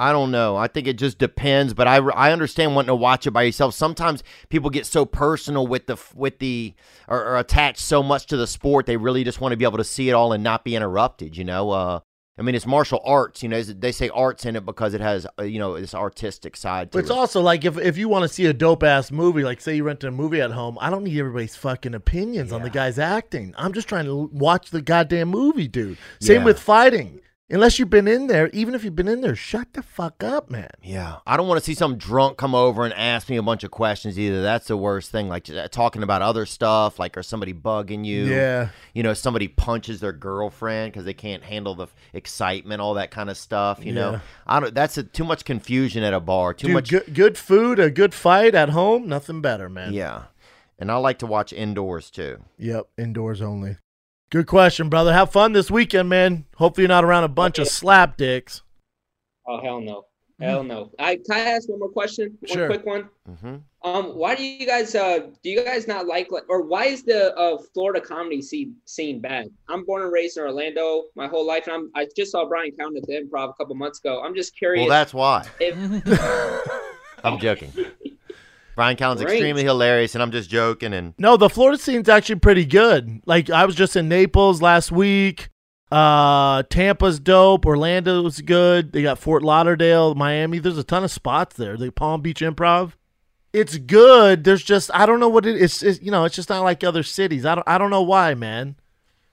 Speaker 1: I don't know. I think it just depends, but I I understand wanting to watch it by yourself. Sometimes people get so personal with the with the or, or attached so much to the sport, they really just want to be able to see it all and not be interrupted, you know? Uh I mean, it's martial arts, you know. They say arts in it because it has, uh, you know, this artistic side to
Speaker 2: But it's
Speaker 1: it.
Speaker 2: also like if, if you want to see a dope ass movie, like say you rent a movie at home, I don't need everybody's fucking opinions on the guy's acting. I'm just trying to l- watch the goddamn movie, dude. Same
Speaker 1: Yeah.
Speaker 2: with fighting. Unless you've been in there, even if you've been in there, shut the fuck up, man.
Speaker 1: Yeah, I don't want to see some drunk come over and ask me a bunch of questions either. That's the worst thing. Like just, uh, talking about other stuff, like or somebody bugging you.
Speaker 2: Yeah.
Speaker 1: you know, somebody punches their girlfriend because they can't handle the f- excitement, all that kind of stuff. You
Speaker 2: Yeah.
Speaker 1: know, I don't. That's a, too much confusion at a bar. Too
Speaker 2: Dude,
Speaker 1: much.
Speaker 2: good, good food, a good fight at home, nothing better, man.
Speaker 1: Yeah, and I like to watch indoors too.
Speaker 2: Yep, indoors only. Good question, brother. Have fun this weekend, man. Hopefully you're not around a bunch of slap dicks.
Speaker 15: Oh hell no, hell no. I can I ask one more question? One
Speaker 2: Sure.
Speaker 15: quick one.
Speaker 1: Mm-hmm.
Speaker 15: Um, why do you guys uh do you guys not like like or why is the uh Florida comedy scene scene bad? I'm born and raised in Orlando my whole life, and I'm I just saw Brian Count at the Improv a couple months ago. I'm just curious.
Speaker 1: Well, that's why.
Speaker 15: if,
Speaker 1: I'm joking. Brian Callen's
Speaker 15: Great.
Speaker 1: extremely hilarious, and I'm just joking. And
Speaker 2: No, the Florida scene's actually pretty good. Like I was just in Naples last week. Uh Tampa's dope. Orlando's good. They got Fort Lauderdale, Miami. There's a ton of spots there. The Palm Beach Improv. It's good. There's just I don't know what it is. It's, you know, it's just not like other cities. I don't I don't know why, man.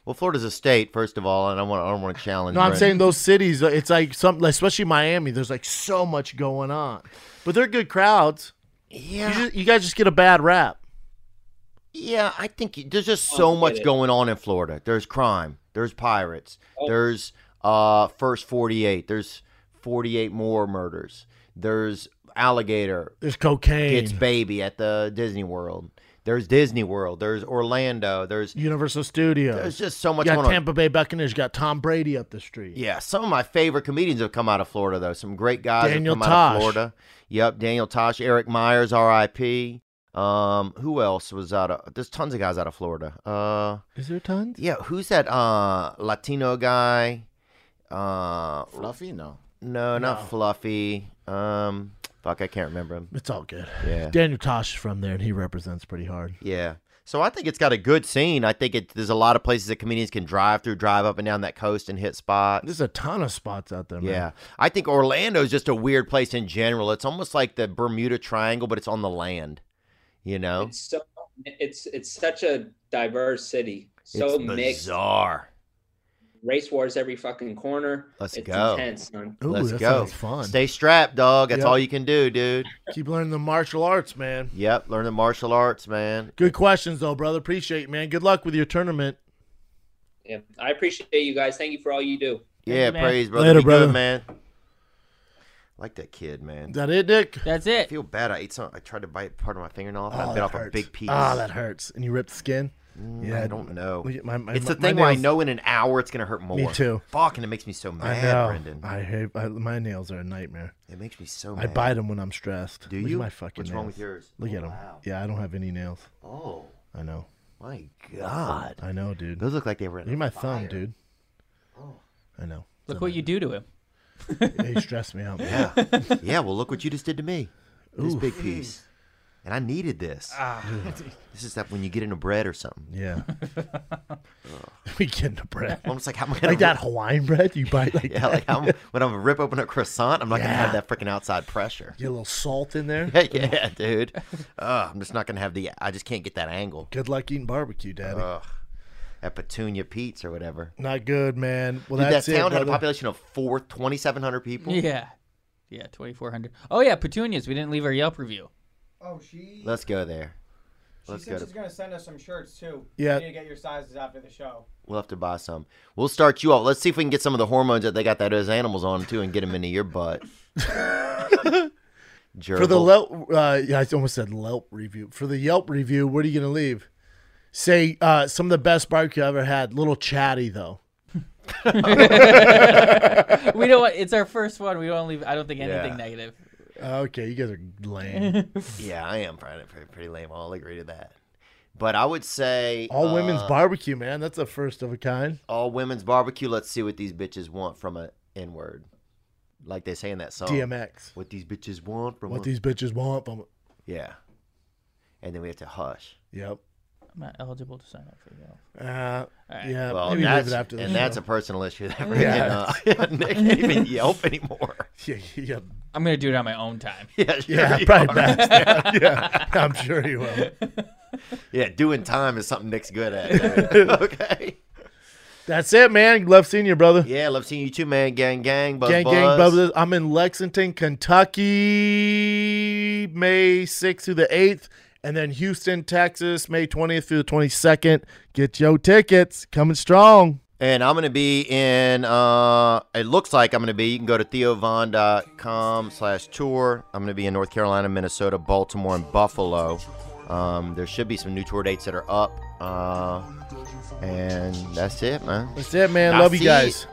Speaker 1: well, Florida's a state, first of all, and I want I don't want to challenge.
Speaker 2: No, I'm
Speaker 1: Brent.
Speaker 2: saying those cities. uh, It's like some, like, especially Miami. There's like so much going on, but they're good crowds.
Speaker 1: Yeah,
Speaker 2: you, just, you guys just get a bad rap.
Speaker 1: Yeah, I think you- there's just so
Speaker 2: get
Speaker 1: much
Speaker 2: it.
Speaker 1: going on in Florida. There's crime. There's pirates.
Speaker 2: Oh.
Speaker 1: There's uh, first 48. There's 48 more murders. There's alligator.
Speaker 2: There's cocaine.
Speaker 1: It's baby at the Disney World. There's Disney World. There's Orlando. There's
Speaker 2: Universal Studios.
Speaker 1: There's just so much
Speaker 2: You got
Speaker 1: going on.
Speaker 2: Tampa Bay Buccaneers. You got Tom Brady up the street.
Speaker 1: Yeah, some of my favorite comedians have come out of Florida though. Some great guys
Speaker 2: Daniel
Speaker 1: have come out
Speaker 2: Tosh.
Speaker 1: of Florida. Yep, Daniel Tosh, Eric Myers, R.I.P. Um, who else was out of? There's tons of guys out of Florida. Uh,
Speaker 2: Is there tons?
Speaker 1: yeah, who's that? Uh, Latino guy. Uh,
Speaker 4: Fluffy? No.
Speaker 1: No, not
Speaker 2: No.
Speaker 1: Fluffy. Um, fuck, I can't remember him.
Speaker 2: It's all good.
Speaker 1: Yeah.
Speaker 2: Daniel Tosh is from there, and he represents pretty hard.
Speaker 1: Yeah. So I think it's got a good scene. I think it, there's a lot of places that comedians can drive through, drive up and down that coast and hit spots.
Speaker 2: There's a ton of spots out there. Man.
Speaker 1: Yeah. I think Orlando's just a weird place in general. It's almost like the Bermuda Triangle, but it's on the land. You know?
Speaker 15: it's so it's it's such a diverse city, so
Speaker 1: it's
Speaker 15: mixed.
Speaker 1: bizarre.
Speaker 15: Race wars every fucking corner.
Speaker 1: Let's
Speaker 15: it's
Speaker 1: go.
Speaker 15: Intense, son.
Speaker 1: Let's
Speaker 2: that
Speaker 1: go.
Speaker 2: sounds fun.
Speaker 1: Stay strapped, dog. That's
Speaker 2: Yep.
Speaker 1: all you can do, dude.
Speaker 2: Keep learning the martial arts, man.
Speaker 1: Yep. Learn the martial arts, man.
Speaker 2: Good questions though, brother. Appreciate it, man. Good luck with your tournament.
Speaker 15: Yeah, I appreciate you guys. Thank you for all you do.
Speaker 1: Yeah, praise, brother.
Speaker 2: Later,
Speaker 1: Be good,
Speaker 2: brother.
Speaker 1: man. like that kid, man.
Speaker 2: That it, Nick?
Speaker 3: That's it.
Speaker 1: I feel bad. I ate some. I tried to bite part of my fingernail off. and
Speaker 2: Oh,
Speaker 1: I bit
Speaker 2: that
Speaker 1: off a
Speaker 2: hurts.
Speaker 1: big piece.
Speaker 2: Ah, that hurts. And you ripped the skin.
Speaker 1: Mm, I don't know.
Speaker 2: Look at my- my-
Speaker 1: it's the
Speaker 2: my
Speaker 1: thing where I
Speaker 2: nails-
Speaker 1: know in an hour it's gonna hurt more.
Speaker 2: too.
Speaker 1: Fuck, and it makes me so
Speaker 2: I
Speaker 1: mad,
Speaker 2: know.
Speaker 1: Brendan.
Speaker 2: I hate I, my nails are a nightmare.
Speaker 1: It makes me so
Speaker 2: I
Speaker 1: mad.
Speaker 2: bite them when I'm stressed.
Speaker 1: Do
Speaker 2: Look at
Speaker 1: you?
Speaker 2: my fucking
Speaker 1: What's
Speaker 2: nails.
Speaker 1: wrong with yours?
Speaker 2: Look
Speaker 1: Oh,
Speaker 2: at them.
Speaker 1: wow.
Speaker 2: Yeah, I don't have any nails.
Speaker 1: Oh
Speaker 2: I know.
Speaker 1: my god.
Speaker 2: I know, dude.
Speaker 1: Those look like they were. in
Speaker 2: Look at my thumb,
Speaker 1: fire.
Speaker 2: dude. I know.
Speaker 3: Look what you do to him.
Speaker 2: They stress me out. Man.
Speaker 1: Yeah. yeah. Well, look what you just did to me. This
Speaker 2: Oof.
Speaker 1: big piece. And I needed this. this is that when you get into bread or something.
Speaker 2: Ah. Yeah. we get into bread.
Speaker 1: Almost like how am I gonna
Speaker 2: like that
Speaker 1: rip-
Speaker 2: Hawaiian bread you bite like
Speaker 1: Yeah, like
Speaker 2: that.
Speaker 1: I'm, when I'm rip open a croissant, I'm not gonna have
Speaker 2: Yeah.
Speaker 1: that freaking outside pressure.
Speaker 2: Get a little salt in there.
Speaker 1: Yeah, yeah, dude. Ugh, I'm just not gonna have the. I just can't get that angle.
Speaker 2: Good luck eating barbecue, Daddy.
Speaker 1: Ugh, at Petunia Pete's or whatever.
Speaker 2: Not good, man. Well,
Speaker 1: Dude,
Speaker 2: that's
Speaker 1: that
Speaker 2: it,
Speaker 1: town had a
Speaker 2: brother.
Speaker 1: population of four, 2,700 people.
Speaker 3: Yeah. Yeah, 2,400. Oh, yeah, petunias. We didn't leave our Yelp review.
Speaker 7: Oh, she.
Speaker 1: Let's go there.
Speaker 7: She
Speaker 1: Let's
Speaker 7: said
Speaker 1: go.
Speaker 7: she's
Speaker 1: To,
Speaker 7: gonna send us some shirts too.
Speaker 1: Yeah.
Speaker 7: You need to get your sizes after the show.
Speaker 1: we'll have to buy some. We'll start you off. Let's see if we can get some of the hormones that they got that those animals on too, and get them into your butt. Gerbil.
Speaker 2: For the Yelp, uh, yeah, I almost said Yelp review. For the Yelp review, what are you gonna leave? Say uh, some of the best barbecue I ever had. Little chatty though.
Speaker 3: we don't want, it's our first one. We don't leave, I don't think anything
Speaker 1: Yeah.
Speaker 3: negative.
Speaker 2: Okay, you guys are lame.
Speaker 1: yeah, I am pretty, pretty, pretty lame. I'll agree to that. But I would say
Speaker 2: All women's
Speaker 1: uh,
Speaker 2: barbecue, man. That's a first of a kind.
Speaker 1: all women's barbecue. Let's see what these bitches want from a N word, like they say in that song.
Speaker 2: DMX.
Speaker 1: What these bitches want from
Speaker 2: What
Speaker 1: a-
Speaker 2: these bitches want from uh,
Speaker 1: Yeah. And then we have to hush.
Speaker 2: Yep.
Speaker 3: I'm not eligible to sign up for Yelp.
Speaker 2: Uh,
Speaker 3: right.
Speaker 2: Yeah.
Speaker 1: Well,
Speaker 2: maybe
Speaker 1: that's,
Speaker 2: leave it after the
Speaker 1: and that's
Speaker 2: show.
Speaker 1: a personal issue that we're
Speaker 2: Yeah.
Speaker 1: in, uh, Nick can't even Yelp anymore.
Speaker 2: Yeah, yeah.
Speaker 3: I'm going to do it on my own time.
Speaker 1: Yeah, sure
Speaker 2: Yeah,
Speaker 1: you
Speaker 2: probably
Speaker 1: are.
Speaker 2: best. Yeah, I'm sure he will.
Speaker 1: Yeah, doing time is something Nick's good at. dude. okay.
Speaker 2: That's it, man. Love seeing you, brother.
Speaker 1: Yeah, love seeing you too, man. Gang, gang, buzz,
Speaker 2: gang,
Speaker 1: buzz.
Speaker 2: gang, brothers. I'm in Lexington, Kentucky, May 6th through the 8th, and then Houston, Texas, May 20th through the 22nd. Get your tickets. Coming strong.
Speaker 1: And I'm going to be in, uh, it looks like I'm going to be, you can go to theovon.com slash tour. I'm going to be in North Carolina, Minnesota, Baltimore, and Buffalo. Um, there should be some new tour dates that are up. Uh, and that's it, man.
Speaker 2: That's it, man.
Speaker 1: I'll
Speaker 2: Love you
Speaker 1: see you.
Speaker 2: guys.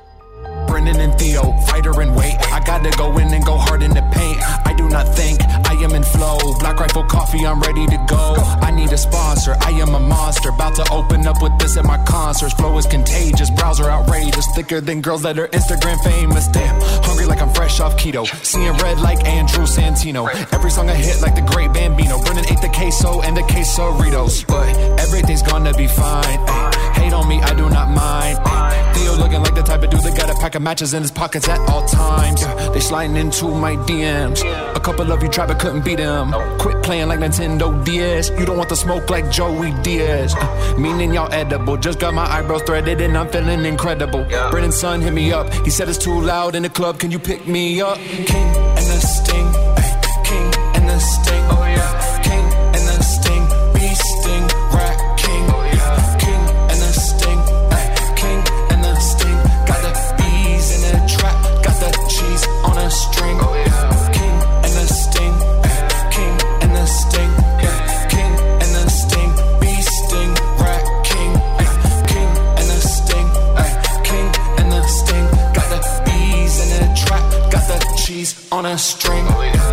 Speaker 16: Brendan and Theo, fighter and weight. I gotta go in and go hard in the paint. I do not think I am in flow. Black Rifle Coffee, I'm ready to go. I need a sponsor, I am a monster. About to open up with this at my concerts. Flow is contagious, browser outrageous. Thicker than girls that are Instagram famous. Damn, hungry like I'm fresh off keto. Seeing red like Andrew Santino. Every song I hit like the great Bambino. Brendan ate the queso and the quesoritos. But everything's gonna be fine. ayy. Hate on me, I do not mind. ayy. Theo looking like the type of dude that got a pack of matches in his pockets at all times. Yeah, They sliding into my DMs. A couple of you tried but couldn't beat them. Quit playing like Nintendo DS. You don't want the smoke like Joey Diaz. Uh, Meaning y'all edible. Just got my eyebrows threaded and I'm feeling incredible. Brennan's son hit me up. He said it's too loud in the club. Can you pick me up? King and the sting. ay, King and the sting. Oh yeah. King and the sting. Beast sting. Rat king. Oh yeah. King and the sting. ay, King and the sting. Got the bees in a trap. Got the cheese on a string. Oh yeah. King and the sting. ay, King and the sting. yeah, King and the sting. Beast sting. Rat king. ay, King and the sting. ay, King and the sting. Got the bees in a trap. Got the cheese on a string. Oh yeah.